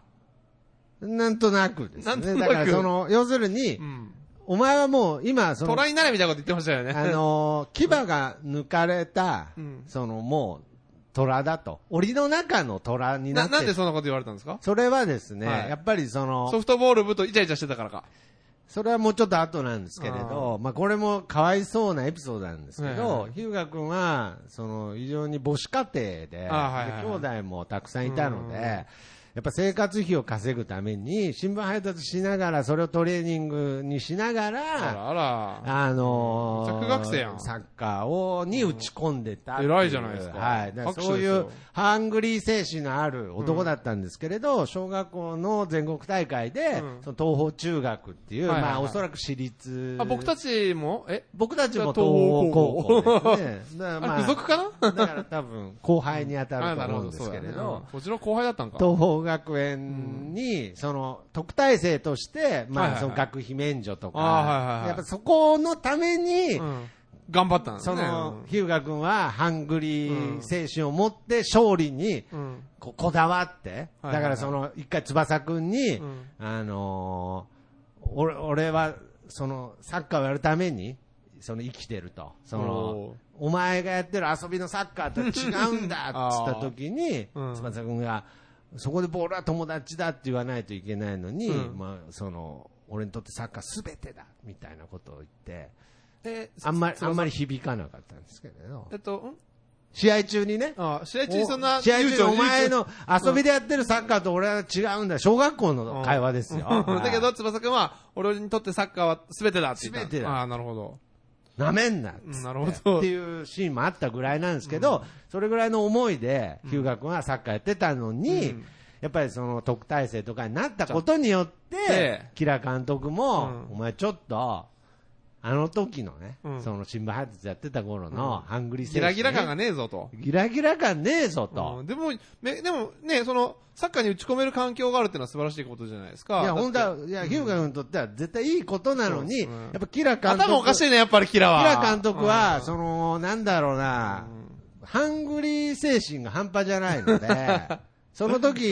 [SPEAKER 1] なんとなくです
[SPEAKER 3] なんと
[SPEAKER 1] ね。
[SPEAKER 3] なく
[SPEAKER 1] だからその、要するに
[SPEAKER 3] う、ん。
[SPEAKER 1] お前はもう今、そ
[SPEAKER 3] ト
[SPEAKER 1] の、
[SPEAKER 3] ライになれみたいなこと言ってましたよね。
[SPEAKER 1] あのー、牙が抜かれた、
[SPEAKER 3] うん
[SPEAKER 1] そのもう、虎だと。檻の中の虎になっ
[SPEAKER 3] な、
[SPEAKER 1] て
[SPEAKER 3] なんでそんなこと言われたんですか
[SPEAKER 1] それはですね、
[SPEAKER 3] はい
[SPEAKER 1] やっぱりそ
[SPEAKER 3] ソ
[SPEAKER 1] の、
[SPEAKER 3] フトボール部とイチャイチャしてたからか。
[SPEAKER 1] それはもうちょっと後なんですけれど、まあこれもかわいそうなエピソードなんですけ
[SPEAKER 3] はいはい
[SPEAKER 1] ど
[SPEAKER 3] は、い
[SPEAKER 1] ヒューガ君は、その、非常に母子家庭で、
[SPEAKER 3] あはいはいはい
[SPEAKER 1] で兄弟もたくさんいたので、
[SPEAKER 3] うん
[SPEAKER 1] やっぱ生活費を稼ぐために、新聞配達しながら、それをトレーニングにしなが
[SPEAKER 3] あ
[SPEAKER 1] ら、
[SPEAKER 3] らあ
[SPEAKER 1] あのー
[SPEAKER 3] めっちゃ苦学生やん
[SPEAKER 1] サッカーをに打ち込んでたってう、
[SPEAKER 3] うん偉いじゃないですか
[SPEAKER 1] はい。だから
[SPEAKER 3] 拍手
[SPEAKER 1] そう
[SPEAKER 3] です
[SPEAKER 1] い
[SPEAKER 3] よ
[SPEAKER 1] う、ハングリー精神のある男だったんですけれど、小学校の全国大会で、
[SPEAKER 3] うん
[SPEAKER 1] その東邦中学っていう、
[SPEAKER 3] はいはいはい
[SPEAKER 1] まあ、おそらく私立。
[SPEAKER 3] ら。あ、僕た
[SPEAKER 1] ち、
[SPEAKER 3] ちも、え
[SPEAKER 1] 僕たちも
[SPEAKER 3] 東
[SPEAKER 1] 東邦高
[SPEAKER 3] 邦高
[SPEAKER 1] 校
[SPEAKER 3] 校
[SPEAKER 1] ですね。だから
[SPEAKER 3] あ
[SPEAKER 1] ま
[SPEAKER 3] れ、付
[SPEAKER 1] あ、
[SPEAKER 3] 属かな
[SPEAKER 1] だから多分、後輩に当た
[SPEAKER 3] あ
[SPEAKER 1] ると
[SPEAKER 3] なる
[SPEAKER 1] 思うん
[SPEAKER 3] ほど、
[SPEAKER 1] で
[SPEAKER 3] そ
[SPEAKER 1] す
[SPEAKER 3] う
[SPEAKER 1] け
[SPEAKER 3] だ
[SPEAKER 1] れ
[SPEAKER 3] ね。
[SPEAKER 1] ど
[SPEAKER 3] うん、こっちの後輩だったんか。
[SPEAKER 1] 東邦学園に、その、特待生として、
[SPEAKER 3] はい
[SPEAKER 1] ま
[SPEAKER 3] は
[SPEAKER 1] あ、
[SPEAKER 3] い
[SPEAKER 1] その学費免除とか、
[SPEAKER 3] あはいはいはい
[SPEAKER 1] やっぱそこのために、
[SPEAKER 3] うん。頑張ったんです
[SPEAKER 1] そ
[SPEAKER 3] ね。
[SPEAKER 1] の、ヒューガ君は、ハングリ
[SPEAKER 3] う
[SPEAKER 1] ー
[SPEAKER 3] ん
[SPEAKER 1] 精神を持って、勝利に、
[SPEAKER 3] うん、うん。
[SPEAKER 1] ここだわって、
[SPEAKER 3] はいはい
[SPEAKER 1] だからその、一回翼君に、
[SPEAKER 3] うん
[SPEAKER 1] あのー俺、俺は、その、サッカーをやるために、その、生きてると。その
[SPEAKER 3] お、
[SPEAKER 1] お前がやってる遊びのサッカーとは違うんだっつった時に、
[SPEAKER 3] あーうん
[SPEAKER 1] 翼君が、そこでボールは友達だって言わないといけないのに、
[SPEAKER 3] うん
[SPEAKER 1] まあ、その、俺にとってサッカーすべてだみたいなことを言って、
[SPEAKER 3] で、
[SPEAKER 1] あんまり、
[SPEAKER 3] そ
[SPEAKER 1] あ
[SPEAKER 3] の
[SPEAKER 1] んまり響かなかったんですけれど
[SPEAKER 3] え。っと、ん
[SPEAKER 1] 試合中にね。
[SPEAKER 3] あ、試合中にそんな、
[SPEAKER 1] 試合中にお前
[SPEAKER 3] 友情
[SPEAKER 1] の遊びでやってるサッカーと俺は違うんだ。小学校の会話ですよ。
[SPEAKER 3] うんだけど、、翼くんは、俺にとってサッカーは全てだって言った。
[SPEAKER 1] 全てだ
[SPEAKER 3] ああ、なるほど。
[SPEAKER 1] なめんなっ
[SPEAKER 3] う
[SPEAKER 1] つ
[SPEAKER 3] ん
[SPEAKER 1] っ
[SPEAKER 3] なるほ
[SPEAKER 1] っ
[SPEAKER 3] ど
[SPEAKER 1] て。いうシーンもあったぐらいなんですけど、それぐらいの思いで、ヒューガ君はサッカーやってたのに、
[SPEAKER 3] うん
[SPEAKER 1] やっぱりその特待生とかになったことによって、
[SPEAKER 3] ええ
[SPEAKER 1] キラ監督も、
[SPEAKER 3] うん
[SPEAKER 1] お前ちょっと、あの時のね、
[SPEAKER 3] うん
[SPEAKER 1] その新聞配達やってた頃の、ハングリー
[SPEAKER 3] ギ
[SPEAKER 1] 精神、
[SPEAKER 3] ラギラ感がねえぞと。
[SPEAKER 1] ギラギラ感ねえぞと。
[SPEAKER 3] うんでも、めでもね、その、サッカーに打ち込める環境があるっていうのは素晴らしいことじゃないですか。
[SPEAKER 1] いや、
[SPEAKER 3] だって
[SPEAKER 1] 本当は、いや、ヒューガ君にとっては絶対いいことなのに、
[SPEAKER 3] そうですね
[SPEAKER 1] やっぱキラ監督。
[SPEAKER 3] 頭おかしいね、やっぱりキラは。
[SPEAKER 1] キラ監督は、
[SPEAKER 3] うん
[SPEAKER 1] その、なんだろう な、ハングリー精神が半端じゃないので、その時、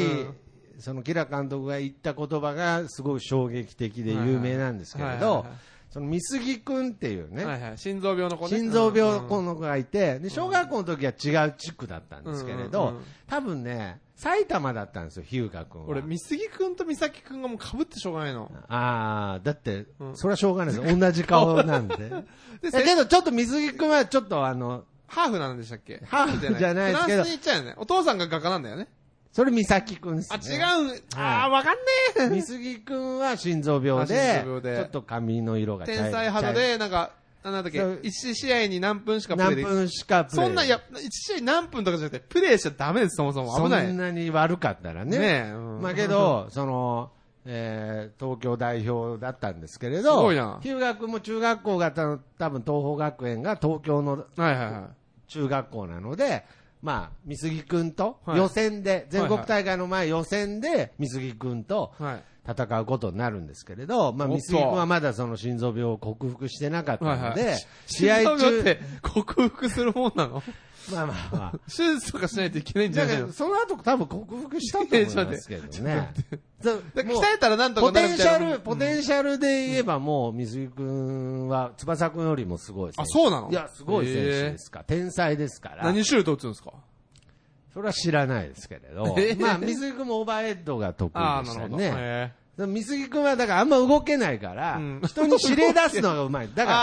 [SPEAKER 1] そのキラ監督が言った言葉がすごい衝撃的で有名なんですけれ
[SPEAKER 3] はいはい
[SPEAKER 1] ど
[SPEAKER 3] はい、
[SPEAKER 1] その美杉君っていうね、
[SPEAKER 3] はいはい、心臓病の子ね。
[SPEAKER 1] 心臓病
[SPEAKER 3] うん
[SPEAKER 1] この子がいて、で小学校の時は違う地区だったんですけれ
[SPEAKER 3] うんうんう
[SPEAKER 1] ど
[SPEAKER 3] ん、
[SPEAKER 1] 多分ね、埼玉だったんですよ、日向君は。
[SPEAKER 3] 俺、美杉くんと美咲くんがもう被ってしょうがないの。
[SPEAKER 1] ああ、だって
[SPEAKER 3] う、ん
[SPEAKER 1] それはしょうがないです。同じ顔なんで。
[SPEAKER 3] で、
[SPEAKER 1] だ
[SPEAKER 3] せ
[SPEAKER 1] けど、ちょっと水木くんはちょっとあの、
[SPEAKER 3] ハーフなんでしたっけ
[SPEAKER 1] ハーフじゃないですけど
[SPEAKER 3] フランスに行っちゃうよね。お父さんが画家なんだよね。
[SPEAKER 1] それ美咲くんです
[SPEAKER 3] あ、
[SPEAKER 1] ね。
[SPEAKER 3] 違うん。あー、わかんねえ。
[SPEAKER 1] 美杉くんは心臓病
[SPEAKER 3] あ
[SPEAKER 1] で
[SPEAKER 3] 心臓病で
[SPEAKER 1] ちょっと髪の色が茶い
[SPEAKER 3] 天才肌
[SPEAKER 1] 茶い
[SPEAKER 3] で、なんか、あなんだっけ
[SPEAKER 1] そう、
[SPEAKER 3] 一試合に何分しかプレイ
[SPEAKER 1] 何
[SPEAKER 3] でき
[SPEAKER 1] 分しかプレイ
[SPEAKER 3] そんな、いや、一試合何分とかじゃなくて、プレイしちゃダメです、そもそも。
[SPEAKER 1] そ
[SPEAKER 3] 危
[SPEAKER 1] ん
[SPEAKER 3] ない。
[SPEAKER 1] なに悪かったらね
[SPEAKER 3] ねえうん
[SPEAKER 1] まあけどその、えー東京代表だったんですけれ
[SPEAKER 3] す
[SPEAKER 1] ど
[SPEAKER 3] ごいな
[SPEAKER 1] 日向君も中学校がた多分東邦学園が東京の
[SPEAKER 3] はいはいは
[SPEAKER 1] 中学校なのでまあ、美杉君と
[SPEAKER 3] はい
[SPEAKER 1] 予選で、全国大会の前予選で美杉君と
[SPEAKER 3] い。はい。
[SPEAKER 1] 戦うことになるんですけれど、まあ、
[SPEAKER 3] おっと
[SPEAKER 1] 美杉君はまだその心臓病を克服してなかったので、
[SPEAKER 3] はいはい
[SPEAKER 1] 試合
[SPEAKER 3] 心臓病
[SPEAKER 1] 中、
[SPEAKER 3] って、克服するもんなの
[SPEAKER 1] まあまあまあ、
[SPEAKER 3] 手術とかしないといけないん じゃ
[SPEAKER 1] だ
[SPEAKER 3] な
[SPEAKER 1] か
[SPEAKER 3] い
[SPEAKER 1] ら
[SPEAKER 3] の
[SPEAKER 1] その後多分克服したと思いますけど ね。そう
[SPEAKER 3] だから
[SPEAKER 1] もう
[SPEAKER 3] 鍛えたらなんと
[SPEAKER 1] ポ
[SPEAKER 3] かな
[SPEAKER 1] テ
[SPEAKER 3] る
[SPEAKER 1] ン
[SPEAKER 3] み
[SPEAKER 1] シ
[SPEAKER 3] た
[SPEAKER 1] ャ
[SPEAKER 3] いな
[SPEAKER 1] ル、ポテンシャルで言えばもう、水木くんは、翼くんよりもすごい選手
[SPEAKER 3] あそうなの
[SPEAKER 1] いや、すごい選手ですから、天才ですから、
[SPEAKER 3] 何シュート打つんですか
[SPEAKER 1] それは知らないですけれど
[SPEAKER 3] え、ー
[SPEAKER 1] まあ、水木くんもオーバーヘッドが得
[SPEAKER 3] あ
[SPEAKER 1] 意
[SPEAKER 3] あ、
[SPEAKER 1] で
[SPEAKER 3] な
[SPEAKER 1] した
[SPEAKER 3] るほど。
[SPEAKER 1] ね。
[SPEAKER 3] へ
[SPEAKER 1] でも水木くんは、だからあんま動けないから、
[SPEAKER 3] うん
[SPEAKER 1] 人に指令出すのがうまい。
[SPEAKER 3] え
[SPEAKER 1] だから、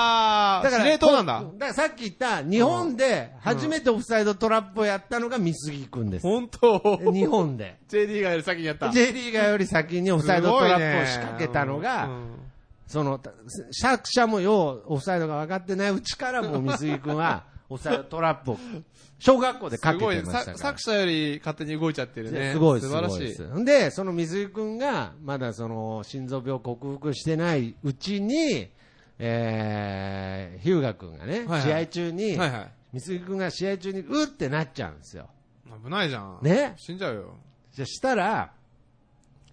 [SPEAKER 3] ああ、
[SPEAKER 1] だから、
[SPEAKER 3] 司令塔なんだ
[SPEAKER 1] こ。だからさっき言った、日本で初めてオフサイドトラップをやったのが水木くんです。
[SPEAKER 3] 本当
[SPEAKER 1] 日本 で。
[SPEAKER 3] J リーガーより先にやった。
[SPEAKER 1] J リーガーより先にオフサイドトラップを仕掛けたの
[SPEAKER 3] すごい
[SPEAKER 1] が、
[SPEAKER 3] ねうん
[SPEAKER 1] その、作者もようオフサイドが分かってないうちからもう水木くん は、オフサイドトラップを、小学校でかけ
[SPEAKER 3] す
[SPEAKER 1] て
[SPEAKER 3] ご
[SPEAKER 1] ま
[SPEAKER 3] い、
[SPEAKER 1] したか
[SPEAKER 3] さ
[SPEAKER 1] ら。
[SPEAKER 3] 作者より勝手に動いちゃってるね。
[SPEAKER 1] すごい
[SPEAKER 3] 素
[SPEAKER 1] 素
[SPEAKER 3] 晴
[SPEAKER 1] 晴
[SPEAKER 3] ら
[SPEAKER 1] らしい
[SPEAKER 3] しい。
[SPEAKER 1] です。で、その水井君が、まだその、心臓病を克服してないうちに、えー、日向君がね、
[SPEAKER 3] はいはい
[SPEAKER 1] 試合中に、
[SPEAKER 3] はいはい。
[SPEAKER 1] 水井君が試合中に、うってなっちゃうんですよ。
[SPEAKER 3] 危ないじゃん。
[SPEAKER 1] ね
[SPEAKER 3] 死んじゃうよ。
[SPEAKER 1] じゃあしたら、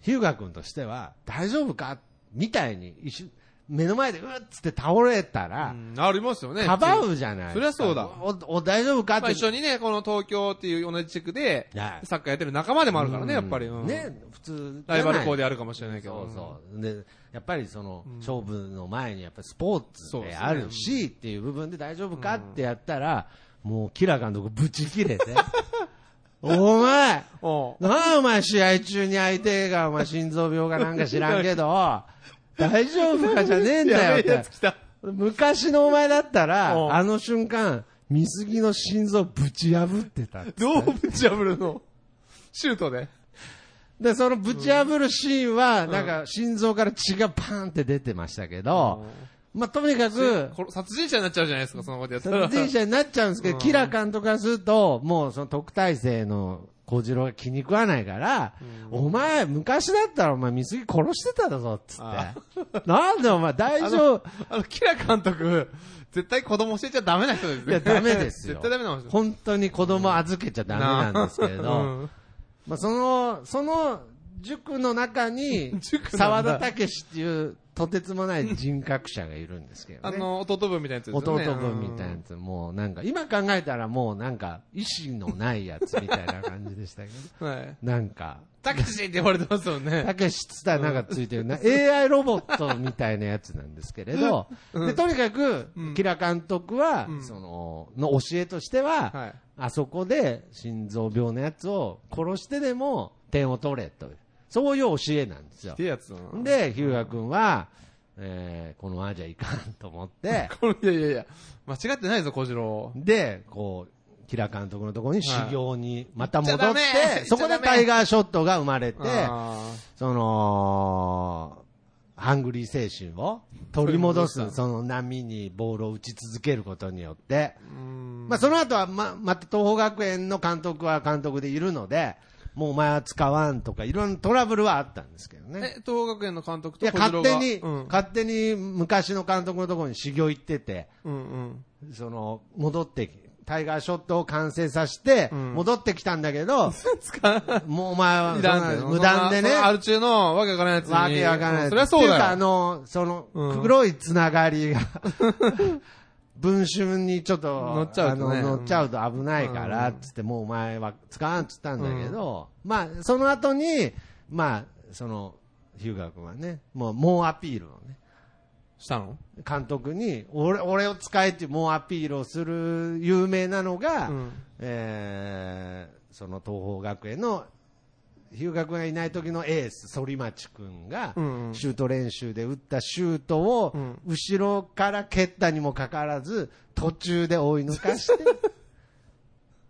[SPEAKER 1] 日向君としては、大丈夫かみたいに、一瞬目の前でうっつって倒れた
[SPEAKER 3] う
[SPEAKER 1] ら、
[SPEAKER 3] ん、ありますよね。
[SPEAKER 1] かば
[SPEAKER 3] 普通
[SPEAKER 1] うじゃない
[SPEAKER 3] そりゃそうだ
[SPEAKER 1] お、お大丈夫かって。
[SPEAKER 3] まあ一緒にね、この東京っていう同じ地区で、
[SPEAKER 1] はい
[SPEAKER 3] サッカーやってる仲間でもあるからね、やっぱり。うん
[SPEAKER 1] ね、普通じゃ
[SPEAKER 3] ラ
[SPEAKER 1] な
[SPEAKER 3] イ
[SPEAKER 1] い。
[SPEAKER 3] バル校であるかもしれないけ
[SPEAKER 1] そ
[SPEAKER 3] ど。
[SPEAKER 1] うそう。で、やっぱりその、勝負の前にやっぱりスポーツ
[SPEAKER 3] そうです
[SPEAKER 1] で
[SPEAKER 3] ね
[SPEAKER 1] あるし、っていう部分で大丈夫かってやったら、もうキラ監督ぶち切れて、お前、
[SPEAKER 3] おう
[SPEAKER 1] なあお前試合中に相手がお前心臓病かなんか知らんけど、大丈夫かじゃねえんだよっ
[SPEAKER 3] やべえや
[SPEAKER 1] て
[SPEAKER 3] つ。来た。
[SPEAKER 1] 昔のお前だった
[SPEAKER 3] うん
[SPEAKER 1] ら、あの瞬間、水着の心臓ぶち破ってた。
[SPEAKER 3] どうぶち破るのシュートで。
[SPEAKER 1] で、そのぶち破るシーンは、なんか心臓から血がパーンって出てましたけど、まあ、とにかく、
[SPEAKER 3] これ殺人者になっちゃうじゃないですか、そのことやったら。
[SPEAKER 1] 殺人者になっちゃうんですけど、キラ監督からすると、もうその特待生の小次郎が気に食わないから、お前、昔だったらお前、水着殺してただぞ、つ
[SPEAKER 3] あ
[SPEAKER 1] って。 なんでお前、大丈夫。
[SPEAKER 3] あの、キラ監督、絶対子供教えちゃダメな人ですね。
[SPEAKER 1] いや、ダメですよ。
[SPEAKER 3] 絶対ダメな人
[SPEAKER 1] 本当に子供預けちゃダメなんですけれ
[SPEAKER 3] な
[SPEAKER 1] ど、
[SPEAKER 3] うん
[SPEAKER 1] まあ、その、その塾の中に
[SPEAKER 3] 塾なん、だ
[SPEAKER 1] 沢田武っていう、とてつもない人格者がいるんですけど
[SPEAKER 3] あ
[SPEAKER 1] ね。
[SPEAKER 3] の、弟分みたいなやつですよ
[SPEAKER 1] 弟
[SPEAKER 3] ね。
[SPEAKER 1] 分みたいなやつ、もうなんか、今考えたらもうなんか、意志のないやつみたいな感じでしたけ ど、
[SPEAKER 3] うん。はい。
[SPEAKER 1] なんか、
[SPEAKER 3] たけしって言われてますよね。
[SPEAKER 1] たけしつったらなんかついてるな、AI ロボットみたいなやつなんですけれど、で、とにかく、キラ監督は、その、の教えとして
[SPEAKER 3] は、
[SPEAKER 1] はいあそこで心臓病のやつを殺してでも点を取れという、そういう教えなんですよ
[SPEAKER 3] って。やつだな。
[SPEAKER 1] で、ヒューガ君は、えーこのままじゃいかんと思って、
[SPEAKER 3] これ、いやいやいや、間違ってないぞ、小次郎。
[SPEAKER 1] で、こう、キラ監督のところに修行にまた戻って、
[SPEAKER 3] 行っちゃダメ行っちゃダメ
[SPEAKER 1] そこでタイガーショットが生まれて、
[SPEAKER 3] あ
[SPEAKER 1] その、ハングリー精神を取り戻
[SPEAKER 3] 取り戻
[SPEAKER 1] す、
[SPEAKER 3] す
[SPEAKER 1] その波にボールを打ち続けることによって、
[SPEAKER 3] ーうん
[SPEAKER 1] まあその後はま、また東邦学園の監督は監督でいるので、もうお前は使わんとか、いろんなトラブルはあったんですけどね。
[SPEAKER 3] え、東学園の監督
[SPEAKER 1] い
[SPEAKER 3] と
[SPEAKER 1] や、
[SPEAKER 3] 小次郎
[SPEAKER 1] 勝
[SPEAKER 3] が。
[SPEAKER 1] 手に、
[SPEAKER 3] うん。
[SPEAKER 1] 勝手に昔の監督のところに修行行ってて、
[SPEAKER 3] うんうん。
[SPEAKER 1] その、戻ってき、タイガーショットを完成させて、
[SPEAKER 3] ん
[SPEAKER 1] 戻ってきたんだけ ど、もうお前はそ
[SPEAKER 3] 無
[SPEAKER 1] ん
[SPEAKER 3] 断で
[SPEAKER 1] な、。無断でね、
[SPEAKER 3] アル中のわけわからないやつに。
[SPEAKER 1] わけわからない。
[SPEAKER 3] そりゃそう
[SPEAKER 1] っていうか、
[SPEAKER 3] だ
[SPEAKER 1] あ
[SPEAKER 3] よ。
[SPEAKER 1] の、その
[SPEAKER 3] うん、
[SPEAKER 1] 黒いつながり が、文春にちょっと、
[SPEAKER 3] 乗っちゃうとね
[SPEAKER 1] あの乗っちゃうと危ないか
[SPEAKER 3] う
[SPEAKER 1] ら、
[SPEAKER 3] ん
[SPEAKER 1] つって、もうお前は使わんっつったんだけど、まあ、その後に、まあ、その、ヒューガー君はね、もう、猛アピールをね、
[SPEAKER 3] したの
[SPEAKER 1] 監督に、俺、俺を使えっていう猛アピールをする有名なのが、
[SPEAKER 3] うん
[SPEAKER 1] えーその東邦学園の、ヒューガー君がいない時のエース、反町君が、
[SPEAKER 3] うんうん
[SPEAKER 1] シュート練習で打ったシュートを、
[SPEAKER 3] うん
[SPEAKER 1] 後ろから蹴ったにもかかわらず、途中で追い抜か して、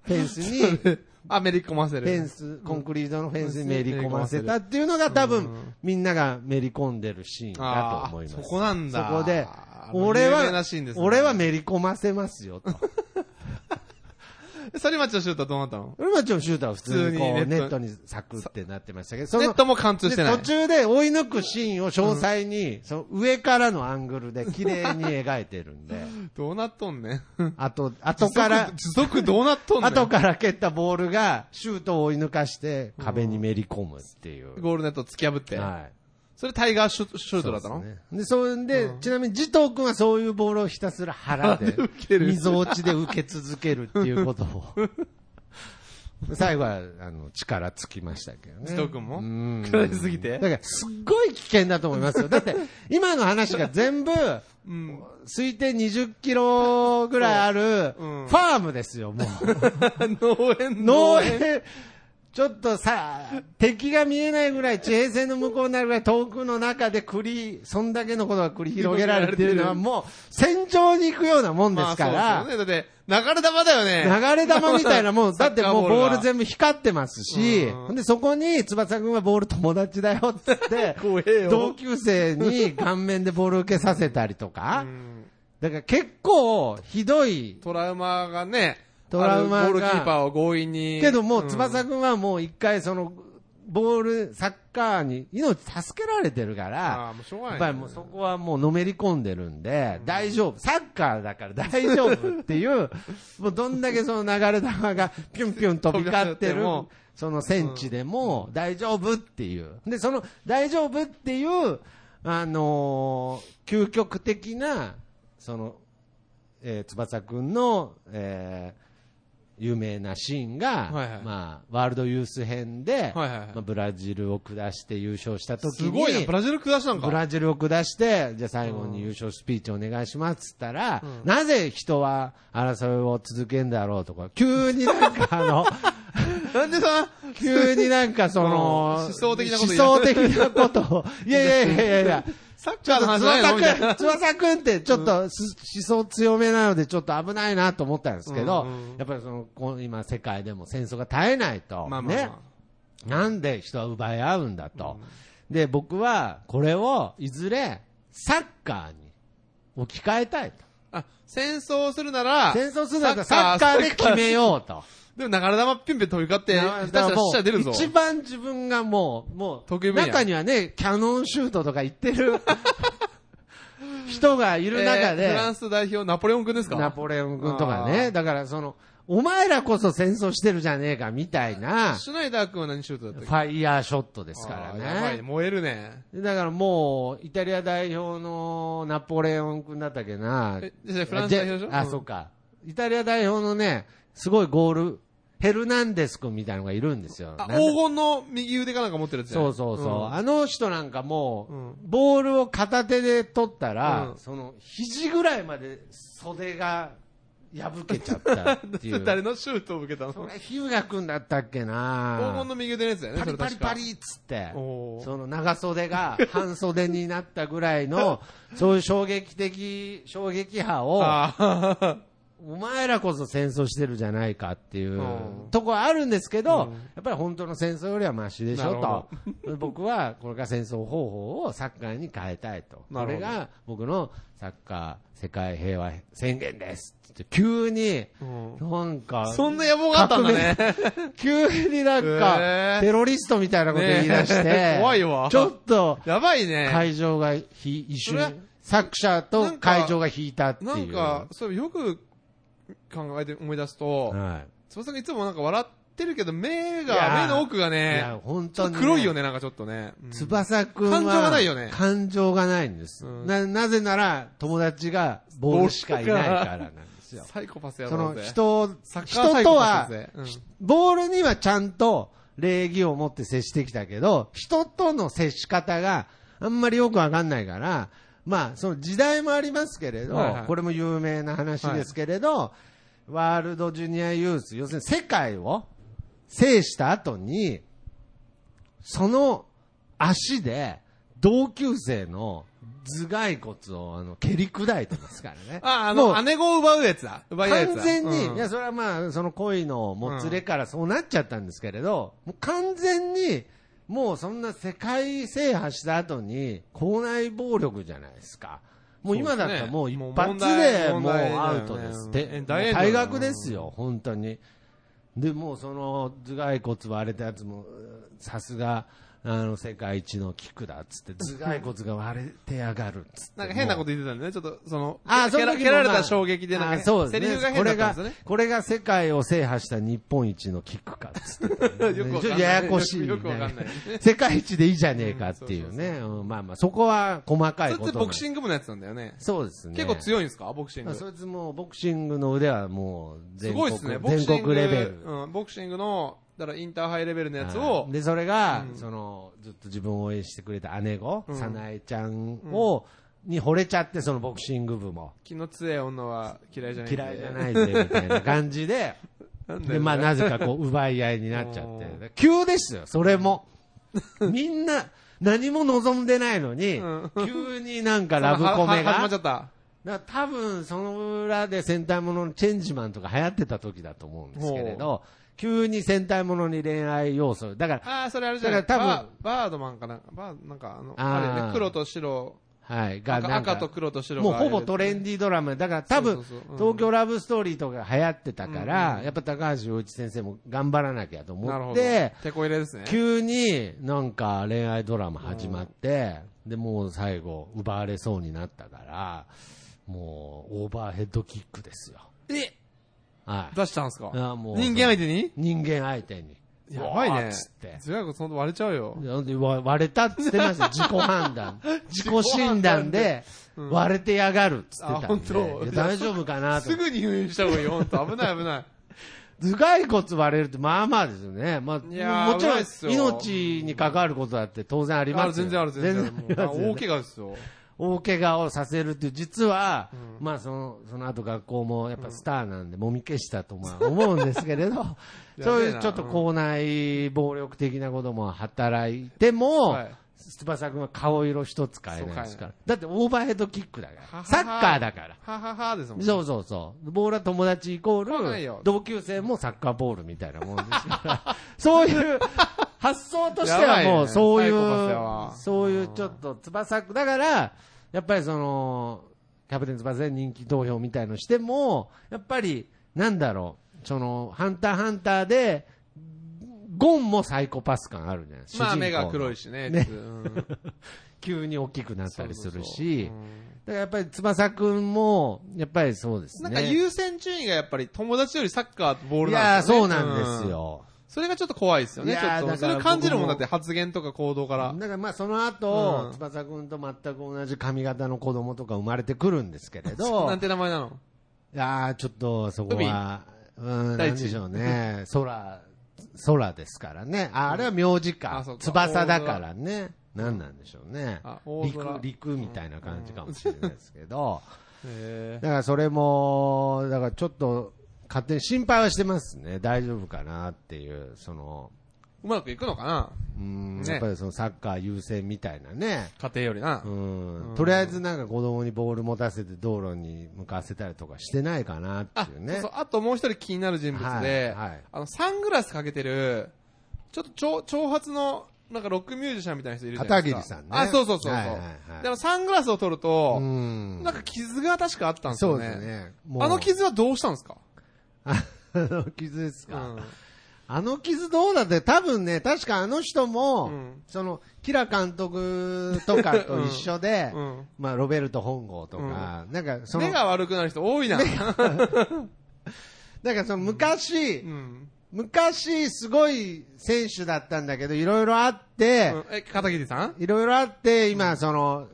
[SPEAKER 1] フェンスに、
[SPEAKER 3] あ、めり込ませる。
[SPEAKER 1] フェンス、コンクリートのフェンスにめり込ませたっていうのが多分、みんながめり込んでるシーンだと思います。
[SPEAKER 3] あーそこなんだ
[SPEAKER 1] そこで
[SPEAKER 3] あ、ー
[SPEAKER 1] 俺
[SPEAKER 3] 有名
[SPEAKER 1] は
[SPEAKER 3] なシーンで、すね
[SPEAKER 1] 俺はめり込ませます よと。
[SPEAKER 3] サリマチのシュートはどうなったの
[SPEAKER 1] 俺はちょっとシュートは普通にこう
[SPEAKER 3] 普通に
[SPEAKER 1] ネ
[SPEAKER 3] ネッ
[SPEAKER 1] ッ
[SPEAKER 3] ト
[SPEAKER 1] トにサクってなってましたけど、そ
[SPEAKER 3] ネ
[SPEAKER 1] の
[SPEAKER 3] ットも貫通してない。
[SPEAKER 1] で途中で追い抜くシーンを詳細に、その上からのアングルで綺麗に描いてるんで、
[SPEAKER 3] どうなっとんねん。
[SPEAKER 1] あと、後から、
[SPEAKER 3] 持続持続どうなっとんねん。
[SPEAKER 1] 後から蹴ったボールがシュートを追い抜かして壁にめり込むっていう。
[SPEAKER 3] ゴールネット突き破って。
[SPEAKER 1] はい。
[SPEAKER 3] それタイガーシュシュートだった
[SPEAKER 1] そう
[SPEAKER 3] の
[SPEAKER 1] ですねで、そんで、ちなみに慈瞳君はそういうボールをひたすら腹で
[SPEAKER 3] 腹で 受け、る
[SPEAKER 1] 溝落ちで受け続けるっていうこと を。最後は、あの、力つきましたけどね。
[SPEAKER 3] 慈瞳君も
[SPEAKER 1] うん
[SPEAKER 3] 食らいすぎ
[SPEAKER 1] だ
[SPEAKER 3] て
[SPEAKER 1] から、すっごい危険だと思いますよ。だって、今の話が全部、
[SPEAKER 3] うん。
[SPEAKER 1] 推定20キロぐらいある、フ
[SPEAKER 3] ううん
[SPEAKER 1] ァームですよ、もう。
[SPEAKER 3] 農園
[SPEAKER 1] 農。園、ちょっとさ、敵が見えないぐらい地平線の向こうになるぐらい遠くの中で繰り、そんだけのことが繰り広げられてるのはもう戦場に行くようなもんで
[SPEAKER 3] まあ
[SPEAKER 1] すから、
[SPEAKER 3] そうですよね。だって、流れ玉だよね。
[SPEAKER 1] 流れ玉みたいなもん、
[SPEAKER 3] サ
[SPEAKER 1] だ
[SPEAKER 3] ッ
[SPEAKER 1] って
[SPEAKER 3] カー
[SPEAKER 1] もうボール
[SPEAKER 3] が
[SPEAKER 1] 全部光ってますし、
[SPEAKER 3] うん
[SPEAKER 1] ほんでそこに翼くんはボール友達だよって 言っ
[SPEAKER 3] 怖
[SPEAKER 1] て、
[SPEAKER 3] えよ
[SPEAKER 1] 同級生に顔面でボール受けさせたりとか
[SPEAKER 3] う、ん
[SPEAKER 1] だから結構ひどい
[SPEAKER 3] トラウマがね、
[SPEAKER 1] トラウマが
[SPEAKER 3] あるゴールキーパーを強引に。
[SPEAKER 1] けども
[SPEAKER 3] う
[SPEAKER 1] う、
[SPEAKER 3] ん
[SPEAKER 1] 翼くんはもう一回その、ボール、サッカーに命助けられてるか
[SPEAKER 3] あ
[SPEAKER 1] ら
[SPEAKER 3] あ、、もうしょう
[SPEAKER 1] や
[SPEAKER 3] がな
[SPEAKER 1] っ
[SPEAKER 3] い。
[SPEAKER 1] ぱりもうそこはもうのめり込んでるんで、大丈夫。サッカーだから 大丈夫っていう、もうどんだけその流れ玉がピュンピュン飛び交ってる
[SPEAKER 3] 飛び交っても、
[SPEAKER 1] その戦地でも大丈夫っていう。で、その大丈夫っていう、あのー究極的な、その、えー翼くんの、えー有名なシーンが、
[SPEAKER 3] はいはい
[SPEAKER 1] まあ、ワールドユース編で、
[SPEAKER 3] はいはいはい
[SPEAKER 1] まあ、ブラジルを下して優勝した時に、
[SPEAKER 3] すごいな、ブラジル下したん か。
[SPEAKER 1] ブラジルを下して、じゃあ最後に優勝スピーチお願いしますっつったら、
[SPEAKER 3] うん
[SPEAKER 1] なぜ人は争いを続けんだろうとか、急になんかあ の、
[SPEAKER 3] なんでさ、
[SPEAKER 1] 急になんかその、
[SPEAKER 3] うん思想的なこと言い
[SPEAKER 1] 思想的なこと を、いやいやいやいやいや、
[SPEAKER 3] サッ
[SPEAKER 1] ちょ
[SPEAKER 3] カ
[SPEAKER 1] っ
[SPEAKER 3] ーの
[SPEAKER 1] と
[SPEAKER 3] 話ないのみた
[SPEAKER 1] 翼
[SPEAKER 3] い
[SPEAKER 1] くん、
[SPEAKER 3] な。
[SPEAKER 1] 翼くんってちょっとす思想強めなのでちょっと危ないなと思ったんですけど、
[SPEAKER 3] うんうん
[SPEAKER 1] やっぱりその、こう今世界でも戦争が絶えないと、
[SPEAKER 3] まあまあま
[SPEAKER 1] ね
[SPEAKER 3] あ。、
[SPEAKER 1] なんで人は奪い合うんだと。で、僕はこれをいずれサッカーに置き換えたいと。
[SPEAKER 3] あ、戦争するなら、
[SPEAKER 1] 戦争するんだったらサッカーで決めようと。
[SPEAKER 3] でも流れ玉ピュンピュン飛び交って、下手したら死者出るぞ。
[SPEAKER 1] 一番自分がもう、も
[SPEAKER 3] 得意
[SPEAKER 1] う、
[SPEAKER 3] 分野
[SPEAKER 1] 中にはね、キャノンシュートとか言って る人がい
[SPEAKER 3] え
[SPEAKER 1] る
[SPEAKER 3] ー
[SPEAKER 1] 中で、
[SPEAKER 3] フランス代表、ナポレオン君ですか
[SPEAKER 1] ナポレオン君とか
[SPEAKER 3] あ
[SPEAKER 1] ね。
[SPEAKER 3] ー
[SPEAKER 1] だからその、お前らこそ戦争してるじゃねえかみたいな、
[SPEAKER 3] シュナイダー君は何シュートだったっ
[SPEAKER 1] フ
[SPEAKER 3] け
[SPEAKER 1] ァイヤーショットですから
[SPEAKER 3] あーやばい
[SPEAKER 1] ね
[SPEAKER 3] ね。燃えるね。
[SPEAKER 1] だからもう、イタリア代表のナポレオン君だったっけな。
[SPEAKER 3] え、じゃあフランス代表でしょ
[SPEAKER 1] あ、そうか。イタリア代表のね、すごいゴール、ヘルナンデス君みたいなのがいるんですよ。な
[SPEAKER 3] あ
[SPEAKER 1] んだ
[SPEAKER 3] 黄金の右腕かなんか持ってるやつね
[SPEAKER 1] そうそうそう。
[SPEAKER 3] ん
[SPEAKER 1] あの人なんかもう、
[SPEAKER 3] うん
[SPEAKER 1] ボールを片手で取ったら、
[SPEAKER 3] うん
[SPEAKER 1] その、肘ぐらいまで袖が破けちゃったっていう。
[SPEAKER 3] 誰のシュートを受けたの
[SPEAKER 1] そ
[SPEAKER 3] 黄
[SPEAKER 1] れ、ヒューガ君だったっけな
[SPEAKER 3] 金の右腕のやつだよね、
[SPEAKER 1] パリパリ
[SPEAKER 3] それ確か
[SPEAKER 1] パリっつって、
[SPEAKER 3] おー
[SPEAKER 1] その長袖 が半袖になったぐらいの、そういう衝撃的、衝撃波を、
[SPEAKER 3] あ ー
[SPEAKER 1] お前らこそ戦争してるじゃないかっていう
[SPEAKER 3] うん
[SPEAKER 1] とこはあるんですけ
[SPEAKER 3] う
[SPEAKER 1] ど
[SPEAKER 3] ん、
[SPEAKER 1] やっぱり本当の戦争よりはマシでし
[SPEAKER 3] なる
[SPEAKER 1] ょと。 僕はこれから戦争方法をサッカーに変えたいと。
[SPEAKER 3] な
[SPEAKER 1] こ
[SPEAKER 3] る
[SPEAKER 1] れ
[SPEAKER 3] ほど
[SPEAKER 1] が僕のサッカー世界平和宣言ですって急に、
[SPEAKER 3] うん
[SPEAKER 1] なんか、
[SPEAKER 3] そんな野望があったんだね。
[SPEAKER 1] 急になん
[SPEAKER 3] へ
[SPEAKER 1] か
[SPEAKER 3] ー、
[SPEAKER 1] テロリストみたいなこと言い出し
[SPEAKER 3] ね
[SPEAKER 1] て
[SPEAKER 3] え、怖いわ
[SPEAKER 1] ちょっと、
[SPEAKER 3] やばいね。
[SPEAKER 1] 会場がひ一
[SPEAKER 3] それは
[SPEAKER 1] 瞬、作者と会場が引いたっていう。
[SPEAKER 3] なんか、そうよく考えて思い出すと、
[SPEAKER 1] はい。
[SPEAKER 3] 翼がいつもなんか笑ってるけど、目
[SPEAKER 1] いや
[SPEAKER 3] が、
[SPEAKER 1] ー
[SPEAKER 3] 目の奥が
[SPEAKER 1] い
[SPEAKER 3] ね
[SPEAKER 1] や、、本
[SPEAKER 3] ちょ
[SPEAKER 1] 当
[SPEAKER 3] っ
[SPEAKER 1] に
[SPEAKER 3] と
[SPEAKER 1] ね。
[SPEAKER 3] 黒いよね、なんかちょっとね。うん
[SPEAKER 1] 翼くんは。
[SPEAKER 3] 感情がないよね
[SPEAKER 1] 感情がないんです。
[SPEAKER 3] うん
[SPEAKER 1] な、なぜなら、友達がボールしかいないからなんですよ。
[SPEAKER 3] サイコパスや
[SPEAKER 1] そ
[SPEAKER 3] ろ
[SPEAKER 1] の
[SPEAKER 3] うぜ。
[SPEAKER 1] 人を、
[SPEAKER 3] サッ
[SPEAKER 1] 人
[SPEAKER 3] カーサイコ
[SPEAKER 1] と
[SPEAKER 3] パス
[SPEAKER 1] は
[SPEAKER 3] だ、ぜ。うん
[SPEAKER 1] ボールにはちゃんと、礼儀を持って接してきたけど、人との接し方があんまりよくわかんないから、まあ、その時代もありますけれど、
[SPEAKER 3] はいはい。
[SPEAKER 1] これも有名な話ですけれど、ワールドジュニアユース、要するに世界を制した後に、その足で、同級生の頭蓋骨をあの蹴り砕いてますからね
[SPEAKER 3] あ、あ
[SPEAKER 1] も
[SPEAKER 3] の、
[SPEAKER 1] う
[SPEAKER 3] 姉子を奪うやつだ。奪い合うやつ
[SPEAKER 1] 完
[SPEAKER 3] だ。
[SPEAKER 1] 全に、
[SPEAKER 3] うん
[SPEAKER 1] いや、それはまあ、その恋のもつれからそうなっちゃったんですけれど、もう完全に、もうそんな世界制覇した後に、校内暴力じゃないですか。もう今だったらもう一
[SPEAKER 3] そう
[SPEAKER 1] 発
[SPEAKER 3] ですね
[SPEAKER 1] で
[SPEAKER 3] もう問
[SPEAKER 1] もう
[SPEAKER 3] 題
[SPEAKER 1] アウトです。
[SPEAKER 3] 問題だ
[SPEAKER 1] で、
[SPEAKER 3] よねうん大炎上
[SPEAKER 1] 大学ですよ、本当に。で、もうその頭蓋骨割れたやつも、さすが、あの、世界一の菊だっつって、頭蓋骨が割れてやがるっつって。
[SPEAKER 3] なんか変な
[SPEAKER 1] もう
[SPEAKER 3] こと言ってたんでね、ちょっと、その、
[SPEAKER 1] あ、そ
[SPEAKER 3] 蹴
[SPEAKER 1] の
[SPEAKER 3] ら
[SPEAKER 1] 時
[SPEAKER 3] 蹴
[SPEAKER 1] もま
[SPEAKER 3] ら
[SPEAKER 1] あ
[SPEAKER 3] れた衝撃で、なん
[SPEAKER 1] あ
[SPEAKER 3] か、
[SPEAKER 1] そうです
[SPEAKER 3] セ
[SPEAKER 1] ね。
[SPEAKER 3] リフが変だったんですよね。
[SPEAKER 1] これが、これが世界を制覇した日本一のキックかっつってた
[SPEAKER 3] よくわかんない
[SPEAKER 1] ちょっとややこしい、ね。
[SPEAKER 3] よくわかんない
[SPEAKER 1] 世界一でいいじゃねえかっていうね。うんまあまあ、そこは細かい
[SPEAKER 3] そ
[SPEAKER 1] こ
[SPEAKER 3] れ
[SPEAKER 1] と
[SPEAKER 3] って
[SPEAKER 1] なん
[SPEAKER 3] ボクシング部のやつなんだよね。
[SPEAKER 1] そうですね。
[SPEAKER 3] 結構強いんですかボクシン
[SPEAKER 1] まあ
[SPEAKER 3] グ。
[SPEAKER 1] そいつもうボクシングの腕はもう
[SPEAKER 3] す
[SPEAKER 1] 全
[SPEAKER 3] ご
[SPEAKER 1] 国
[SPEAKER 3] いですね、ボク
[SPEAKER 1] 全
[SPEAKER 3] シング。
[SPEAKER 1] 国レベル。
[SPEAKER 3] うん、ボクシングの、だからインターハイレベルのやつを
[SPEAKER 1] はい、で、それが、その、ずっと自分を応援してくれた姉子、
[SPEAKER 3] ん
[SPEAKER 1] さなえちゃんを、に惚れちゃって、そのボクシング部も。
[SPEAKER 3] 気の強い女は嫌いじゃないんで。
[SPEAKER 1] 嫌いじゃないぜ、みたいな感じで、
[SPEAKER 3] なんだよね
[SPEAKER 1] で、まあ、なぜかこう、奪い合いになっちゃ って。急ですよ、それも。みんな、何も望んでないのに
[SPEAKER 3] うん、
[SPEAKER 1] 急になんかラブコメ
[SPEAKER 3] はは始まっ
[SPEAKER 1] が。
[SPEAKER 3] ち
[SPEAKER 1] だか
[SPEAKER 3] ゃった。
[SPEAKER 1] ら多分、その裏で戦隊もののチェンジマンとか流行ってた時だと思うんですけれど、急に戦隊ものに恋愛要素。だから、
[SPEAKER 3] ああ、それあれじゃない
[SPEAKER 1] だから多分
[SPEAKER 3] バーバードマンかなんか、バー、なんかあの、
[SPEAKER 1] あー
[SPEAKER 3] あれね、黒と白、
[SPEAKER 1] はい、が、
[SPEAKER 3] 赤
[SPEAKER 1] なん
[SPEAKER 3] 赤
[SPEAKER 1] か
[SPEAKER 3] と、黒と白
[SPEAKER 1] も
[SPEAKER 3] が
[SPEAKER 1] うほぼトレン
[SPEAKER 3] デ
[SPEAKER 1] ディードラマ。だから多分、東京ラブストーリーとか流行ってたから、やっぱ高橋洋一先生も頑張らなきゃと
[SPEAKER 3] なる
[SPEAKER 1] 思
[SPEAKER 3] ほ
[SPEAKER 1] っ
[SPEAKER 3] ど
[SPEAKER 1] て、。
[SPEAKER 3] 手こ入れですね。
[SPEAKER 1] 急になんか恋愛ドラマ始まって、で、もう最後、奪われそうになったから、もう、オーバーヘッドキックですよ。
[SPEAKER 3] え
[SPEAKER 1] はい。
[SPEAKER 3] 出したんすか
[SPEAKER 1] あもう
[SPEAKER 3] 人間相手に
[SPEAKER 1] 人間相手に。
[SPEAKER 3] やばい
[SPEAKER 1] わー
[SPEAKER 3] ね
[SPEAKER 1] っつって。。
[SPEAKER 3] 違うそんな割れちゃうよ。
[SPEAKER 1] なんでわ割れたっつってま したよ自己判断。自己診断で、割れてやがるっつって
[SPEAKER 3] あ
[SPEAKER 1] た
[SPEAKER 3] 本
[SPEAKER 1] んで、
[SPEAKER 3] 当
[SPEAKER 1] いや大丈夫かなと
[SPEAKER 3] す。ぐに入院した方がいいよ、ほんと。危ない危ない。
[SPEAKER 1] 頭蓋骨割れるってまあまあですよね。ま
[SPEAKER 3] いやー
[SPEAKER 1] あ、もちろ
[SPEAKER 3] 危ない
[SPEAKER 1] ん
[SPEAKER 3] っすよ
[SPEAKER 1] 命に関わることだって当 然あり
[SPEAKER 3] あ
[SPEAKER 1] ま
[SPEAKER 3] る、
[SPEAKER 1] すよ
[SPEAKER 3] 全然ある、全然ある。も
[SPEAKER 1] 全
[SPEAKER 3] う
[SPEAKER 1] 然あります
[SPEAKER 3] あ
[SPEAKER 1] よね
[SPEAKER 3] 大怪我ですよ。
[SPEAKER 1] 大怪我をさせるっていう、実は、まあその、その後学校もやっぱスターなんで、もみ消したとまあ思うんですけれ ど、そういうちょっと校内暴力的なことも働いても、
[SPEAKER 3] はい
[SPEAKER 1] 翼くんは顔色一つ変えないですから。だってオーバーヘッドキックだか
[SPEAKER 3] はは
[SPEAKER 1] ら。
[SPEAKER 3] は
[SPEAKER 1] サッカーだから。
[SPEAKER 3] はははですもんね。
[SPEAKER 1] そうそうそう。ボールは友達イコ
[SPEAKER 3] そうなんよ
[SPEAKER 1] ール、同級生もサッカーボールみたいなもんですから、 そういう発想としては
[SPEAKER 3] やばい
[SPEAKER 1] も
[SPEAKER 3] ね
[SPEAKER 1] うそうい
[SPEAKER 3] サイコパスやわ
[SPEAKER 1] う、そういうちょっと翼く、だから、やっぱりその、キャプテン翼で人気投票みたいのしても、やっぱり、なんだろう、その、ハンターハンターで、ゴンもサイコパス感あるじゃないですか。
[SPEAKER 3] まあ目が黒
[SPEAKER 1] い。
[SPEAKER 3] いしね。
[SPEAKER 1] ね
[SPEAKER 3] っ てうん
[SPEAKER 1] 急に大きくなったりするし
[SPEAKER 3] そうそう、そう
[SPEAKER 1] だからやっぱり翼くんも、やっぱりそうです
[SPEAKER 3] うん
[SPEAKER 1] ね。
[SPEAKER 3] なんか優先順位がやっぱり友達よりサッカーとボール
[SPEAKER 1] い
[SPEAKER 3] なん
[SPEAKER 1] やー
[SPEAKER 3] ですよね。
[SPEAKER 1] そうなんですよ。
[SPEAKER 3] それがちょっと怖いですよね、
[SPEAKER 1] い
[SPEAKER 3] ち
[SPEAKER 1] やー
[SPEAKER 3] ょっと。
[SPEAKER 1] だ
[SPEAKER 3] そ
[SPEAKER 1] から
[SPEAKER 3] れ感じるもんだっ
[SPEAKER 1] 僕も
[SPEAKER 3] て発言とか行動から
[SPEAKER 1] だ。からまあその後、
[SPEAKER 3] うん
[SPEAKER 1] 翼くんと全く同じ髪型の子供とか生まれてくるんですけれ ど、
[SPEAKER 3] なんて名前なの
[SPEAKER 1] ああ、ちょっとそこは、うん、
[SPEAKER 3] 大
[SPEAKER 1] なん
[SPEAKER 3] 地
[SPEAKER 1] でしょうね。空、空ですからね。あ、あれは名字
[SPEAKER 3] あ
[SPEAKER 1] か
[SPEAKER 3] そう。か
[SPEAKER 1] 翼だからね。なんなんでしょうね
[SPEAKER 3] あ大
[SPEAKER 1] 陸
[SPEAKER 3] 空、
[SPEAKER 1] 陸みたいな感じかもしれないですけど。
[SPEAKER 3] へ
[SPEAKER 1] だからそれも、だからちょっと勝手に心配はしてますね。大丈夫かなっていう、その、
[SPEAKER 3] ーうまくいくのかな
[SPEAKER 1] うん、
[SPEAKER 3] ね
[SPEAKER 1] やっぱりそのサッカー優先みたいなね。
[SPEAKER 3] 家庭よりな
[SPEAKER 1] う。んとりあえずなんか子供にボール持たせて道路に向かわせたりとかしてないかなっていう
[SPEAKER 3] そう
[SPEAKER 1] ね
[SPEAKER 3] そう。あともう一人気になる人物で、
[SPEAKER 1] はいはい
[SPEAKER 3] あの、サングラスかけてる、ちょっと長長髪の、なんかロックミュージシャンみたいな人いるじゃないですか。
[SPEAKER 1] 片桐さんね
[SPEAKER 3] あ、そうそうそうそう。
[SPEAKER 1] はいはいはい
[SPEAKER 3] でもサングラスを取ると、
[SPEAKER 1] うん
[SPEAKER 3] なんか傷が確かあったんです
[SPEAKER 1] そ
[SPEAKER 3] よ
[SPEAKER 1] う
[SPEAKER 3] ね。
[SPEAKER 1] ですね。もう
[SPEAKER 3] あの傷はどうしたんですか
[SPEAKER 1] あの傷です
[SPEAKER 3] う
[SPEAKER 1] か、
[SPEAKER 3] ん。
[SPEAKER 1] あの傷どうだって多分ね、確かあの人も、
[SPEAKER 3] うん
[SPEAKER 1] その、キラ監督とかと一緒で、
[SPEAKER 3] うん
[SPEAKER 1] まあ、ロベルト本郷とか、なんかその
[SPEAKER 3] 目、が悪くなる人多いな。
[SPEAKER 1] なんかその昔、
[SPEAKER 3] うん。
[SPEAKER 1] 昔すごい選手だったんだけど、いろいろあって、
[SPEAKER 3] うんえ、片桐さん
[SPEAKER 1] いろいろあって、今、その、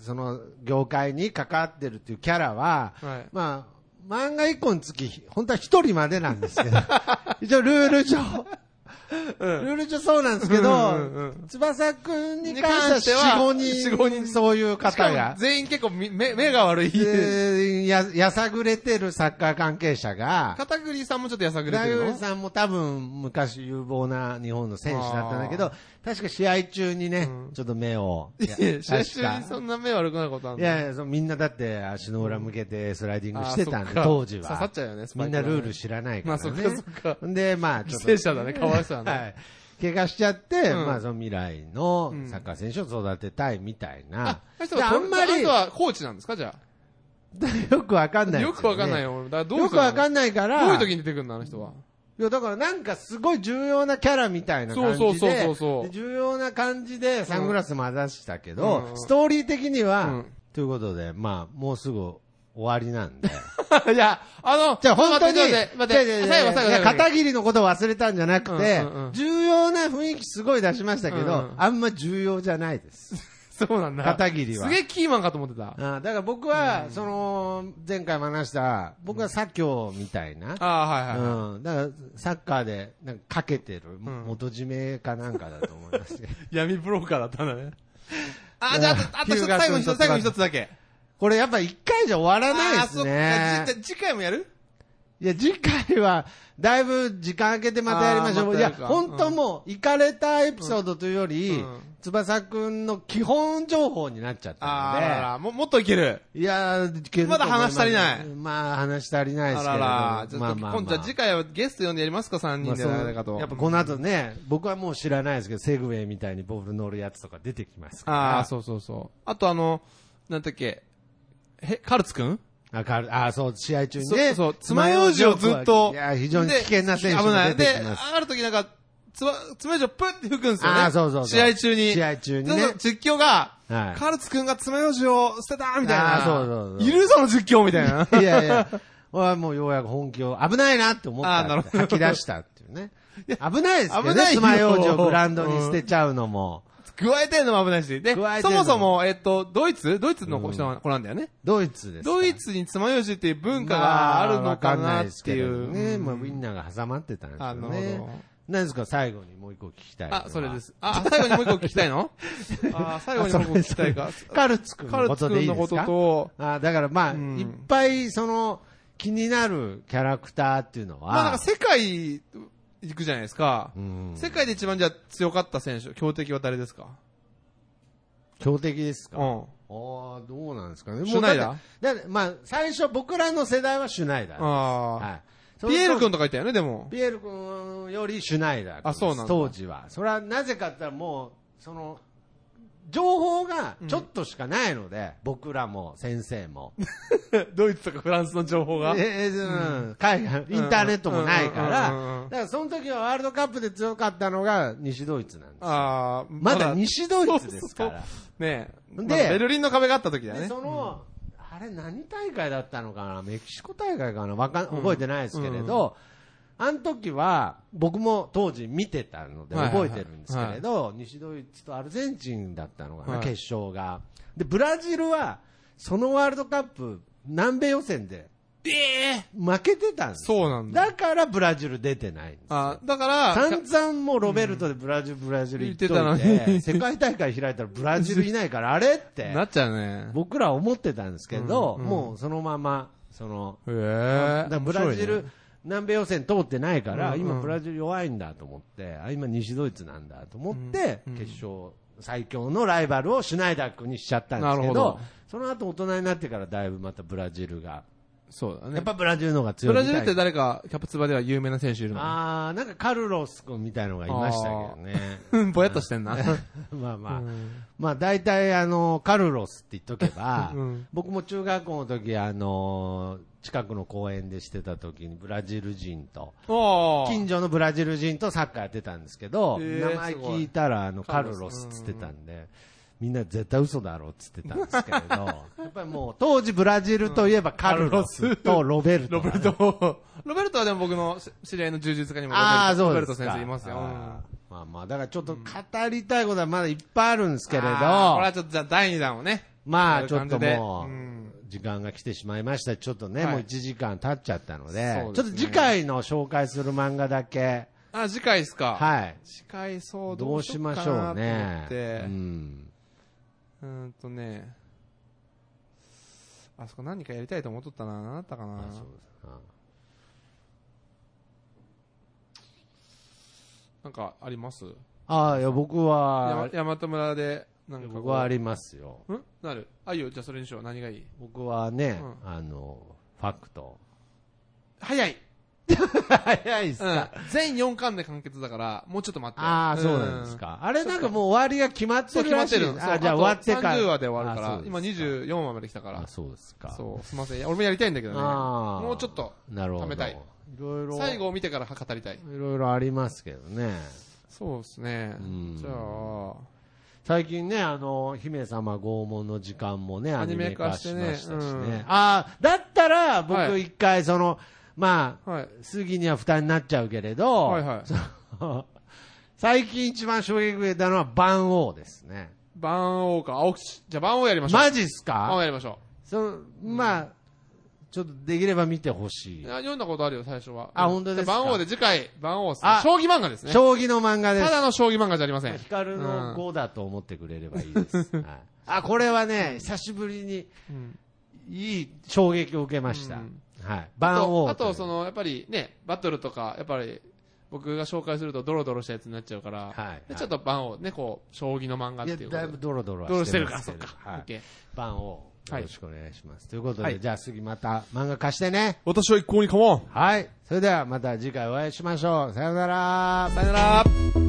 [SPEAKER 1] その業界に関わってるっていうキャラは、
[SPEAKER 3] はい
[SPEAKER 1] ま あ、漫画一個につき、本当は一人までなんですけど、一応ルール上、
[SPEAKER 3] うん。
[SPEAKER 1] ルール上そうなんですけ
[SPEAKER 3] うんう
[SPEAKER 1] ど、
[SPEAKER 3] んうん
[SPEAKER 1] 翼くんに関しては、
[SPEAKER 3] に関し
[SPEAKER 1] 4、
[SPEAKER 3] ては
[SPEAKER 1] 5人、そういう
[SPEAKER 3] しか
[SPEAKER 1] 方
[SPEAKER 3] も
[SPEAKER 1] が、
[SPEAKER 3] 全員結構み目目が悪い。
[SPEAKER 1] でや、やさぐれてるサッカー関係者が、
[SPEAKER 3] 片栗さんもちょっとやさぐれ
[SPEAKER 1] ダ
[SPEAKER 3] て
[SPEAKER 1] グ
[SPEAKER 3] る
[SPEAKER 1] リ
[SPEAKER 3] の
[SPEAKER 1] さんも多分昔有望な日本の選手だったんだけど、確か試合中にね、
[SPEAKER 3] うん
[SPEAKER 1] ちょっと目を。
[SPEAKER 3] いや試合中に
[SPEAKER 1] 確か
[SPEAKER 3] そんな目悪くなることある
[SPEAKER 1] い
[SPEAKER 3] の
[SPEAKER 1] やいやそうみんなだって足の裏向けてスライディングしてたん
[SPEAKER 3] あ
[SPEAKER 1] で、
[SPEAKER 3] そっか
[SPEAKER 1] 当時は。
[SPEAKER 3] 刺さっちゃうよね、スパ
[SPEAKER 1] み
[SPEAKER 3] イ
[SPEAKER 1] ん
[SPEAKER 3] クは
[SPEAKER 1] な
[SPEAKER 3] ね
[SPEAKER 1] ルール知らない
[SPEAKER 3] ま
[SPEAKER 1] か
[SPEAKER 3] あそ
[SPEAKER 1] ら
[SPEAKER 3] っ
[SPEAKER 1] ね。
[SPEAKER 3] かそっか。
[SPEAKER 1] で、まあ、ちょっと
[SPEAKER 3] 犠牲者だね、かわいそうだ
[SPEAKER 1] は
[SPEAKER 3] ね。
[SPEAKER 1] い。怪我しちゃって、
[SPEAKER 3] うん
[SPEAKER 1] まあその未来の
[SPEAKER 3] うん
[SPEAKER 1] サッカー選手を育てたいみたい
[SPEAKER 3] あ
[SPEAKER 1] な。、
[SPEAKER 3] あ
[SPEAKER 1] であん
[SPEAKER 3] ん
[SPEAKER 1] ま
[SPEAKER 3] まり。あ
[SPEAKER 1] り
[SPEAKER 3] とはコーチなんですか、じゃ
[SPEAKER 1] よくわかん
[SPEAKER 3] あ。
[SPEAKER 1] ない、
[SPEAKER 3] よくわかんない
[SPEAKER 1] よ。
[SPEAKER 3] よ、俺。だからどう
[SPEAKER 1] よくわか
[SPEAKER 3] ん
[SPEAKER 1] んないから、
[SPEAKER 3] どういう時に出てくるの、あの人は。
[SPEAKER 1] いやだからなんかすごい重要なキャラみたいな感じで、
[SPEAKER 3] そうそうそうそうそう
[SPEAKER 1] で重要な感じでサングラスも出したけど、
[SPEAKER 3] うん
[SPEAKER 1] ストーリー的には、
[SPEAKER 3] うん
[SPEAKER 1] ということで、まあもうすぐ終わりなんで。
[SPEAKER 3] いや、あの、
[SPEAKER 1] じゃあ本当に、
[SPEAKER 3] 待って、待って、
[SPEAKER 1] いやいやい
[SPEAKER 3] 待って
[SPEAKER 1] や
[SPEAKER 3] 最後、最後、
[SPEAKER 1] いや
[SPEAKER 3] 最後
[SPEAKER 1] 片桐のこと忘れたんじゃなくて、
[SPEAKER 3] うんうんうん
[SPEAKER 1] 重要な雰囲気すごい出しましたけど、
[SPEAKER 3] うんうん
[SPEAKER 1] あんま重要じゃないです。
[SPEAKER 3] そうなんだ。
[SPEAKER 1] 片桐は。
[SPEAKER 3] すげえキーマンかと思ってた。
[SPEAKER 1] あだから僕は、その、前回も話した、僕は左京みたいな、
[SPEAKER 3] ああ、はいはい。
[SPEAKER 1] うん、だからサッカーでなんかかけてる、
[SPEAKER 3] ん
[SPEAKER 1] 元締めかなんかだと思います けど
[SPEAKER 3] 闇ブローカーだったんだね。あ、じゃあ、あとあと
[SPEAKER 1] ヒュー
[SPEAKER 3] 一つ、
[SPEAKER 1] ガー
[SPEAKER 3] 最後に
[SPEAKER 1] 君
[SPEAKER 3] 一
[SPEAKER 1] と
[SPEAKER 3] つ、最後に一つだけ。
[SPEAKER 1] これやっぱ一回じゃ終わらないです
[SPEAKER 3] あーそっか
[SPEAKER 1] ね
[SPEAKER 3] じゃあ次回もやる
[SPEAKER 1] いや次回はだいぶ時間空けてまたやりましょう、
[SPEAKER 3] あーま
[SPEAKER 1] い
[SPEAKER 3] たや
[SPEAKER 1] や
[SPEAKER 3] るか
[SPEAKER 1] 本当もう行かれたエピソードというより、
[SPEAKER 3] うんうん
[SPEAKER 1] 翼くんの基本情報になっちゃった
[SPEAKER 3] あーあら
[SPEAKER 1] の
[SPEAKER 3] ら、も、もっといける。
[SPEAKER 1] でいやーいけると思いす
[SPEAKER 3] まだ話足りない
[SPEAKER 1] まあ話足りない
[SPEAKER 3] あ
[SPEAKER 1] ですけ
[SPEAKER 3] ら
[SPEAKER 1] れども
[SPEAKER 3] ら、ちょっ
[SPEAKER 1] まあ
[SPEAKER 3] と、
[SPEAKER 1] まあ、
[SPEAKER 3] 今度
[SPEAKER 1] ま
[SPEAKER 3] は
[SPEAKER 1] あ
[SPEAKER 3] 次回はゲスト呼んでやりますか、3
[SPEAKER 1] まあ
[SPEAKER 3] 人で。
[SPEAKER 1] そ
[SPEAKER 3] や
[SPEAKER 1] う
[SPEAKER 3] るかと。
[SPEAKER 1] やっぱこの後ね、僕はもう知らないですけど、セグウェイみたいにボール乗るやつとか出てきますから。
[SPEAKER 3] ああ、そうそうそう。あとあの、なんだっけ、へ、カルツくん
[SPEAKER 1] あかる、あーそう、試合中に
[SPEAKER 3] そ
[SPEAKER 1] ね。
[SPEAKER 3] うそう爪楊枝をずっと
[SPEAKER 1] いや、非常に危険な選手
[SPEAKER 3] 危な
[SPEAKER 1] が
[SPEAKER 3] い。
[SPEAKER 1] 出て
[SPEAKER 3] で
[SPEAKER 1] き、ます。
[SPEAKER 3] ある時なんか、つば、爪楊枝をプッて吹くんですよね。
[SPEAKER 1] あーそうそうそう
[SPEAKER 3] 試合中に。
[SPEAKER 1] 試合中にね
[SPEAKER 3] で実況が、
[SPEAKER 1] はい
[SPEAKER 3] カルツくんが爪楊枝を捨てたみたい
[SPEAKER 1] あー
[SPEAKER 3] な。
[SPEAKER 1] そうそうそう
[SPEAKER 3] いるその実況みたいな。
[SPEAKER 1] い やいや、俺はもうようやく本気を、危ないなって思った
[SPEAKER 3] あーなる
[SPEAKER 1] って。
[SPEAKER 3] ほど
[SPEAKER 1] 吐き出したっていうね。危ないですけど
[SPEAKER 3] 危
[SPEAKER 1] ね、
[SPEAKER 3] ないよ
[SPEAKER 1] 爪楊枝をグラウンドに捨てちゃうのも。
[SPEAKER 3] 加えてんのも危ないし。で、
[SPEAKER 1] 加えて
[SPEAKER 3] そ
[SPEAKER 1] んの
[SPEAKER 3] もそも、えっと、ドイツドイツの子の子なんだよね。
[SPEAKER 1] ドイツですか。
[SPEAKER 3] ドイツに爪楊枝っていう文化があるの
[SPEAKER 1] ま
[SPEAKER 3] か
[SPEAKER 1] あわん
[SPEAKER 3] ない
[SPEAKER 1] で
[SPEAKER 3] っ
[SPEAKER 1] す
[SPEAKER 3] て
[SPEAKER 1] け
[SPEAKER 3] い
[SPEAKER 1] ど
[SPEAKER 3] う。
[SPEAKER 1] ね、
[SPEAKER 3] うん
[SPEAKER 1] まあウィンナーが挟まってたんです
[SPEAKER 3] あ、
[SPEAKER 1] よ
[SPEAKER 3] なるほ
[SPEAKER 1] ね。何ですか、最後にもう一個聞きたい
[SPEAKER 3] ど。
[SPEAKER 1] のは
[SPEAKER 3] あ、それで。す。あ、最後にもう一個聞きた いのあ、最後にもう一個聞きたいか。
[SPEAKER 1] カルツ君
[SPEAKER 3] カル
[SPEAKER 1] のこ
[SPEAKER 3] ツ
[SPEAKER 1] とで
[SPEAKER 3] 君
[SPEAKER 1] いい
[SPEAKER 3] の
[SPEAKER 1] で
[SPEAKER 3] こ
[SPEAKER 1] す
[SPEAKER 3] と
[SPEAKER 1] か
[SPEAKER 3] と、
[SPEAKER 1] あーだからまあ、
[SPEAKER 3] うん
[SPEAKER 1] いっぱいその気になるキャラクターっていうのは、
[SPEAKER 3] まあなんか世界行くじゃないですか
[SPEAKER 1] う。ん、
[SPEAKER 3] 世界で一番じゃあ強かった選手、強敵は誰ですか
[SPEAKER 1] 強敵です
[SPEAKER 3] う
[SPEAKER 1] か、
[SPEAKER 3] ん。
[SPEAKER 1] あ
[SPEAKER 3] うん。
[SPEAKER 1] あどうなんですかね。
[SPEAKER 3] シュナイ
[SPEAKER 1] も
[SPEAKER 3] ダー
[SPEAKER 1] うだってだってまあ、最初僕らの世代はシュナイダー。
[SPEAKER 3] あ
[SPEAKER 1] はい
[SPEAKER 3] あ。ピエール
[SPEAKER 1] それ
[SPEAKER 3] 君とかいたよね、でも
[SPEAKER 1] と。ピエール君よりシュナイダー君です
[SPEAKER 3] あそうなんだ
[SPEAKER 1] 当時は。それはなぜかって言ったらもう、その、情報がちょっとしかないので、僕らも先生も。
[SPEAKER 3] ドイツとかフランスの情報が。
[SPEAKER 1] ええうん、海外、インターネットもないか
[SPEAKER 3] うんうんうん
[SPEAKER 1] ら、
[SPEAKER 3] うんう
[SPEAKER 1] だ
[SPEAKER 3] ん
[SPEAKER 1] からその時はワールドカップで強かったのが西ドイツなんです。
[SPEAKER 3] ああ、
[SPEAKER 1] まだ西ドイツですから。
[SPEAKER 3] ねえ。
[SPEAKER 1] で
[SPEAKER 3] まあベルリンの壁があった時だ
[SPEAKER 1] で、
[SPEAKER 3] ね。
[SPEAKER 1] その、あれ何大会だったのかなメキシコ大会かなわかん、覚えてないですけれど、あの時は、僕も当時見てたので
[SPEAKER 3] はいはいは
[SPEAKER 1] 覚
[SPEAKER 3] い
[SPEAKER 1] えてるんですけれど、西ドイツとアルゼンチンだったのかな、
[SPEAKER 3] はい
[SPEAKER 1] 決勝が。で、ブラジルは、そのワールドカップ、南米予選で
[SPEAKER 3] ええ
[SPEAKER 1] 負けてたんですよ
[SPEAKER 3] そうなんだ。
[SPEAKER 1] だからブラジル出てないんです
[SPEAKER 3] あだから、
[SPEAKER 1] 散々もうロベルトでブラジル、ブラジル行っといて
[SPEAKER 3] 言ってたのに
[SPEAKER 1] 世界大会開いたらブラジルいないから、あれ って、
[SPEAKER 3] なっちゃうね。
[SPEAKER 1] 僕ら思ってたんですけど、
[SPEAKER 3] うんうん
[SPEAKER 1] もうそのまま、その、
[SPEAKER 3] へ
[SPEAKER 1] だか
[SPEAKER 3] え
[SPEAKER 1] らブラジル、南米予選通ってないから、
[SPEAKER 3] うんうん
[SPEAKER 1] 今ブラジル弱いんだと思って、あ、今西ドイツなんだと思って、
[SPEAKER 3] うんうん
[SPEAKER 1] 決勝、最強のライバルをシュナイダー君にしちゃったんですけど、
[SPEAKER 3] なるほど
[SPEAKER 1] その後大人になってからだいぶまたブラジルが、
[SPEAKER 3] そうだね。
[SPEAKER 1] やっぱブラジルの方が強
[SPEAKER 3] ブ
[SPEAKER 1] いみ
[SPEAKER 3] ラ
[SPEAKER 1] たい
[SPEAKER 3] ジル
[SPEAKER 1] な
[SPEAKER 3] って誰か、キャプツバでは有名な選手いるの
[SPEAKER 1] あー、なんかカルロス君みたいのがいましたけどね。
[SPEAKER 3] うん、 ぼやっとして んな。
[SPEAKER 1] まあまあ、
[SPEAKER 3] うん
[SPEAKER 1] まあ大体あの、カルロスって言っとけば、
[SPEAKER 3] うん
[SPEAKER 1] 僕も中学校の時、あの、近くの公園でしてた時にブラジル人と、
[SPEAKER 3] おー
[SPEAKER 1] 近所のブラジル人とサッカーやってたんですけど、
[SPEAKER 3] へー
[SPEAKER 1] 名前聞いたらあの、カルロスっつってたんで、みんな絶対嘘だろうっつってたんです けれど、やっぱりもう当時ブラジルといえばカルロスとロベルト
[SPEAKER 3] ロ
[SPEAKER 1] だね、
[SPEAKER 3] ベルト。 ロベルトはでも僕のし知り合いの柔術家にもロベル
[SPEAKER 1] ああ、
[SPEAKER 3] ト
[SPEAKER 1] そう
[SPEAKER 3] ロ
[SPEAKER 1] で
[SPEAKER 3] ベル
[SPEAKER 1] す
[SPEAKER 3] ト
[SPEAKER 1] か
[SPEAKER 3] 先生いますよ。
[SPEAKER 1] あーまあまあ、だからちょっと語りたいことはまだいっぱいあるんですけれど、
[SPEAKER 3] あーこれはちょっとじゃあ第2弾をね。
[SPEAKER 1] まあ
[SPEAKER 3] やる
[SPEAKER 1] ちょっ
[SPEAKER 3] 感
[SPEAKER 1] と
[SPEAKER 3] じで
[SPEAKER 1] も
[SPEAKER 3] うん
[SPEAKER 1] う、時間が来てしまいました。ちょっとね、
[SPEAKER 3] はい
[SPEAKER 1] もう1時間経っちゃったので、
[SPEAKER 3] そう
[SPEAKER 1] ち
[SPEAKER 3] ですね
[SPEAKER 1] ょっと次回の紹介する漫画だけ、
[SPEAKER 3] あ、次回ですか。
[SPEAKER 1] はい。
[SPEAKER 3] 次回、そう、
[SPEAKER 1] どうしましょうね。
[SPEAKER 3] どうしようかなと
[SPEAKER 1] う
[SPEAKER 3] 思って
[SPEAKER 1] ん。
[SPEAKER 3] うーんとね、あそこ何かやりたいと思っとったな。何だったかな
[SPEAKER 1] あ。そうですか
[SPEAKER 3] なんかあります
[SPEAKER 1] あ、いや、僕
[SPEAKER 3] や
[SPEAKER 1] は、
[SPEAKER 3] ま大和村で、なんかこう。
[SPEAKER 1] 僕はありますよ。
[SPEAKER 3] うんなる。あ、いいよ。じゃあそれにしよう。何がいい
[SPEAKER 1] 僕はね、
[SPEAKER 3] う
[SPEAKER 1] あの、ファクト。
[SPEAKER 3] 早い
[SPEAKER 1] 早いっす
[SPEAKER 3] うん。全4巻で完結だから、もうちょっと待って。
[SPEAKER 1] ああ、そうなんですか。あれなんかもう終わりが決まって
[SPEAKER 3] そう、
[SPEAKER 1] る
[SPEAKER 3] 決ま
[SPEAKER 1] ら
[SPEAKER 3] っ
[SPEAKER 1] しい
[SPEAKER 3] てるの。
[SPEAKER 1] あ、じゃあ終わってから。
[SPEAKER 3] 30話で終わるか
[SPEAKER 1] あ
[SPEAKER 3] ら、今。
[SPEAKER 1] そうです
[SPEAKER 3] 24話まで来たか
[SPEAKER 1] あ、
[SPEAKER 3] ら。
[SPEAKER 1] そうですか。
[SPEAKER 3] そう、すみません。いや俺もやりたいんだけどね。
[SPEAKER 1] あー
[SPEAKER 3] もうちょっと、
[SPEAKER 1] なるほど。
[SPEAKER 3] 貯めたい
[SPEAKER 1] ろいろ。
[SPEAKER 3] 最後を見てから語りたい。
[SPEAKER 1] いろいろありますけどね。
[SPEAKER 3] そうですね
[SPEAKER 1] うん。
[SPEAKER 3] じゃあ、
[SPEAKER 1] 最近ね、あの、姫様拷問の時間もね、ア
[SPEAKER 3] ア
[SPEAKER 1] ニ
[SPEAKER 3] ニ
[SPEAKER 1] メ
[SPEAKER 3] メ
[SPEAKER 1] 化
[SPEAKER 3] 化
[SPEAKER 1] し
[SPEAKER 3] して
[SPEAKER 1] ま
[SPEAKER 3] ね
[SPEAKER 1] したし
[SPEAKER 3] う
[SPEAKER 1] ね
[SPEAKER 3] ん。
[SPEAKER 1] ああ、だったら
[SPEAKER 3] は
[SPEAKER 1] 僕
[SPEAKER 3] い
[SPEAKER 1] 一回その、まあ、
[SPEAKER 3] はい。
[SPEAKER 1] 杉には負担になっちゃうけれど、
[SPEAKER 3] はいはい
[SPEAKER 1] その 最近一番衝撃を受けたのは番王ですね。
[SPEAKER 3] 番王か、青口。じゃあ番王やりましょう。
[SPEAKER 1] マジっす
[SPEAKER 3] 番王
[SPEAKER 1] か
[SPEAKER 3] やりましょ
[SPEAKER 1] そのまあ、ちょっとできれば見てほし
[SPEAKER 3] う。
[SPEAKER 1] い
[SPEAKER 3] いや、。読んだことあるよ、最初は。
[SPEAKER 1] あ本当ですか
[SPEAKER 3] じゃあ番王で次回、番王っす
[SPEAKER 1] あ
[SPEAKER 3] ね。将棋漫画ですね。
[SPEAKER 1] 将棋の漫画で
[SPEAKER 3] た
[SPEAKER 1] す。
[SPEAKER 3] だの将棋漫画じゃありません。
[SPEAKER 1] 光の
[SPEAKER 3] うん
[SPEAKER 1] 5だと思ってくれればいいです。はい、あ、これはね、久しぶりに
[SPEAKER 3] うん
[SPEAKER 1] いい衝撃を受けました。
[SPEAKER 3] うん
[SPEAKER 1] はい。番王
[SPEAKER 3] とあと、
[SPEAKER 1] い
[SPEAKER 3] その、やっぱりね、バトルとか、やっぱり、僕が紹介するとドロドロしたやつになっちゃうから、
[SPEAKER 1] はい
[SPEAKER 3] でちょっと番をね、こう、将棋の漫画っ
[SPEAKER 1] うい
[SPEAKER 3] て
[SPEAKER 1] や、
[SPEAKER 3] いうこと
[SPEAKER 1] だ
[SPEAKER 3] で
[SPEAKER 1] いぶドロドロは
[SPEAKER 3] ドロしてるか
[SPEAKER 1] ま
[SPEAKER 3] ら、
[SPEAKER 1] す
[SPEAKER 3] そ
[SPEAKER 1] け
[SPEAKER 3] っ
[SPEAKER 1] ど
[SPEAKER 3] か。
[SPEAKER 1] はい
[SPEAKER 3] オッ。ケー
[SPEAKER 1] 番王、よ
[SPEAKER 3] はい
[SPEAKER 1] ろしくお願いします。ということで、
[SPEAKER 3] はい
[SPEAKER 1] じゃあ次また漫画化してね。
[SPEAKER 3] 私は一向に構わん。
[SPEAKER 1] はい。それではまた次回お会いしましょう。さようなら。
[SPEAKER 3] さよなら。